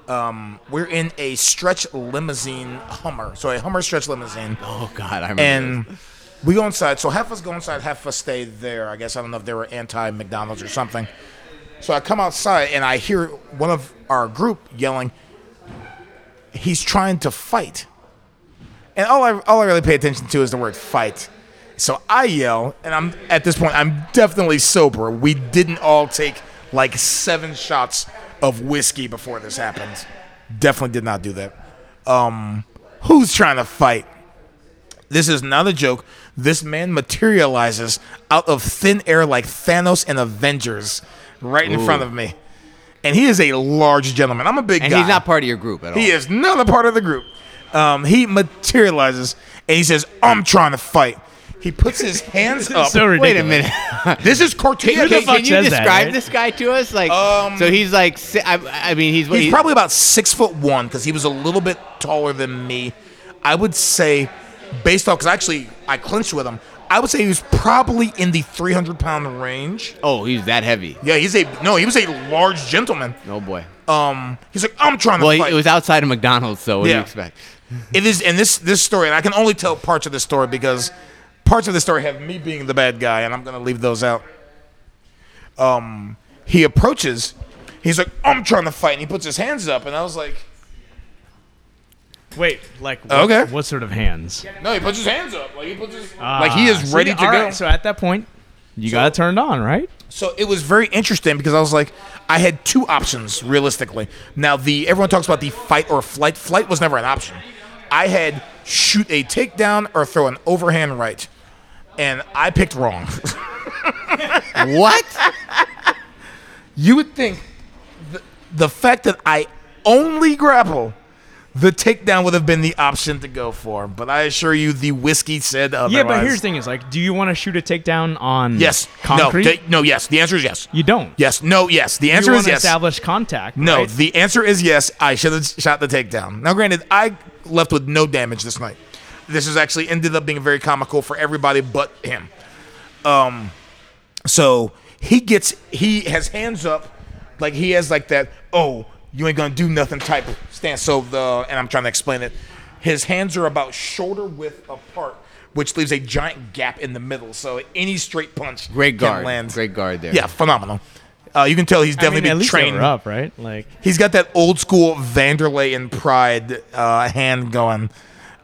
C: Um, we're in a stretch limousine Hummer, so a Hummer stretch limousine.
A: Oh God, I remember.
C: and we go inside. So half of us go inside, half of us stay there. I guess I don't know if they were anti McDonald's or something. So I come outside and I hear one of our group yelling, "He's trying to fight," and all I all I really pay attention to is the word "fight." So I yell, and I'm at this point I'm definitely sober. We didn't all take like seven shots of whiskey before this happened. Definitely did not do that. Um, who's trying to fight? This is not a joke. This man materializes out of thin air like Thanos and Avengers right in front of me. And he is a large gentleman. I'm a big
A: and
C: guy.
A: he's not part of your group at all.
C: He is not a part of the group. Um, he materializes and he says, I'm trying to fight. He puts his hands up.
B: so ridiculous.
A: Wait a minute.
C: this is cartoon.
A: Can,
B: the
A: can-
B: fuck
A: can you
B: says that,
A: describe
B: right?
A: this guy to us? Like,
C: Um,
A: so he's like, si- I, I mean, he's what
C: He's
A: he-
C: probably about six foot one because he was a little bit taller than me. I would say, based off, because actually I clinched with him, I would say he was probably in the 300 pound range.
A: Oh, he's that heavy.
C: Yeah, he's a no. He was a large gentleman.
A: Oh boy.
C: Um, he's like, I'm trying to
A: Well, he-
C: fight.
A: it was outside of McDonald's, so what do
C: Yeah.
A: you expect?
C: it is, and this this story, and I can only tell parts of this story because parts of the story have me being the bad guy, and I'm gonna leave those out. Um, he approaches. He's like, I'm trying to fight, and he puts his hands up, and I was like,
B: wait, like what,
C: Okay.
B: what sort of hands?
C: No, he puts his hands up, like he puts his like he
B: Ah,
C: is
B: see,
C: ready to
B: all
C: go.
B: right, so at that point, you got it turned on, right?
C: So it was very interesting because I was like, I had two options realistically. Now the everyone talks about the fight or flight. Flight was never an option. I had shoot a takedown or throw an overhand right, and I picked wrong.
A: What?
C: you would think the, the fact that I only grapple The takedown would have been the option to go for, but I assure you, the whiskey said otherwise.
B: Yeah, but here's the thing: is like, do you want to shoot a takedown on
C: yes,
B: concrete?
C: no, ta- no, yes. The answer is yes,
B: you don't.
C: yes, no, yes. The answer
B: you
C: is
B: wanna
C: yes.
B: Establish contact.
C: No,
B: right?
C: the answer is yes. I should have shot the takedown. Now, granted, I left with no damage this night. This has actually ended up being very comical for everybody but him. Um, so he gets he has hands up, like he has like that. Oh, you ain't gonna do nothing type of stance. So the and I'm trying to explain it. His hands are about shoulder width apart, which leaves a giant gap in the middle. So any straight punch
A: Great
C: can
A: guard.
C: land.
A: Great guard there.
C: Yeah, phenomenal. Uh, you can tell
B: I
C: he's
B: mean, at
C: definitely been
B: least they
C: trained
B: were up, right? Like,
C: he's got that old school Vanderlei and Pride uh, hand going.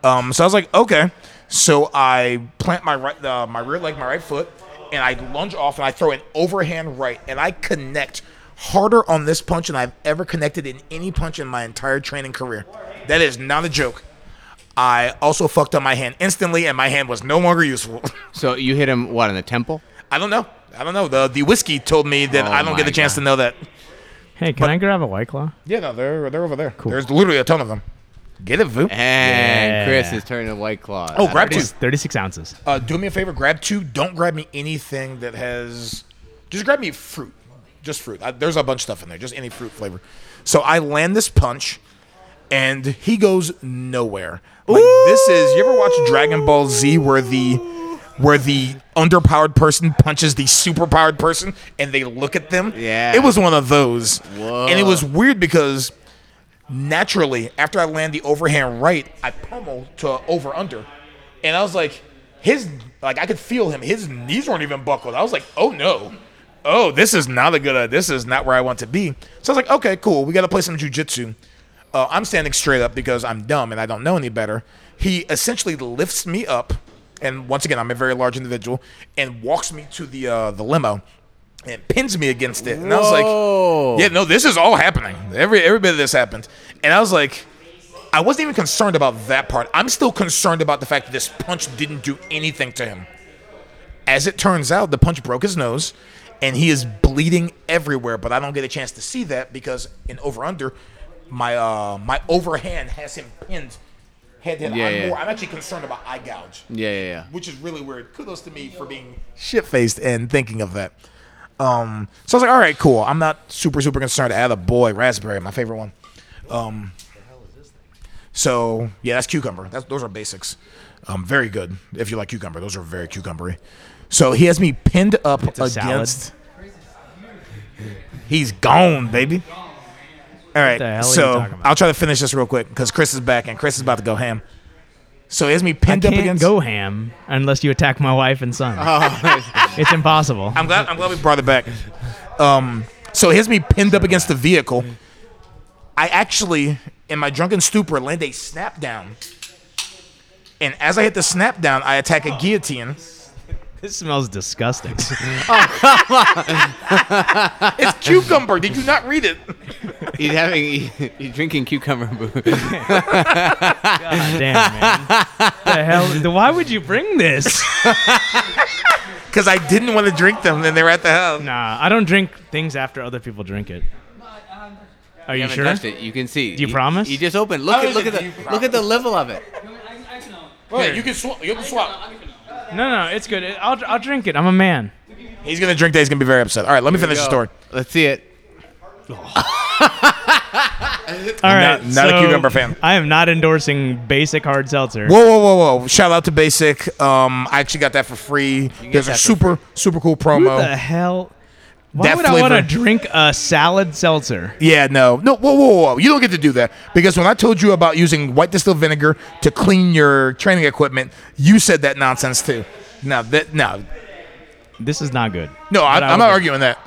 C: Um, so I was like, okay. So I plant my right, uh, my rear leg, my right foot, and I lunge off and I throw an overhand right, and I connect harder on this punch than I've ever connected in any punch in my entire training career. That is not a joke. I also fucked up my hand instantly, and my hand was no longer useful.
A: So you hit him what in the temple?
C: I don't know. I don't know. The the whiskey told me that
A: Oh
C: I don't get
A: my
C: the chance
A: God.
C: to know that.
B: hey, can I grab a white claw?
C: Yeah, no, they're they're over there. There's literally a ton of them. Get it, Voop.
A: And
B: Yeah.
A: Chris is turning to white claw.
C: Oh, grab two.
B: It's 36 ounces.
C: Uh, do me a favor, grab two. Don't grab me anything that has. Just grab me fruit. Just fruit. I, there's a bunch of stuff in there. Just any fruit flavor. So I land this punch, and he goes nowhere. Like this is. You ever watch Dragon Ball Z where the where the underpowered person punches the superpowered person and they look at them?
A: Yeah.
C: It was one of those. And it was weird because naturally, after I land the overhand right, I pummel to over under. And I was like, his, like, I could feel him. His knees weren't even buckled. I was like, oh no. Oh, this is not a good, uh, this is not where I want to be. So I was like, okay, cool. We got to play some jujitsu. Uh, I'm standing straight up because I'm dumb and I don't know any better. He essentially lifts me up. And once again, I'm a very large individual and walks me to the uh, the limo and pins me against it. And I was like,
A: Oh.
C: yeah, no, this is all happening. Every every bit of this happened, and I was like, I wasn't even concerned about that part. I'm still concerned about the fact that this punch didn't do anything to him. As it turns out, the punch broke his nose, and he is bleeding everywhere. But I don't get a chance to see that because in over under, my uh my overhand has him pinned head to head.
A: Yeah,
C: I'm,
A: yeah.
C: More, I'm actually concerned about eye gouge
A: Yeah, yeah, yeah.
C: which is really weird. Kudos to me for being shit faced and thinking of that. Um, so I was like, all right, cool. I'm not super super concerned. I had a boy raspberry, my favorite one. Um, so yeah, that's cucumber. That's, those are basics. Um, very good if you like cucumber. Those are very cucumbery. So he has me pinned up
B: a
C: against.
B: salad.
C: He's gone, baby. All right,
B: the hell are you
C: so
B: talking about?
C: I'll try to finish this real quick because Chris is back and Chris is about to go ham. So he has me
B: I
C: pinned up
B: can't
C: against.
B: go ham unless you attack my wife and son.
C: Oh.
B: it's impossible.
C: I'm glad. I'm glad we brought it back. Um, so here's me pinned up against the vehicle. I actually, in my drunken stupor, land a snap down. And as I hit the snap down, I attack a guillotine.
B: This smells disgusting.
C: It's cucumber. Did you not read it?
A: He's having he, he's drinking cucumber booze.
B: Damn, man. the hell? Why would you bring this?
C: Because I didn't want to drink them, and they were at the house.
B: Nah, I don't drink things after other people drink it. Are you,
A: haven't
B: sure?
A: touched it. You can see.
B: you promise?
A: You just opened. Look at
C: is
A: look
C: it
A: at
C: you
A: the look at the level of it.
D: I, I can own.
C: Wait, you can swap. You can swap.
B: No, no, it's good. I'll, I'll drink it. I'm a man.
C: He's gonna drink that. He's gonna be very upset. All right, let me finish the
A: Go.
C: story.
A: Let's see it.
B: All
C: Not-
B: right.
C: not a
B: so
C: cucumber fan.
B: I am not endorsing basic hard seltzer.
C: Whoa, whoa, whoa, whoa! Shout out to Basic. Um, I actually got that for free. There's
A: that
C: a
A: for
C: super, super cool promo.
B: Who the hell? Why
C: That
B: would I want to
C: flavor.
B: drink a salad seltzer?
C: Yeah, no, no. Whoa, whoa, whoa! You don't get to do that because when I told you about using white distilled vinegar to clean your training equipment, you said that nonsense too. No, that no,
B: This is not good.
C: no. I,
B: But I
C: I'm not
B: would-
C: arguing that.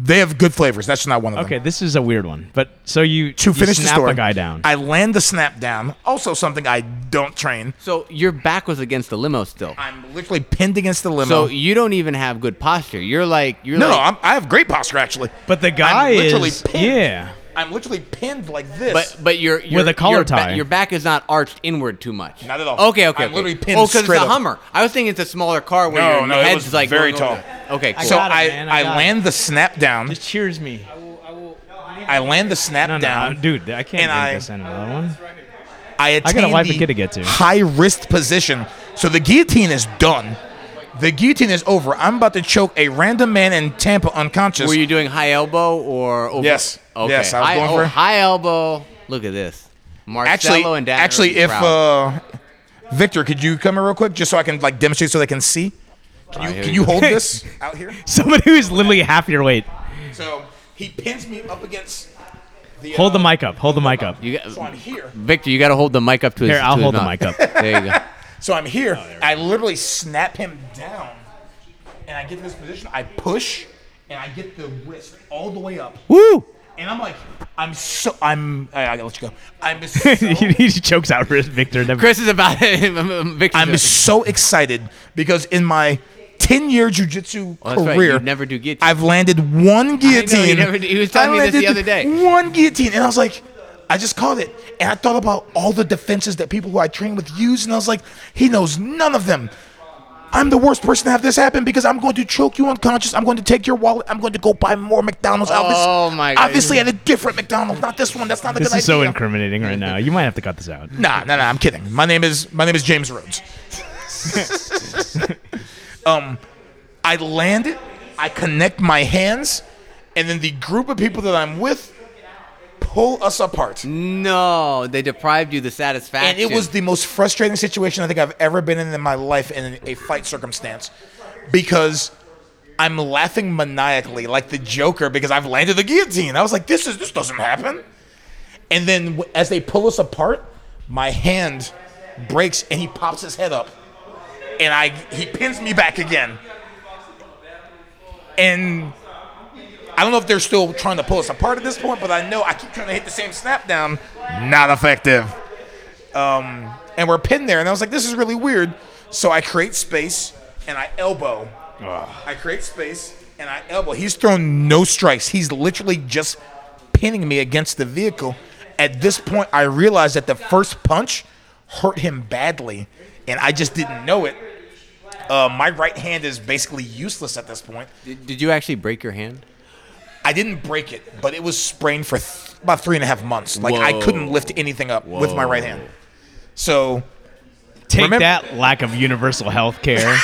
C: They have good flavors. That's just not one of
B: Okay,
C: them.
B: this is a weird one. But so you
C: To
B: you
C: finish
B: snap
C: the story,
B: a guy down.
C: I land the snap down. Also, something I don't train.
A: So your back was against the limo still.
C: I'm literally pinned against the limo.
A: So you don't even have good posture. You're like you're
C: no, no,
A: like,
C: I'm, I have great posture actually.
B: but the guy
C: literally
B: is
C: pinned.
B: yeah.
C: I'm literally pinned like this.
A: but but your your,
B: a collar
A: your ba-
B: tie.
A: your back is not arched inward too much.
C: Not at all.
A: Okay, okay.
C: I'm
A: okay.
C: literally pinned
A: Oh, because it's
C: straight
A: a
C: up.
A: Hummer. I was thinking it's a smaller car where
C: No,
A: your
C: no, it
A: head's
C: was
A: like
C: very
A: going over
C: tall.
A: the- Okay, cool.
C: so
B: got it,
C: I,
B: man, I
C: I,
B: got it.
C: land the snap down.
B: Just cheers me.
C: I land the snap
B: No, no,
C: down.
B: dude, I can't drink
C: And I-
B: this and another one.
C: I
B: I
C: attained
B: got a wife
C: the
B: and kid to get to.
C: high risk position. So the guillotine is done. The guillotine is over. I'm about to choke a random man in Tampa unconscious.
A: Were you doing high elbow or over?
C: Yes.
A: Okay.
C: Yes, I was
A: high,
C: going
A: oh,
C: for-
A: high elbow. Look at this. Marcelo
C: actually,
A: and Dan.
C: actually, if uh, Victor, could you come in real quick just so I can like demonstrate so they can see? Can you,
A: hear
C: can
A: you.
C: you hold this out here?
B: Somebody who's literally half your weight.
C: So he pins me up against the.
B: Hold the
C: uh,
B: mic up. Hold the mic up.
A: you
C: So
A: got,
C: I'm here.
A: Victor, you got to hold the mic up to his.
B: Here, I'll
A: to his
B: hold the
A: mouth.
B: mic up.
A: there you go.
C: So I'm here.
A: Oh,
C: I literally snap him down, and I get to this position. I push, and I get the wrist all the way up,
B: Woo!
C: and I'm like, I'm so, I'm. I, I gotta let you go. I'm
B: he,
C: so,
B: he chokes out Victor. Never.
A: Chris is about Victor.
C: I'm so excited because in my 10 year jujitsu
A: Oh, that's right,
C: career,
A: you never do guillotine.
C: I've landed one guillotine.
A: never do- he was telling
C: I
A: me this the
C: landed
A: other day.
C: One guillotine, and I was like, I just caught it, and I thought about all the defenses that people who I train with use, and I was like, he knows none of them. I'm the worst person to have this happen because I'm going to choke you unconscious. I'm going to take your wallet. I'm going to go buy more McDonald's.
A: Oh,
C: Obvious-
A: my God.
C: Obviously, at a different McDonald's, not this one. That's not a
B: This
C: good
B: is so
C: idea.
B: incriminating right now. You might have to cut this out.
C: Nah, nah, nah. I'm kidding. My name is my name is James Rhodes. um, I land it. I connect my hands, and then the group of people that I'm with pull us apart.
A: no, they deprived you the satisfaction.
C: And it was the most frustrating situation I think I've ever been in in my life in a fight circumstance because I'm laughing maniacally like the Joker because I've landed the guillotine. I was like, this is this doesn't happen. And then w- as they pull us apart, my hand breaks and he pops his head up, and I he pins me back again. And I don't know if they're still trying to pull us apart at this point, but I know I keep trying to hit the same snap down. Not effective and we're pinned there. And I was like, this is really weird. So I create space and I elbow. I create space and I elbow. He's thrown no strikes. He's literally just pinning me against the vehicle. At this point, I realized that the first punch hurt him badly, and I just didn't know it. Uh, my right hand is basically useless at this point.
A: Did, did you actually break your hand?
C: I didn't break it, but it was sprained for th- about three and a half months. Like I
A: Whoa.
C: couldn't lift anything up with my right hand. So
B: Take
C: Remember-
B: that lack of universal health care.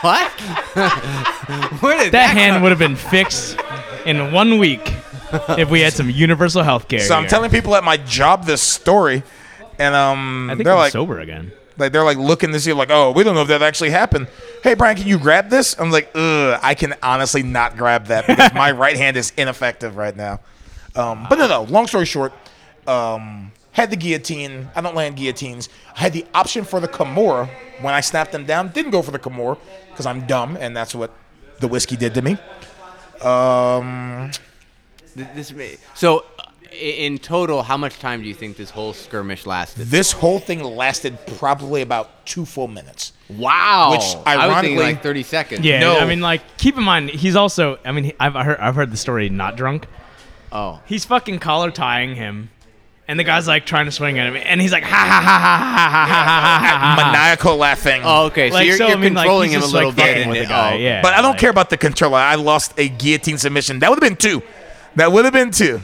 A: What? Where did
B: that hand would have been fixed in one week if we had some universal health care.
C: So I'm telling people at my job this story, and um,
B: I think
C: they're
B: I'm
C: like,
B: sober again.
C: like, they're like looking to see, like, oh, we don't know if that actually happened. Hey, Brian, can you grab this? I'm like, ugh, I can honestly not grab that because my right hand is ineffective right now. Um, but no, no. Long story short, um, had the guillotine. I don't land guillotines. I had the option for the Kimura when I snapped them down. Didn't go for the Kimura because I'm dumb, and that's what the whiskey did to me. Um,
A: Th- This may, so, uh, i- in total, how much time do you think this whole skirmish lasted?
C: this whole thing lasted probably about two full minutes.
A: Wow.
C: Which,
A: I was thinking
C: ironically-
A: like 30 seconds.
B: Yeah,
C: No.
B: I mean, like, keep in mind, he's also. I mean, he- I've heard, I've heard the story. Not drunk.
A: Oh.
B: He's fucking collar tying him, and the guy's like trying to swing at him, and he's like ha ha ha ha ha ha ha ha ha ha.
C: maniacal laughing.
A: Oh, okay. So
B: Like,
A: you're,
B: so, I
A: you're
B: mean, like,
A: controlling
B: he's
A: him a
B: just,
A: little
B: like,
A: bit.
B: fucking
A: and
B: with
A: it-
B: the guy,
A: oh, okay.
B: yeah.
C: but I don't
B: like-
C: care about the controller. I lost a guillotine submission. That would have been two. That would have been two.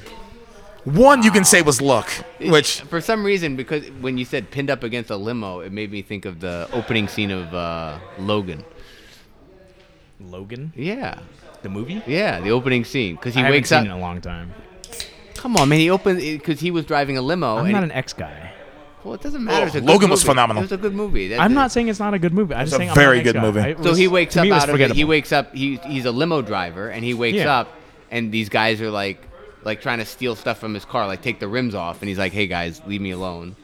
C: One you can say was luck, which
A: For some reason, because when you said pinned up against a limo, it made me think of the opening scene of uh, Logan.
B: Logan,
A: Yeah,
B: the movie.
A: yeah, the opening scene because he
B: I
A: wakes
B: haven't
A: up.
B: seen it in a long time.
A: Come on, man, he opened because he was driving a limo.
B: I'm
A: and
B: not
A: he-
B: an X guy.
A: well, it doesn't matter. It's a good
C: Oh, Logan was
A: movie.
C: phenomenal.
A: It was a good movie. That's
B: I'm
A: it.
B: not saying it's not a good movie. I just
C: a
B: saying I'm not an
C: very
B: X
C: good
B: guy.
C: movie.
B: I- it
A: So
B: was-
A: he wakes
B: to
A: up
B: me, it was
A: out of it. He
B: forgettable.
A: wakes up. He, he's a limo driver, and he wakes
B: Yeah.
A: up, and these guys are like, like trying to steal stuff from his car, like take the rims off, and he's like, "Hey guys, leave me alone."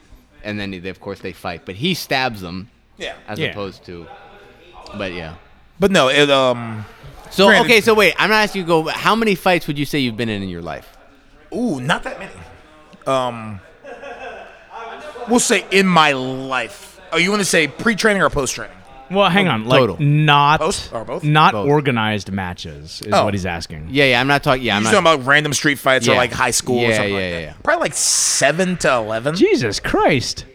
A: And then they, of course they fight, but he stabs them
C: yeah.
A: as
B: Yeah.
A: opposed to. But yeah.
C: But no, it um
A: So
C: Granted-
A: okay, so wait, I'm not asking you to go. but How many fights would you say you've been in in your life?
C: ooh, not that many. Um we'll say in my life. Oh, you want to say pre-training or post-training?
B: Well, hang on. Like
A: Total.
B: not
C: Both? Or both?
B: not
A: Both.
B: organized matches is
C: Oh.
B: what he's asking.
A: Yeah, yeah, I'm not talking. Yeah, I'm
C: You're
A: not.
C: talking about random street fights or
A: Yeah.
C: like high school or
A: Yeah,
C: something
A: yeah,
C: like that.
A: yeah.
C: Probably like 7 to 11.
B: Jesus Christ.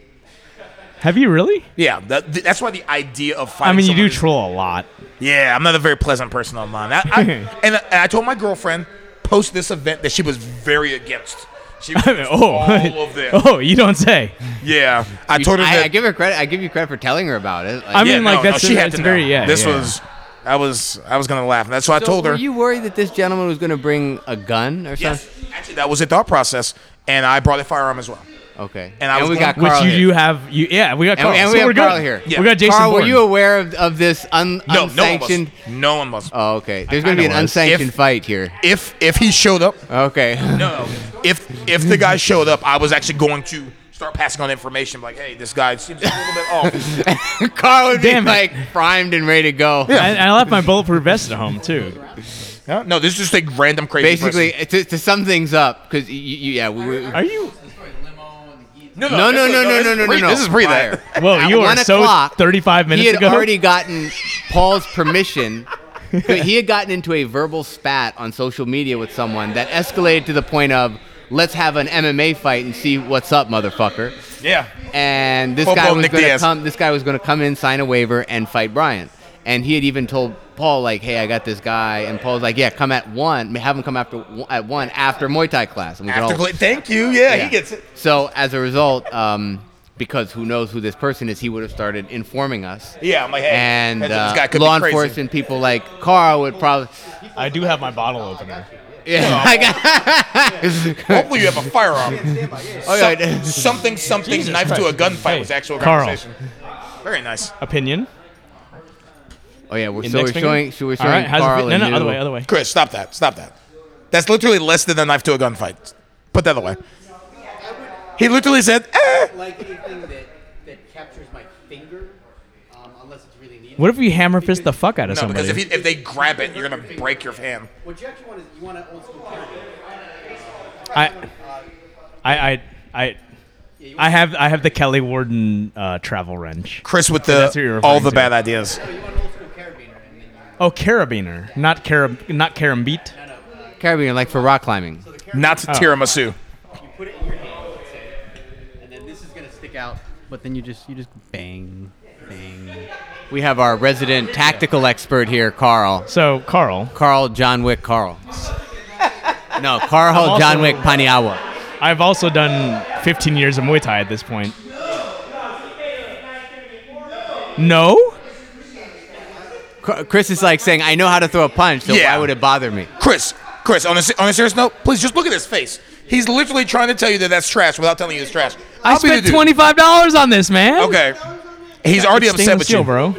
B: Have you really?
C: Yeah, that, that's why the idea of
B: I
C: fighting
B: mean, you
C: someone
B: do
C: is-
B: troll a lot.
C: Yeah, I'm not a very pleasant person online. I, I, and, I- and I told my girlfriend post this event that she was very against. She was
B: mean, oh.
C: all of this.
B: Oh, you don't say.
C: Yeah, I told her
A: I,
C: that.
A: I give her credit. I give you credit for telling her about it. Like,
B: I mean, like, that's-
C: she had
B: it's
C: to know.
B: very- yeah,
C: This
B: yeah.
C: was, I was, I was gonna laugh. That's why I
A: So
C: told her.
A: Were you worried that this gentleman was going to bring a gun or
C: yes,
A: something?
C: actually, that was a thought process, and I brought a firearm as well.
A: Okay.
C: And I was
A: we
C: going-
A: got
B: Which
A: Carl
B: you
A: here.
B: do have. You, yeah, we got
A: And
B: Carl.
A: we, and
B: so
A: we have
B: we're good.
A: Carl here.
C: Yeah.
B: We got Jason
A: Carl, were
B: Bourne.
A: you aware of, of this un,
C: No, no one was.
A: unsanctioned?
C: No one was.
A: Oh, okay. There's going to be an
B: kinda was.
A: unsanctioned
C: If-
A: fight here.
C: If if he showed up,
A: Okay.
C: no. If if the guy showed up, I was actually going to start passing on information like, hey, this guy seems a little bit off.
A: Carl would
B: Damn it.
A: be like primed and ready to go.
B: I, I left my bulletproof vest at home too.
C: Yeah, No, this is just a random crazy.
A: Basically,
C: person.
A: to, to sum things up, because you, you, yeah, we, we,
B: Are you?
C: no,
A: no, no,
C: this
A: no,
C: is-
A: no,
C: this
A: no,
C: is
A: no,
C: pre-
A: no, no.
C: This is pre that.
A: Fire.
B: Whoa,
A: At
B: you are
A: one
B: so
A: o'clock,
B: 35 minutes
A: he had
B: ago.
A: already gotten Paul's permission. but he had gotten into a verbal spat on social media with someone that escalated to the point of let's have an MMA fight and see what's up, motherfucker.
C: Yeah.
A: And this
C: Boom,
A: guy
C: boom,
A: was
C: Nick
A: going to
C: Diaz.
A: come. This guy was going to come in, sign a waiver, and fight Brian. And he had even told Paul like, "Hey, I got this guy." And Paul's like, "Yeah, come at one. Have him come after at one after Muay Thai class." And we can
C: After
A: all-
C: gla- thank you. Yeah,
A: yeah.
C: he gets it.
A: So as a result, um, because who knows who this person is, he would have started informing us.
C: Yeah, I'm like, hey,
A: And
C: this
A: uh,
C: guy could
A: law
C: be crazy.
A: enforcement people like Carl would probably.
B: I do have my bottle opener.
A: Yeah,
C: Oh.
A: I got.
C: Hopefully, you have a firearm.
A: All
C: Some-
A: right.
C: something, something,
B: Jesus
C: knife to a
B: Christ.
C: gunfight
B: Hey,
C: was actual
B: Carl.
C: conversation. Very nice.
B: Opinion.
A: Oh yeah, we're,
B: Your
A: so we're
B: next finger?
A: showing. So we're
B: All
A: showing
B: right. how's it
A: Carl.
B: feel? No,
A: a
B: no, other
A: new-
B: way, other way.
C: Chris, stop that. Stop that. That's literally less than a knife to a gunfight. Put that away. He literally said, eh.
G: like anything that, that captures my finger, um, unless it's really needed.
B: What if we hammer fist the fuck out of
C: No,
B: somebody?
C: because if, he, if they grab it, you're going to break your hand.
G: What you actually want is you want an old school counter.
B: I, I, I, I, I have I have the Kelly Warden uh, travel wrench.
C: Chris with
B: That's who you're
C: the
B: referring
C: all the
B: to.
C: bad ideas.
G: You want an old school carabiner, and then you,
B: Oh, carabiner, not carab, not carambit.
A: Carabiner, like for rock climbing.
C: Not to tiramisu.
G: you put it in your hand, let's say, and then this is gonna stick out. But then you just you just bang, bang.
A: We have our resident tactical expert here, Carl.
B: So Carl,
A: Carl John Wick Carl. No, Carl
B: also-
A: John Wick Paniagua.
B: I've also done 15 years of Muay Thai at this point. No.
A: Cr- Chris is like saying, "I know how to throw a punch, so
C: Yeah.
A: why would it bother me?"
C: Chris, Chris, on a, se- on a serious note, please just look at his face. He's literally trying to tell you that that's trash without telling you it's trash.
B: I
C: I'll be the
B: spent
C: dude.
B: twenty five dollars on this, man.
C: Okay. He's already upset
B: Stainless
C: with
B: steel,
C: you.
B: bro.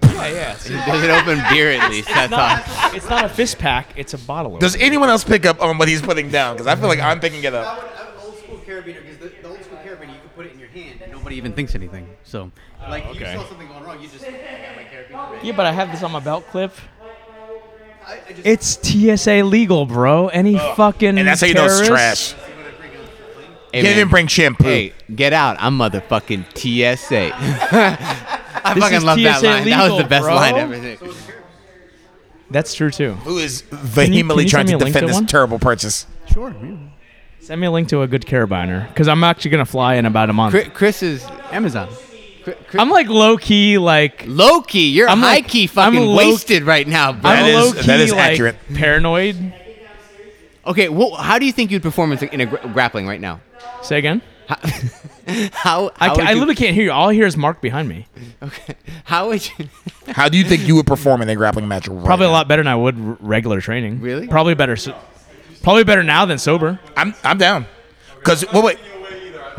A: There's an open beer at least. That's all.
B: It's not a fist pack. It's a bottle. opener.
C: Does anyone else pick up on what he's putting down? Because I feel like I'm picking it
G: I
C: up.
G: would, I would old school carabiner because the, the old school carabiner you can put it in your hand and nobody even thinks anything. So like if
B: okay.
G: you saw something going wrong, you just I got my carabiner ready.
B: Yeah, but I have this on my belt clip.
G: I, I just
B: It's TSA legal, bro. Any fucking
C: And that's how you know it's trash.
A: Hey,
C: Can't
A: man.
C: even bring shampoo.
A: Hey, get out! I'm motherfucking TSA. I
B: This
A: fucking
B: is
A: love that
B: TSA
A: line. that was
B: legal,
A: the best
B: bro.
A: line ever.
B: That's true too.
C: Who is
B: you- can
C: vehemently
B: you
C: trying
B: send me
C: to
B: a link
C: defend
B: to
C: this
B: one?
C: terrible purchase?
G: sure.
B: Send me a link to a good carabiner because I'm actually gonna fly in about a month.
A: Chri- Chris is
G: Amazon.
B: I'm like low key, like
A: low key. You're
B: I'm
A: high
B: like-
A: key,
B: I'm
A: fucking
B: low-
A: wasted right now, bro.
B: I'm
C: That is-
B: low key,
C: that is
B: like,
C: accurate.
B: Paranoid.
A: okay, well, how do you think you'd perform in, in a gra- grappling right now?
B: Say again.
A: How? how,
B: I,
A: how
B: ca-
A: would
B: I
A: you-
B: literally can't hear you. All I hear is Mark behind me.
A: Okay, how would you?
C: How do you think you would perform in a grappling match? Right
B: Probably a
C: now?
B: lot better than I would r- regular training.
A: Really?
B: Probably better. So- probably better now than sober.
C: I'm I'm down. Cause well, wait.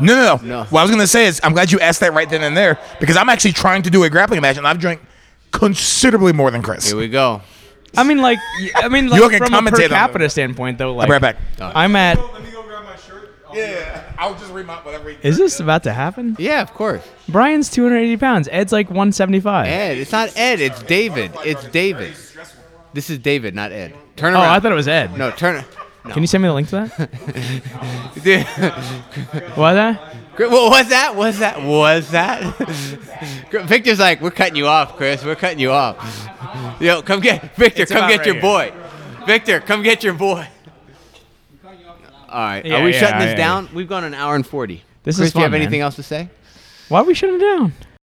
C: No, no, no,
A: No.
C: What I was gonna say is I'm glad you asked that right then and there because I'm actually trying to do a grappling match and I've drank considerably more than Chris.
A: Here we go.
B: I mean, like, I mean, like,
C: You can
B: from a
C: commentate
B: per
C: on
B: capita
C: it.
B: standpoint, though. Like,
C: be right back.
B: I'm at.
E: Let me go grab my shirt. I'll be right
C: Yeah, I'll just read my whatever.
B: Is this about to happen?
A: Yeah, of course.
B: Brian's 280 pounds. Ed's like 175.
A: Ed, it's not Ed. It's David. It's David.
E: stressful.
A: This is David, not Ed. Turn
B: oh,
A: around.
B: I thought it was Ed.
A: No, turn.
B: Can you send me the link to that?
A: Dude,
B: what? that?
A: what was that? Was that? Was that? Victor's like, we're cutting you off, Chris. We're cutting you off. Yo, come get Victor.
B: It's
A: come
B: about
A: get your boy.
B: right
A: Victor, come get your boy. All right.
B: Yeah,
A: Are we
B: yeah,
A: shutting this
B: yeah.
A: down? We've gone an hour and forty.
B: This is
A: Chris, do you
B: fun,
A: have anything
B: man.
A: else to say?
B: Why are we shutting it down?